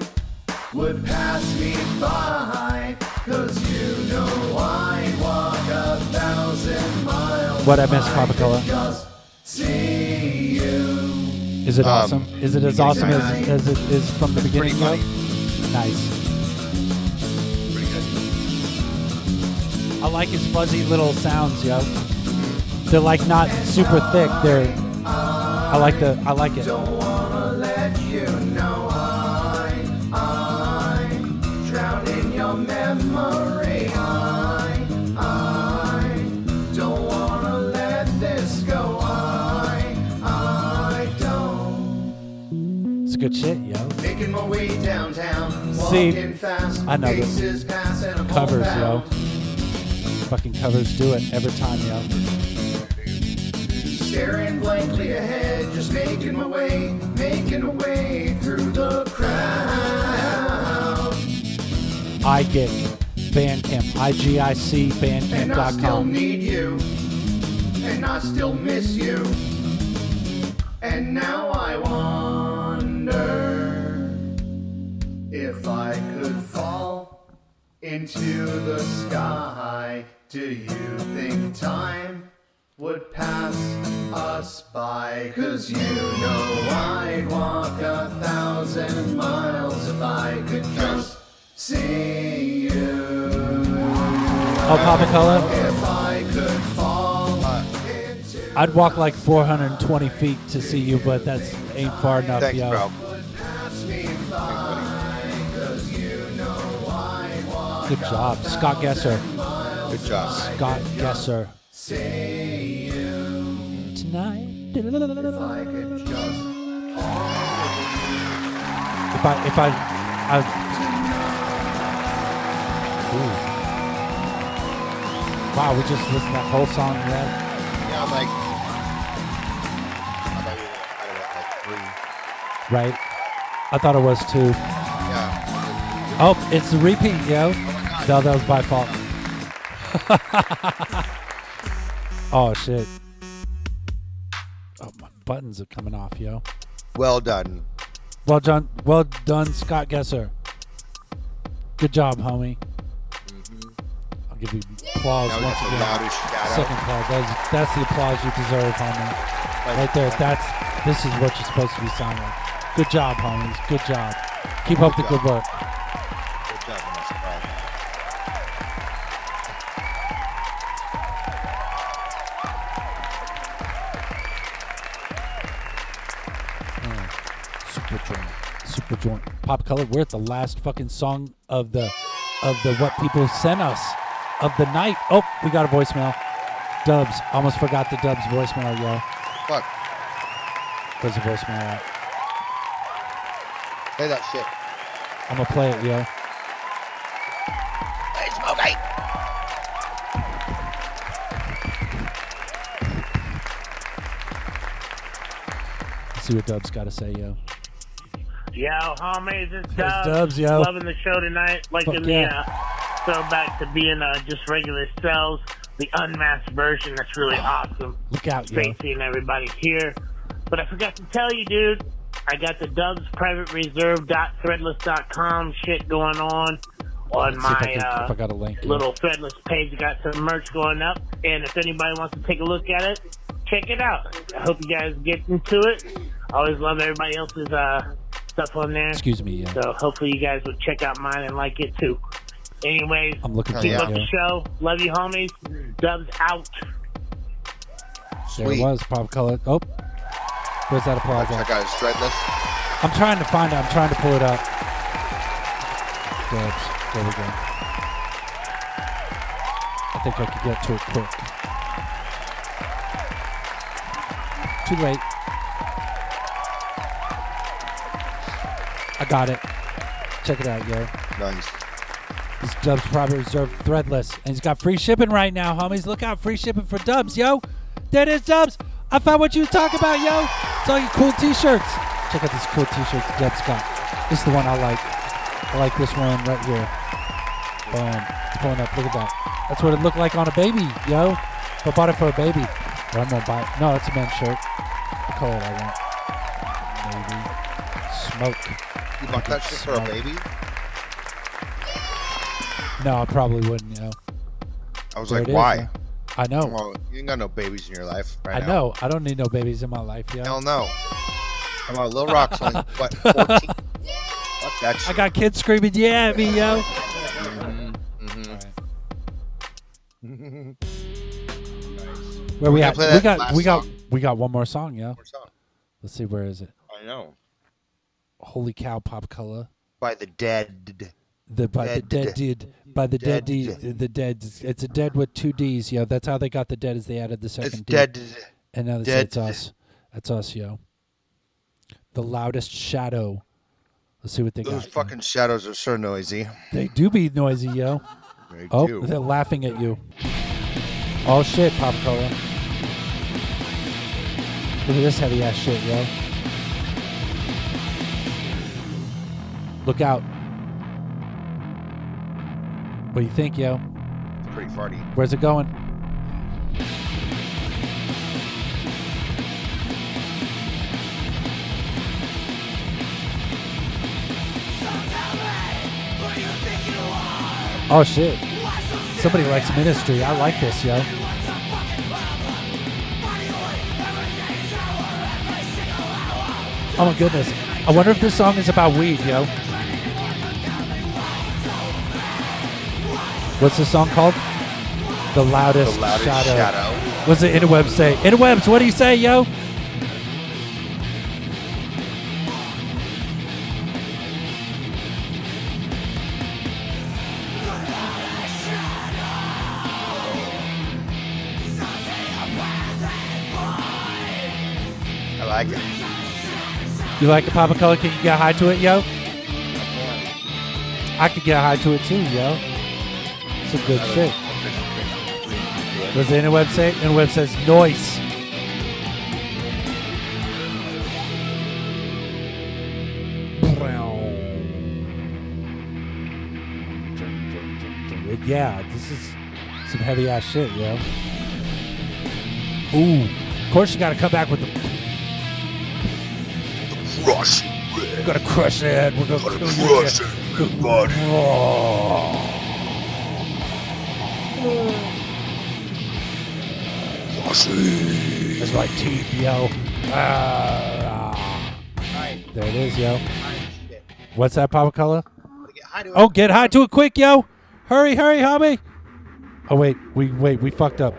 would pass me by? Cause you know I walk a thousand miles.
What I miss, Papa Color?
Just see you.
Is it
Um,
awesome? Is it as
yeah,
awesome as,
yeah.
as it is from the beginning?
pretty
though? Nice.
Pretty good.
I like his fuzzy little sounds, yo. They're like not super thick. They're. I like the. I like it.
Let you know I, I drown in your memory. I, I don't wanna let this go. I, I don't.
It's good shit, yo.
Making my way downtown,
See,
walking fast.
I know this.
faces pass and I'm
Covers, yo.
homebound.
Fucking covers do it every time, yo.
Staring blankly ahead, just making my way, making a way through the crowd.
I get Bandcamp. IGIC
And I still
Bandcamp.com.
need you. And I still miss you. And now I wonder if I could fall into the sky. Do you think time would pass us by? Cause you know I'd walk a thousand miles if I could just see you.
Oh, Papa Cola,
If I could fall into
I'd walk like 420 feet to see you, but that's ain't far enough,
Thanks,
yo.
bro.
Good job, Scott Gesser.
Good job.
Scott Gesser. Tonight. If I, if I, I. Ooh. Wow, we just listened to that whole song. Right?
Yeah, I'm like, I thought you were out of that like three.
right? I thought it was too.
Yeah.
Oh, it's a repeat, yo. no, that was by fault. [laughs] oh shit. Oh, my buttons are coming off, yo.
Well done.
Well done, well done, Scott Gesser. Good job, homie. I'll give you applause
That was
once
just a
again.
loud shout-out.
Second applause. That's, that's the applause you deserve, homie. right there. That's this is what you're supposed to be sounding. like. Good job, homies. Good job. Keep up the good work.
Good job, Vanessa. Wow.
Mm. Super joint. Super joint. Pop color. We're at the last fucking song of the of the what people sent us of the night. Oh, we got a voicemail. Dubs. Almost forgot the Dubs voicemail, yo.
Fuck.
There's a voicemail out.
Play that shit.
I'm gonna play it, yo.
Hey, Smokey!
Let's see what Dubs got to say, yo.
Yo, homies, it's
That's
Dubs.
Dubs, yo.
Loving the show tonight. Like
Fuck
in
yeah.
the uh, throwback to being uh, just regular cells, the unmasked version. That's
[sighs]
really awesome.
Look out, yo.
Great seeing everybody here. But I forgot to tell you, dude. I got the Dubs Private Reserve dot Threadless dot com shit going on on
Let's see
my
if I can-
uh,
if I got a link, yeah.
little Threadless page. I got some merch going up, and if anybody wants to take a look at it, check it out. I hope you guys get into it. I always love everybody else's uh, stuff on there.
Excuse me, yeah.
So hopefully you guys would check out mine and like it too. Anyways,
I'm looking
keep
for
up
it,
the
yeah.
show. Love you, homies. Dubs out.
There it
Sweet.
was. Pop color. Oh, where's that applause? at?
Check out his threadless.
I'm trying to find it. I'm trying to pull it up. Dubs. There we go. I think I could get to it quick. Too late. I got it. Check it out, yo.
Nice.
This Dubs Private Reserve Threadless. And he's got free shipping right now, homies. Look out, free shipping for Dubs, yo. There it is, Dubs. I found what you was talking about, yo. It's all your cool t-shirts. Check out this cool t-shirt Dubs got. This is the one I like. I like this one right here. Boom. It's pulling up. Look at that. That's what it looked like on a baby, yo. If I bought it for a baby. Or I'm going to buy it. No, it's a men's shirt. The color I want. Maybe. Smoke.
You bought that shit for a
Smoke.
baby?
No, I probably wouldn't, yo.
I was
There
like,
it is,
why?
yo. I know.
Well, you ain't got no babies in your life right
I
now.
know. I don't need no babies in my life, yo.
Hell no. I'm on Little Rock's only,
[laughs]
what, 14? Fuck that shit.
I got kids screaming, yeah, at me, yo.
Mm-hmm. We're
Where we
gonna
at?
Mm-hmm. play
We
that
got
last
we got
song.
we got one more song, yo.
song.
Let's see where is it?
I know.
Holy cow, pop color.
By the dead.
The by the dead
Dead.
did by the
Dead.
dead, deed- the dead it's a dead with two D's, yo. That's how they got the dead is they added the second D.
dead.
And now they say
Dead.
it's us. That's us, yo. The loudest shadow. Let's see what they
Those
got.
fucking shadows are so noisy.
They do be noisy, yo.
They
oh,
do.
they're laughing at you. Oh shit, Pop Cola. Look at this heavy ass shit, yo. Look out. What do you think, yo?
It's pretty farty.
Where's it going? Oh shit! Somebody likes Ministry. I like this, yo. Oh my goodness! I wonder if this song is about weed, yo. What's this song called? The loudest,
The Loudest
shadow.
Shadow.
What's the interwebs say? Interwebs, what do you say, yo?
I like it.
You like a pop of color? Can you get high to it, yo? I could get high to it too, yo. Some good shit. Does the interweb say? Interweb says noise. Yeah, this is some heavy ass shit, yo. Ooh, of course you got to come back with the
Crush
We're gonna crush your head. We're gonna, crush it, body. Oh, That's my teeth, yo. Ah. There it is, yo. What's that, Papa Color? Oh, get high to it quick, yo! Hurry, hurry, homie! Oh wait, we wait, we fucked up.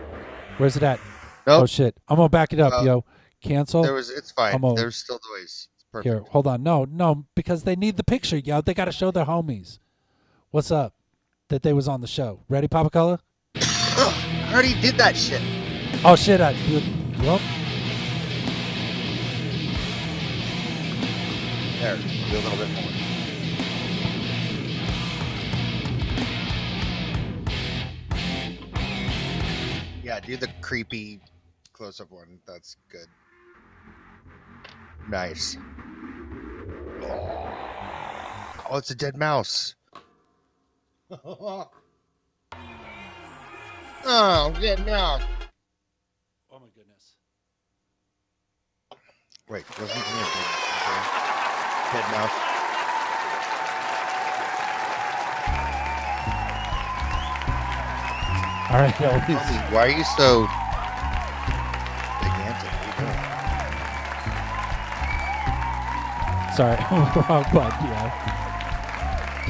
Where's it at? Oh shit! I'm gonna back it up,
No.
yo. Cancel.
There was- it's fine.
I'm gonna-
There's still noise. It's perfect.
Here, hold on. No, no, because they need the picture, yo. They got to show their homies. What's up? That they was on the show. Ready, Papa Color?
I already did that shit.
Oh shit! I well,
There, do a little bit more. Yeah, do the creepy close-up one. That's good. Nice. Oh, it's a dead mouse. [laughs] Oh, yeah, no.
Oh my goodness.
Wait, wasn't it me? Dead mouse.
All right, yo. [laughs]
Why are you so gigantic? What are you doing?
Sorry, [laughs] wrong one. Yeah.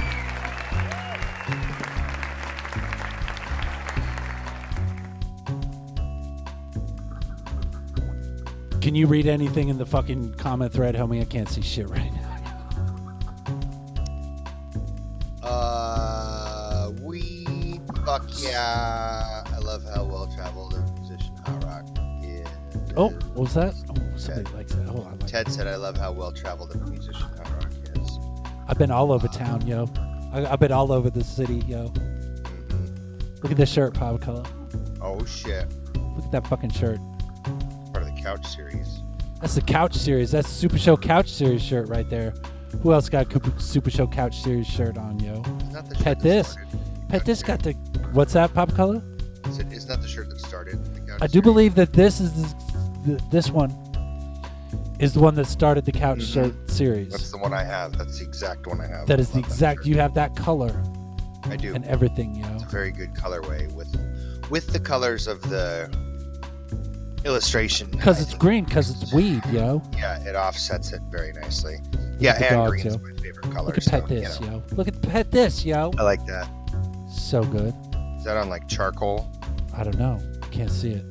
Can you read anything in the fucking comment thread, homie? I can't see shit right now.
Uh, we fuck yeah. I love how well traveled and musician hot rock is.
[laughs] Oh, what was that? Oh, somebody likes that. Hold on.
Ted said, "I love how well traveled and musician hot rock is."
I've been all over town, yo. I, I've been all over the city, yo.
Mm-hmm.
Look at this shirt, Pop Color.
Oh shit!
Look at that fucking shirt.
Part of the couch series.
That's the Couch Series. That's the Super Show Couch Series shirt right there. Who else got a Cooper- Super Show Couch Series shirt on, yo?
not the
Pet
shirt that
this. Pet this got the. What's that, Pop Color?
Is it? Is that the shirt that started the couch?
I do believe that this is the, th- this one is the one that started the Couch
Mhm.
Shirt Series.
That's the one I have. That's the exact one I have.
that is
I
the
love
exact. You have that color.
I do.
And everything, yo.
It's a very good colorway with with the colors of the illustration.
Because it's green, because it's weed, yo.
Yeah, it offsets it very nicely.
Look
yeah,
at the
and
dogs,
green is
yo.
my favorite color.
Look at
so,
Pet This,
you know,
yo. Look at Pet This, yo.
I like that.
So good.
Is that on like charcoal?
I don't know. Can't see it.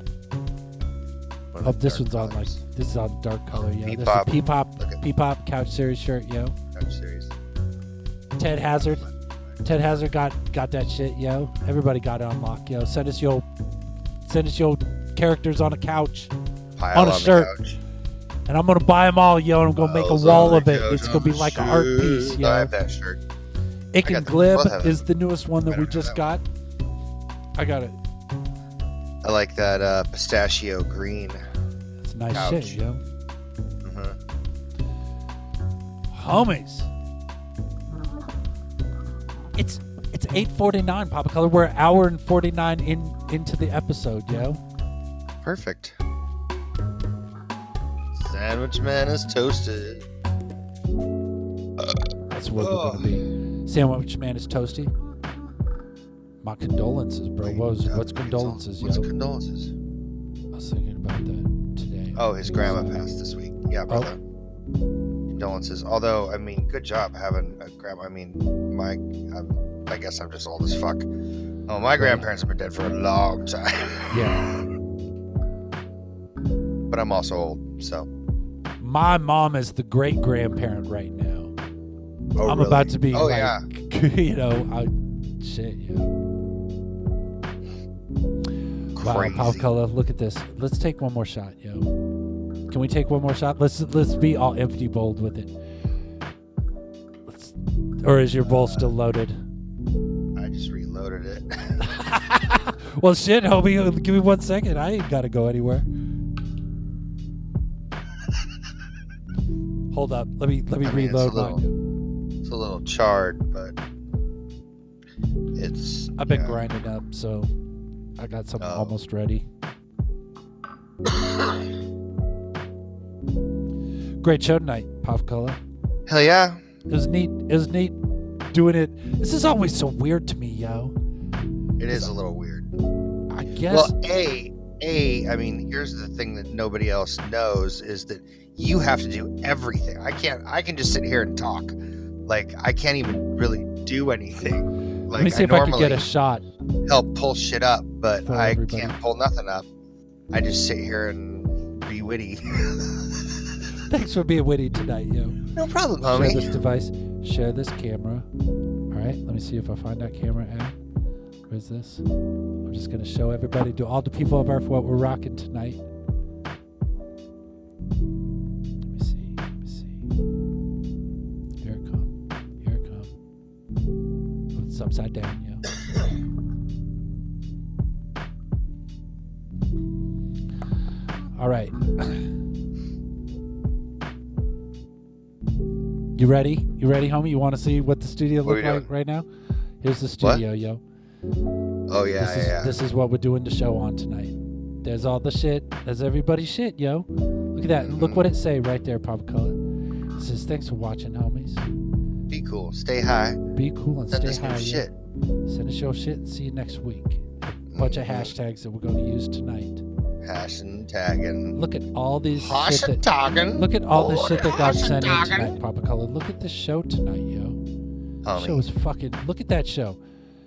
One of
oh,
the
this
dark
one's on like this is on dark color. Yeah, this is a
Peepop.
Peepop Peepop Couch Series shirt. Yo,
Couch series.
Ted Hazard. Ted Hazard got got that shit. Yo, everybody got it on lock. Yo, send us your send us your characters on a couch
Pile
on a
on the
shirt. And I'm gonna buy them all, yo. And I'm gonna make a
Piles
wall
on
of
the
it. It's
couch
gonna be
on
like
the
an art piece,
shirt.
yo.
I have that shirt.
Ick
I got
and
the-
Glib
both have
is
them.
the newest one that we just got. I got it.
I like that uh, pistachio green.
It's nice
couch.
shit, yo.
Mhm.
homies. It's it's eight forty nine, Papa Color. We're an hour and forty nine in into the episode, yo.
Perfect. Sandwich man is toasted.
Oh. That's what we're gonna be. Sandwich man is toasty. My condolences, bro. What
uh,
was, what's condolences? What's
condolences?
I was thinking about that today.
Oh, his grandma passed this week.
Oh.
Yeah, brother. Condolences. Although, I mean, good job having a grandma. I mean, my, I'm, I guess I'm just old as fuck. Oh, my grandparents have been dead for a long time. [laughs]
Yeah.
but I'm also old, so.
My mom is the great grandparent right now.
Oh,
I'm
really?
about to be
Oh,
like,
yeah.
[laughs] you know, I, shit, yeah. Wow, Pop
Crazy.
Color, look at this. Let's take one more shot, yo. Can we take one more shot? Let's let's be all empty bowled with it. Let's, or is your bowl still loaded?
I just reloaded it. [laughs]
Well, shit, homie, [laughs] give me one second. I ain't gotta
[laughs]
go anywhere. Hold up, let me let me
I mean, it's a
reload
little-
mine.
It's a little charred, but it's.
I've been
yeah. Oh.
grinding up, so I got something
[coughs]
almost ready. Great show tonight, Pop Color.
Hell yeah.
It was neat. It was neat doing it. This is always so weird to me, yo.
It is a little weird.
I guess.
Well, a a I mean, here's the thing that nobody else knows is that you have to do everything. I can't. I can just sit here and talk. Like I can't even really do anything. Like
Let me see
I
if I could
normally
get a shot.
help pull shit up, but
for
I
everybody.
can't pull nothing up. I just sit here and be witty. [laughs]
Thanks for being witty tonight, yo.
No problem,
Share
homie.
this device. Share this camera. All right, let me see if I find that camera app. Where's this? I'm just gonna show everybody, to all the people of Earth, what we're rocking tonight. Let me see. Let me see. Here it come. Here it come. Oh, it's upside down, yo. All right. You ready? You ready, homie? You want to see what the studio
What
look
we
like
doing?
right now? Here's the
Oh, What?
studio, yo.
Oh yeah,
this
yeah,
is,
yeah.
This is what we're doing the show on tonight. There's all the shit. There's everybody's shit, yo. Look at that.
Mm-hmm.
Look what it say right there, Pop Color. It says, "Thanks for watching, homies.
Be cool. Stay high.
Be cool and
Send
stay
us new
high. yo.
shit.
Send us your shit. and See you next week. A bunch
Mm-hmm.
of hashtags that we're going to use tonight.
Hash and tagging.
Look at all these
Hash
shit
and
that-
tagging.
Look at all the
Oh,
shit that got
hash and
sent in
tagging.
tonight, Papa Color. Look at this show tonight, yo.
Homie.
Show is fucking. Look at that show.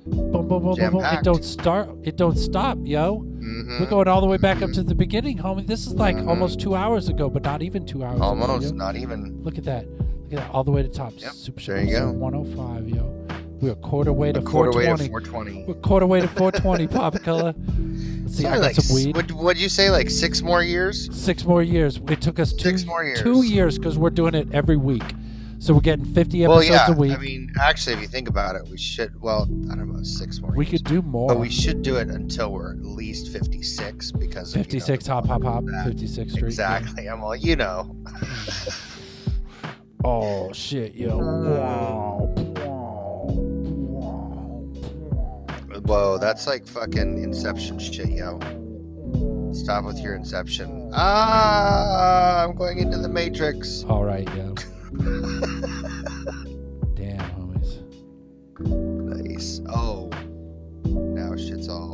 Boom, boom, boom, boom, boom. It
Jam-packed.
don't start. It don't stop, yo.
Mm-hmm.
We're going all the way back up to the beginning, homie. This is like
Mhm.
almost two hours ago, but not even two hours. ago,
Almost,
yo.
Oh, not even.
Look at that. Look at that. All the way to top. Super Show
there you go.
episode 105, yo. We're a quarter way to
quarter way to
420.
420.
We're quarter way
[laughs]
to 420, Papa Color. Let's see. I
Probably
got
like
some
s-
weed.
What, what'd you say? Like six more years?
Six more years. It took us two,
Six more years.
two years because we're doing it every week. So we're getting 50
well,
episodes
yeah.
a week.
I mean, actually, if you think about it, we should. Well, I don't know, six more.
we
years.
could do more.
But we should do it until we're at least fifty-six because of, you know,
56 hop hop hop 56 street
exactly. I'm all you know.
oh shit yo wow.
Whoa, that's like fucking Inception shit, yo. Stop with your Inception. Ah, I'm going into the Matrix.
all right
[laughs]
yo damn homies
Nice. Oh, now shit's all.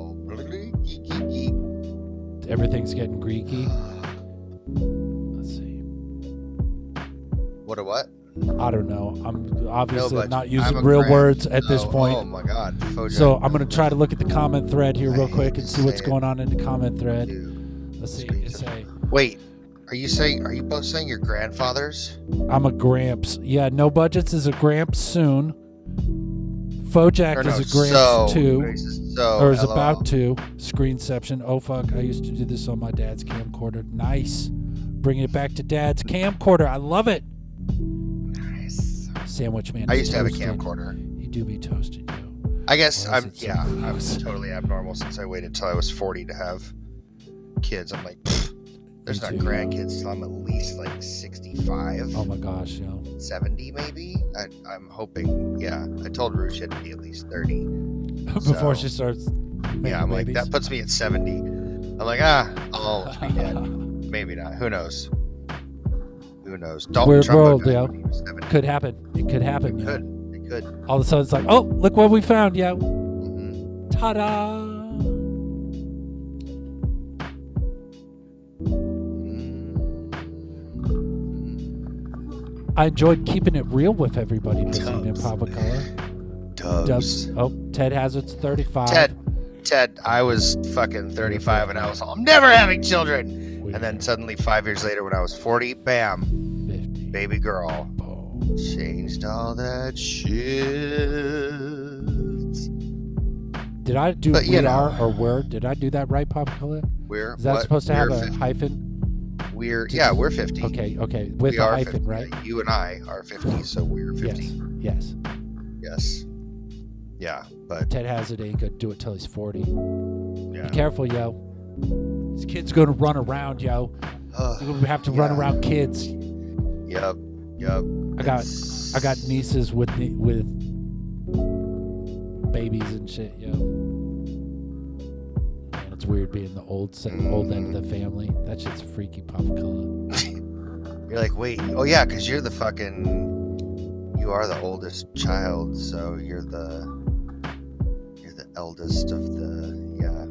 everything's getting greeky let's see
What a what?
i don't know i'm obviously
but
not
I'm
using
a
real
grand-
words at this
oh,
point
oh my God, Fojo.
so i'm gonna try to look at the comment thread here real quick and see what's
say it.
going on in the comment thread let's see it say
Wait, are you saying? Are you both saying your grandfathers?
I'm a Gramps. Yeah, no budgets is a Gramps soon. Fojack
Or no,
is a Gramps
so,
too,
Grace's so,
or is
LOL.
about to. Screenception. Oh fuck! I used to do this on my dad's camcorder. Nice, bringing it back to dad's camcorder. I love it.
Nice.
Sandwich man.
I
is
used to have a
toasted.
camcorder.
He do be toasted. yo.
I guess
What is
I'm.
it,
Yeah,
something
I was
else?
totally abnormal since I waited till I was 40 to have kids. I'm like, pfft, there's not
too.
grandkids till I'm at least like 65,
Oh my gosh, yo.
70 maybe. I, I'm hoping. Yeah, I told Rue she had to be at least 30.
[laughs]
So-
Before she starts.
Yeah, I'm like
babies.
that puts me at 70. I'm like, ah, I'll always be dead. Maybe not. Who knows? Who knows? Dalton
Weird
Trumbo
world,
died
yo.
when he was 70.
[laughs] Could happen. It could happen. yo.
Could. It could. Mm-hmm.
All of a sudden, it's like, oh, look what we found, yo. Ta-da!
Mm-hmm.
I enjoyed keeping it real with everybody this evening, Papa Color.
Dubs.
Oh, Ted Hazard's 35.
Ted, Ted, I was fucking 35 and I was all, I'm never having children. And then suddenly, five years later, when I was 40, bam, baby girl.
Oh.
Changed all that shit.
Did I do
But,
we
you know.
are or were? Did I do that right, Papa Color?
We're-
Is that
what?
supposed to have
We're
a
fif-
hyphen?
We're, yeah, we're 50.
Okay, okay. With
we
a
are
hyphen,
50.
right?
You and I are 50, so we're 50.
Yes.
Yes. Yeah, but
Ted Hazard ain't gonna do it till he's 40.
Yeah.
Be careful, yo. This kid's gonna run around, yo. You're gonna have to run around kids.
Yep. Yep.
I got I got nieces with nie- with babies and shit, yo. Man, it's weird being the old se- old end of the family. That shit's freaky pop color.
You're like, wait, oh yeah, because you're the fucking, you are the oldest child, so you're the, you're the eldest of the, yeah.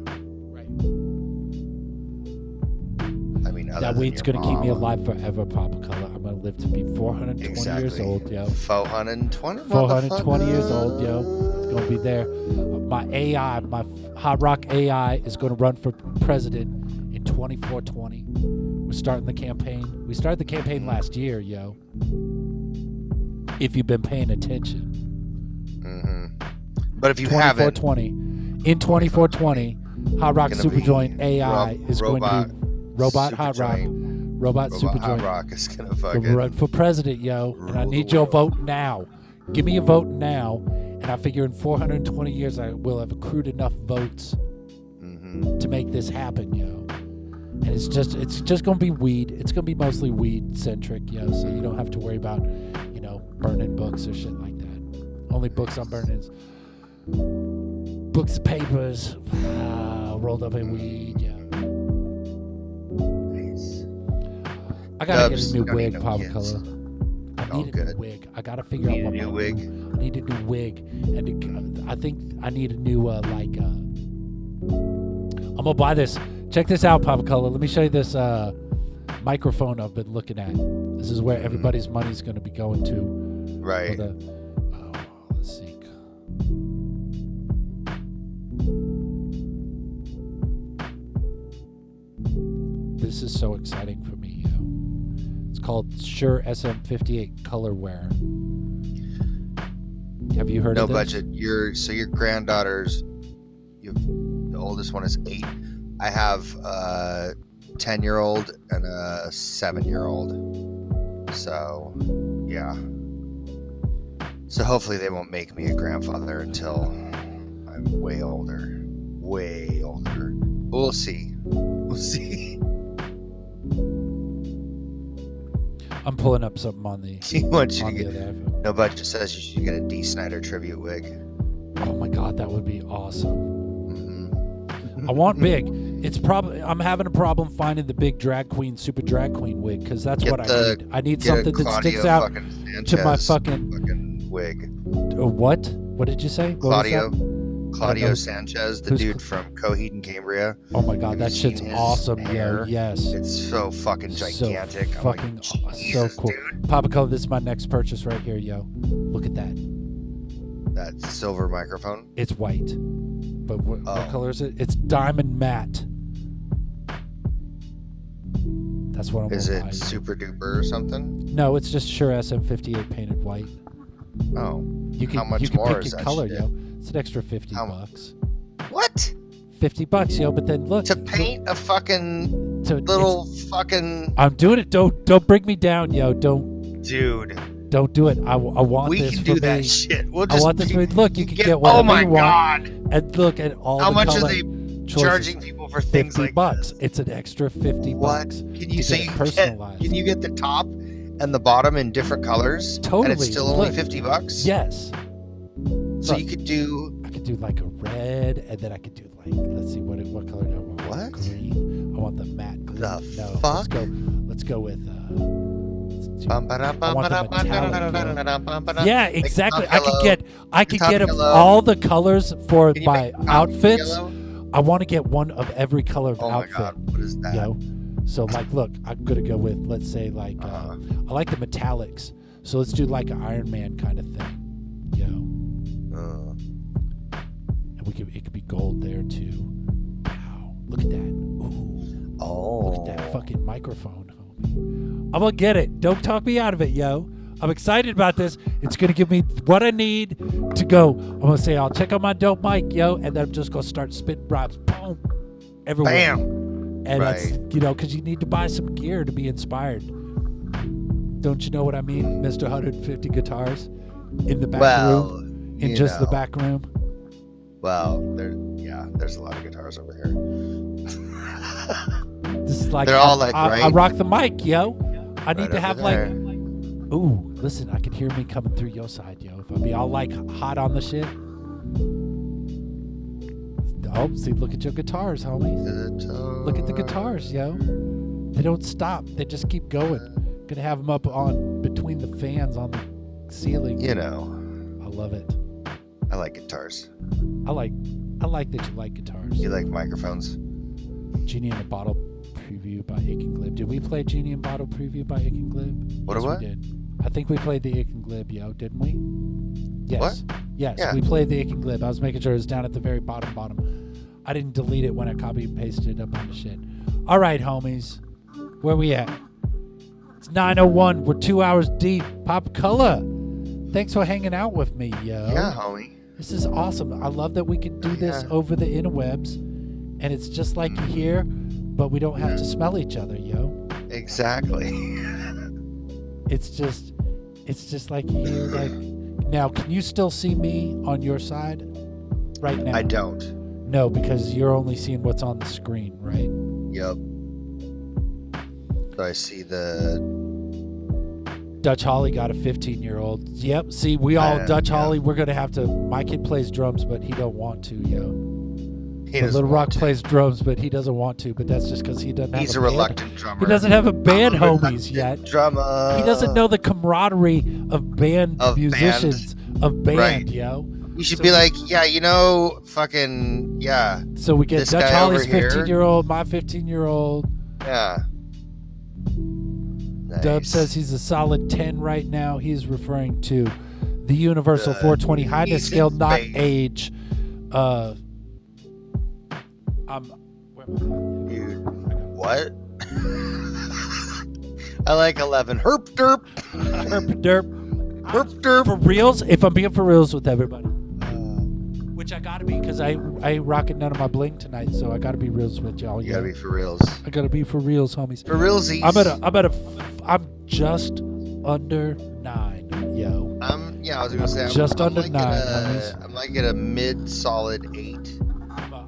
Right. I mean, other
that
than
weight's
your
gonna keep me
mom.
alive forever, pop color. I'm gonna live to be 420 years
Exactly.
old, yo.
420.
420 years old, yo. It's gonna be there. My AI, my f- Hot Rock AI, is gonna run for president in 2420. We're starting the campaign. We started the campaign last year, yo. If you've been paying attention,
But if you haven't,
2420. In 2420, Hot Rock
Gonna be
Superjoint AI
Rob-
is
Robot
going to be robot Hot Rock, robot,
Robot Hot
Superjoint.
Rock is gonna
Gonna
fucking
run for president, yo. And I need your vote now. Give me a vote now, and I figure in 420 years I will have accrued enough votes
Mm-hmm.
to make this happen, yo. And it's just it's just gonna be weed. It's gonna be mostly weed centric, yo. So you don't have to worry about, you know, burning books or shit like that. Only books I'm burning is books, and papers, uh, rolled up in weed, yo. I gotta
Dubs,
get
don't
a new
need
wig,
no
Papa
kids.
Color. I
All
need a new
good.
wig. I gotta figure
Need a
out what
new
my-
wig?
I need a new wig, and it, I think I need a new uh, like. Uh, I'm gonna buy this. Check this out, Papa Color. Let me show you this uh, microphone I've been looking at. This is where everybody's money's gonna be going to.
Right.
oh, let's see. This is so exciting for me. Yo. It's called Sure SM58 Colorware. Have you heard
no
of this?
budget. Your so your granddaughters, you the oldest one is eight. I have a ten year old and a seven year old. So, yeah. So hopefully they won't make me a grandfather until I'm way older, way older. We'll see. We'll see. [laughs]
I'm pulling up something on the.
He wants you to
on the
get.
other iPhone.
No budget says you should get a D. Snyder tribute wig.
Oh my god, that would be awesome.
Mm-hmm.
I
[laughs]
want big. It's probably I'm having a problem finding the big drag queen, super drag queen wig because that's
Get
what
the-
I need. I need
get a
something that
Claudia
sticks out
fucking
to my
Sanchez
fucking.
fucking wig.
Uh, what? What did you say? What was
Claudio,
that? I
Claudio
know.
Sanchez, the
Who's
dude from Coheed and Cambria.
Oh my god,
Have
that
you seen
shit's
his
awesome.
hair?
Yeah, yes.
It's so fucking gigantic.
So
I'm like, "Oh,
fucking aw- so cool. Papa Color, this is my next purchase right here, yo. Look at that.
that silver microphone.
It's white. But what,
Oh.
what color is it? It's diamond matte. That's what I'm
Is
gonna
it
buy.
super duper or something?
No, it's just sure SM58 painted white.
Oh.
You can
How much
you can
more
pick
is
your
that
color,
shit?
yo. It's an extra 50 bucks.
What?
50 bucks, yo, but then look.
To paint a fucking
So it's-
little fucking
I'm doing it. Don't don't bring me down, yo. Don't
dude.
don't do it. I, w- I want
We
this
can
for
do that
me.
shit. We'll
I
just
want
[laughs]
this for me. Look, you can
get-
get,
oh
whatever
my
you want.
God.
And look at all
How
the
much are
color
they
choices.
charging people for things
50
like
bucks. It's an extra 50
What?
bucks.
Can
to
you
get
so [laughs] you
it
can get,
personalized?
can you get the top and the bottom in different colors? And it's
Totally,
still only
look.
fifty bucks.
Yes.
So
Look.
you could do
I could do like a red, and then I could do like let's see what what color do I want? What green? I want the matte green.
The
no, let's
fuck?
go. Let's go with uh, I want the metallic yellow. Yeah, exactly. I could get I could get of all the colors for my outfits. I want to get one of every color
Oh
of outfit.
what is that?
Yo. So like, look, I'm gonna go with let's say like uh,
Uh-huh.
I like the metallics. So let's do like an Iron Man kind of thing. Yo. and we could it could be gold there too. Wow, look at that. Ooh.
Uh,
Oh. Look at that fucking microphone. I'm gonna get it. Don't talk me out of it, yo. I'm excited about this. It's gonna give me what I need to go. I'm gonna say I'll check out my dope mic, yo, and then I'm just gonna start spitting rhymes, boom, everywhere.
Bam.
And that's you know, because you need to buy some gear to be inspired. Don't you know what I mean, Mister 150 guitars in the back
Well,
room, in
you
just the
know.
back room.
Well, there, yeah, there's a lot of guitars over here.
This is like
They're
I,
all like,
I, I
right?
rock the mic, yo. I need
Right
to
over
have
there.
like, ooh, listen, I can hear me coming through your side, yo. If I be all like hot on the shit. Oh, see, look at your guitars, homies. Look at the guitars, yo. They don't stop. They just keep going. Gonna have them up on between the fans on the ceiling.
You know,
I love it.
I like guitars.
I like, I like that you like guitars.
You like microphones?
Genie in a Bottle preview by Ick and Glib. Did we play Genie in a Bottle preview by Ick and Glib?
What
yes,
do what?
we did. I think we played the Ick and Glib, yo, didn't we? Yes.
What?
Yes,
Yeah.
we played the Ick and Glib. I was making sure it was down at the very bottom, bottom. I didn't delete it when I copied and pasted it up on the shit. All right, homies, where we at? It's 9:01. We're two hours deep. Pop color. Thanks for hanging out with me, yo.
Yeah, homie.
This is awesome. I love that we can do this over the interwebs, and it's just like you here, but we don't have to smell each other, yo. [laughs]
Exactly.
It's just, it's just like you here. Like now, can you still see me on your side right now?
I don't.
No, because you're only seeing what's on the screen, right?
Yep. So I see the.
Dutch Holly got a 15 year old. Yep. See, we all
Uh,
Dutch
yeah.
Holly. We're gonna have to. My kid plays drums, but he don't want to, yo.
He
But
doesn't
Little
want
Rock plays drums, but he doesn't want to. But that's just because he doesn't.
He's a
have a, band.
reluctant drummer.
He doesn't have a band, homies yet.
Drummer.
He doesn't know the camaraderie of band
Uh, Of band.
musicians of band,
Right.
yo.
You should
So
be
we-
like, yeah, you know, fucking, yeah.
So we get
this
Dutch
guy
Holly's
over here.
15 year old, my 15 year old.
Yeah.
Dub says he's a solid 10 right now. He's referring to the Universal
Uh,
420 highness scale, not age. Uh, I'm.
Dude, what? [laughs] I like 11. Herp derp.
Herp derp. Herp derp. For reals, if I'm being for reals with everybody, which I gotta be because I, I ain't rocking none of my bling tonight, so I gotta be reals with y'all.
You gotta
yo.
be for reals.
I gotta be for reals, homies.
For realsies.
I'm at a, I'm at a, f- I'm just under nine, yo.
I'm, yeah, I was gonna say, I'm,
Just
I'm
under
like
nine,
At a,
homies.
I'm like at a mid solid eight.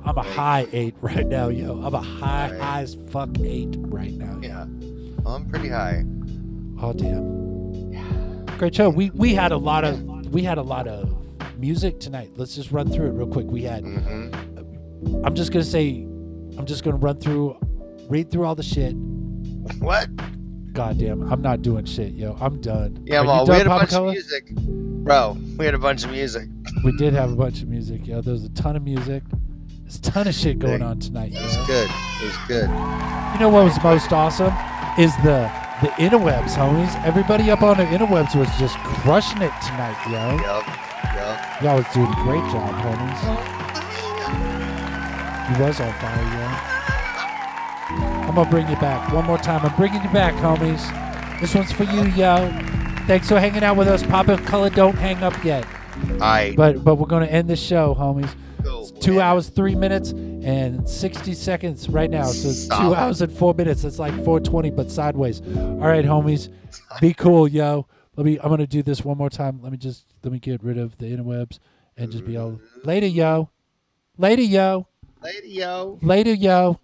I'm a high eight right now, yo. I'm a high, high as fuck eight right now.
Yeah. I'm pretty high.
Oh damn. Great show. We we had a lot of we had a lot of music tonight. Let's just run through it real quick. We had.
Mm-hmm.
I'm just gonna say, I'm just gonna run through, read through all the shit.
What?
God damn, I'm not doing shit, yo. I'm done.
Yeah,
Are you
well, we
done,
had a
Papa
bunch
Color?
of music. Bro, we had a bunch of music.
We did have a bunch of music, yo. There was a ton of music. There's a ton of shit going on tonight.
It was good. It was good.
You know what was most awesome is the the interwebs, homies. Everybody up on the interwebs was just crushing it tonight, yo.
Yup. Yup.
Y'all was doing a great job, homies. You was on fire, yo. I'm gonna bring you back one more time. I'm bringing you back, homies. This one's for you, yo. Thanks for hanging out with us, Papa Color. Don't hang up yet.
I.
But but we're gonna end the show, homies. It's two hours, three minutes, and sixty seconds right now. So it's two
Solid.
hours and four minutes. It's like four twenty, but sideways. All right, homies. Be cool, yo. Let me. I'm gonna do this one more time. Let me just. Let me get rid of the interwebs and just be all later, yo. Later, yo.
Later, yo.
Later, yo.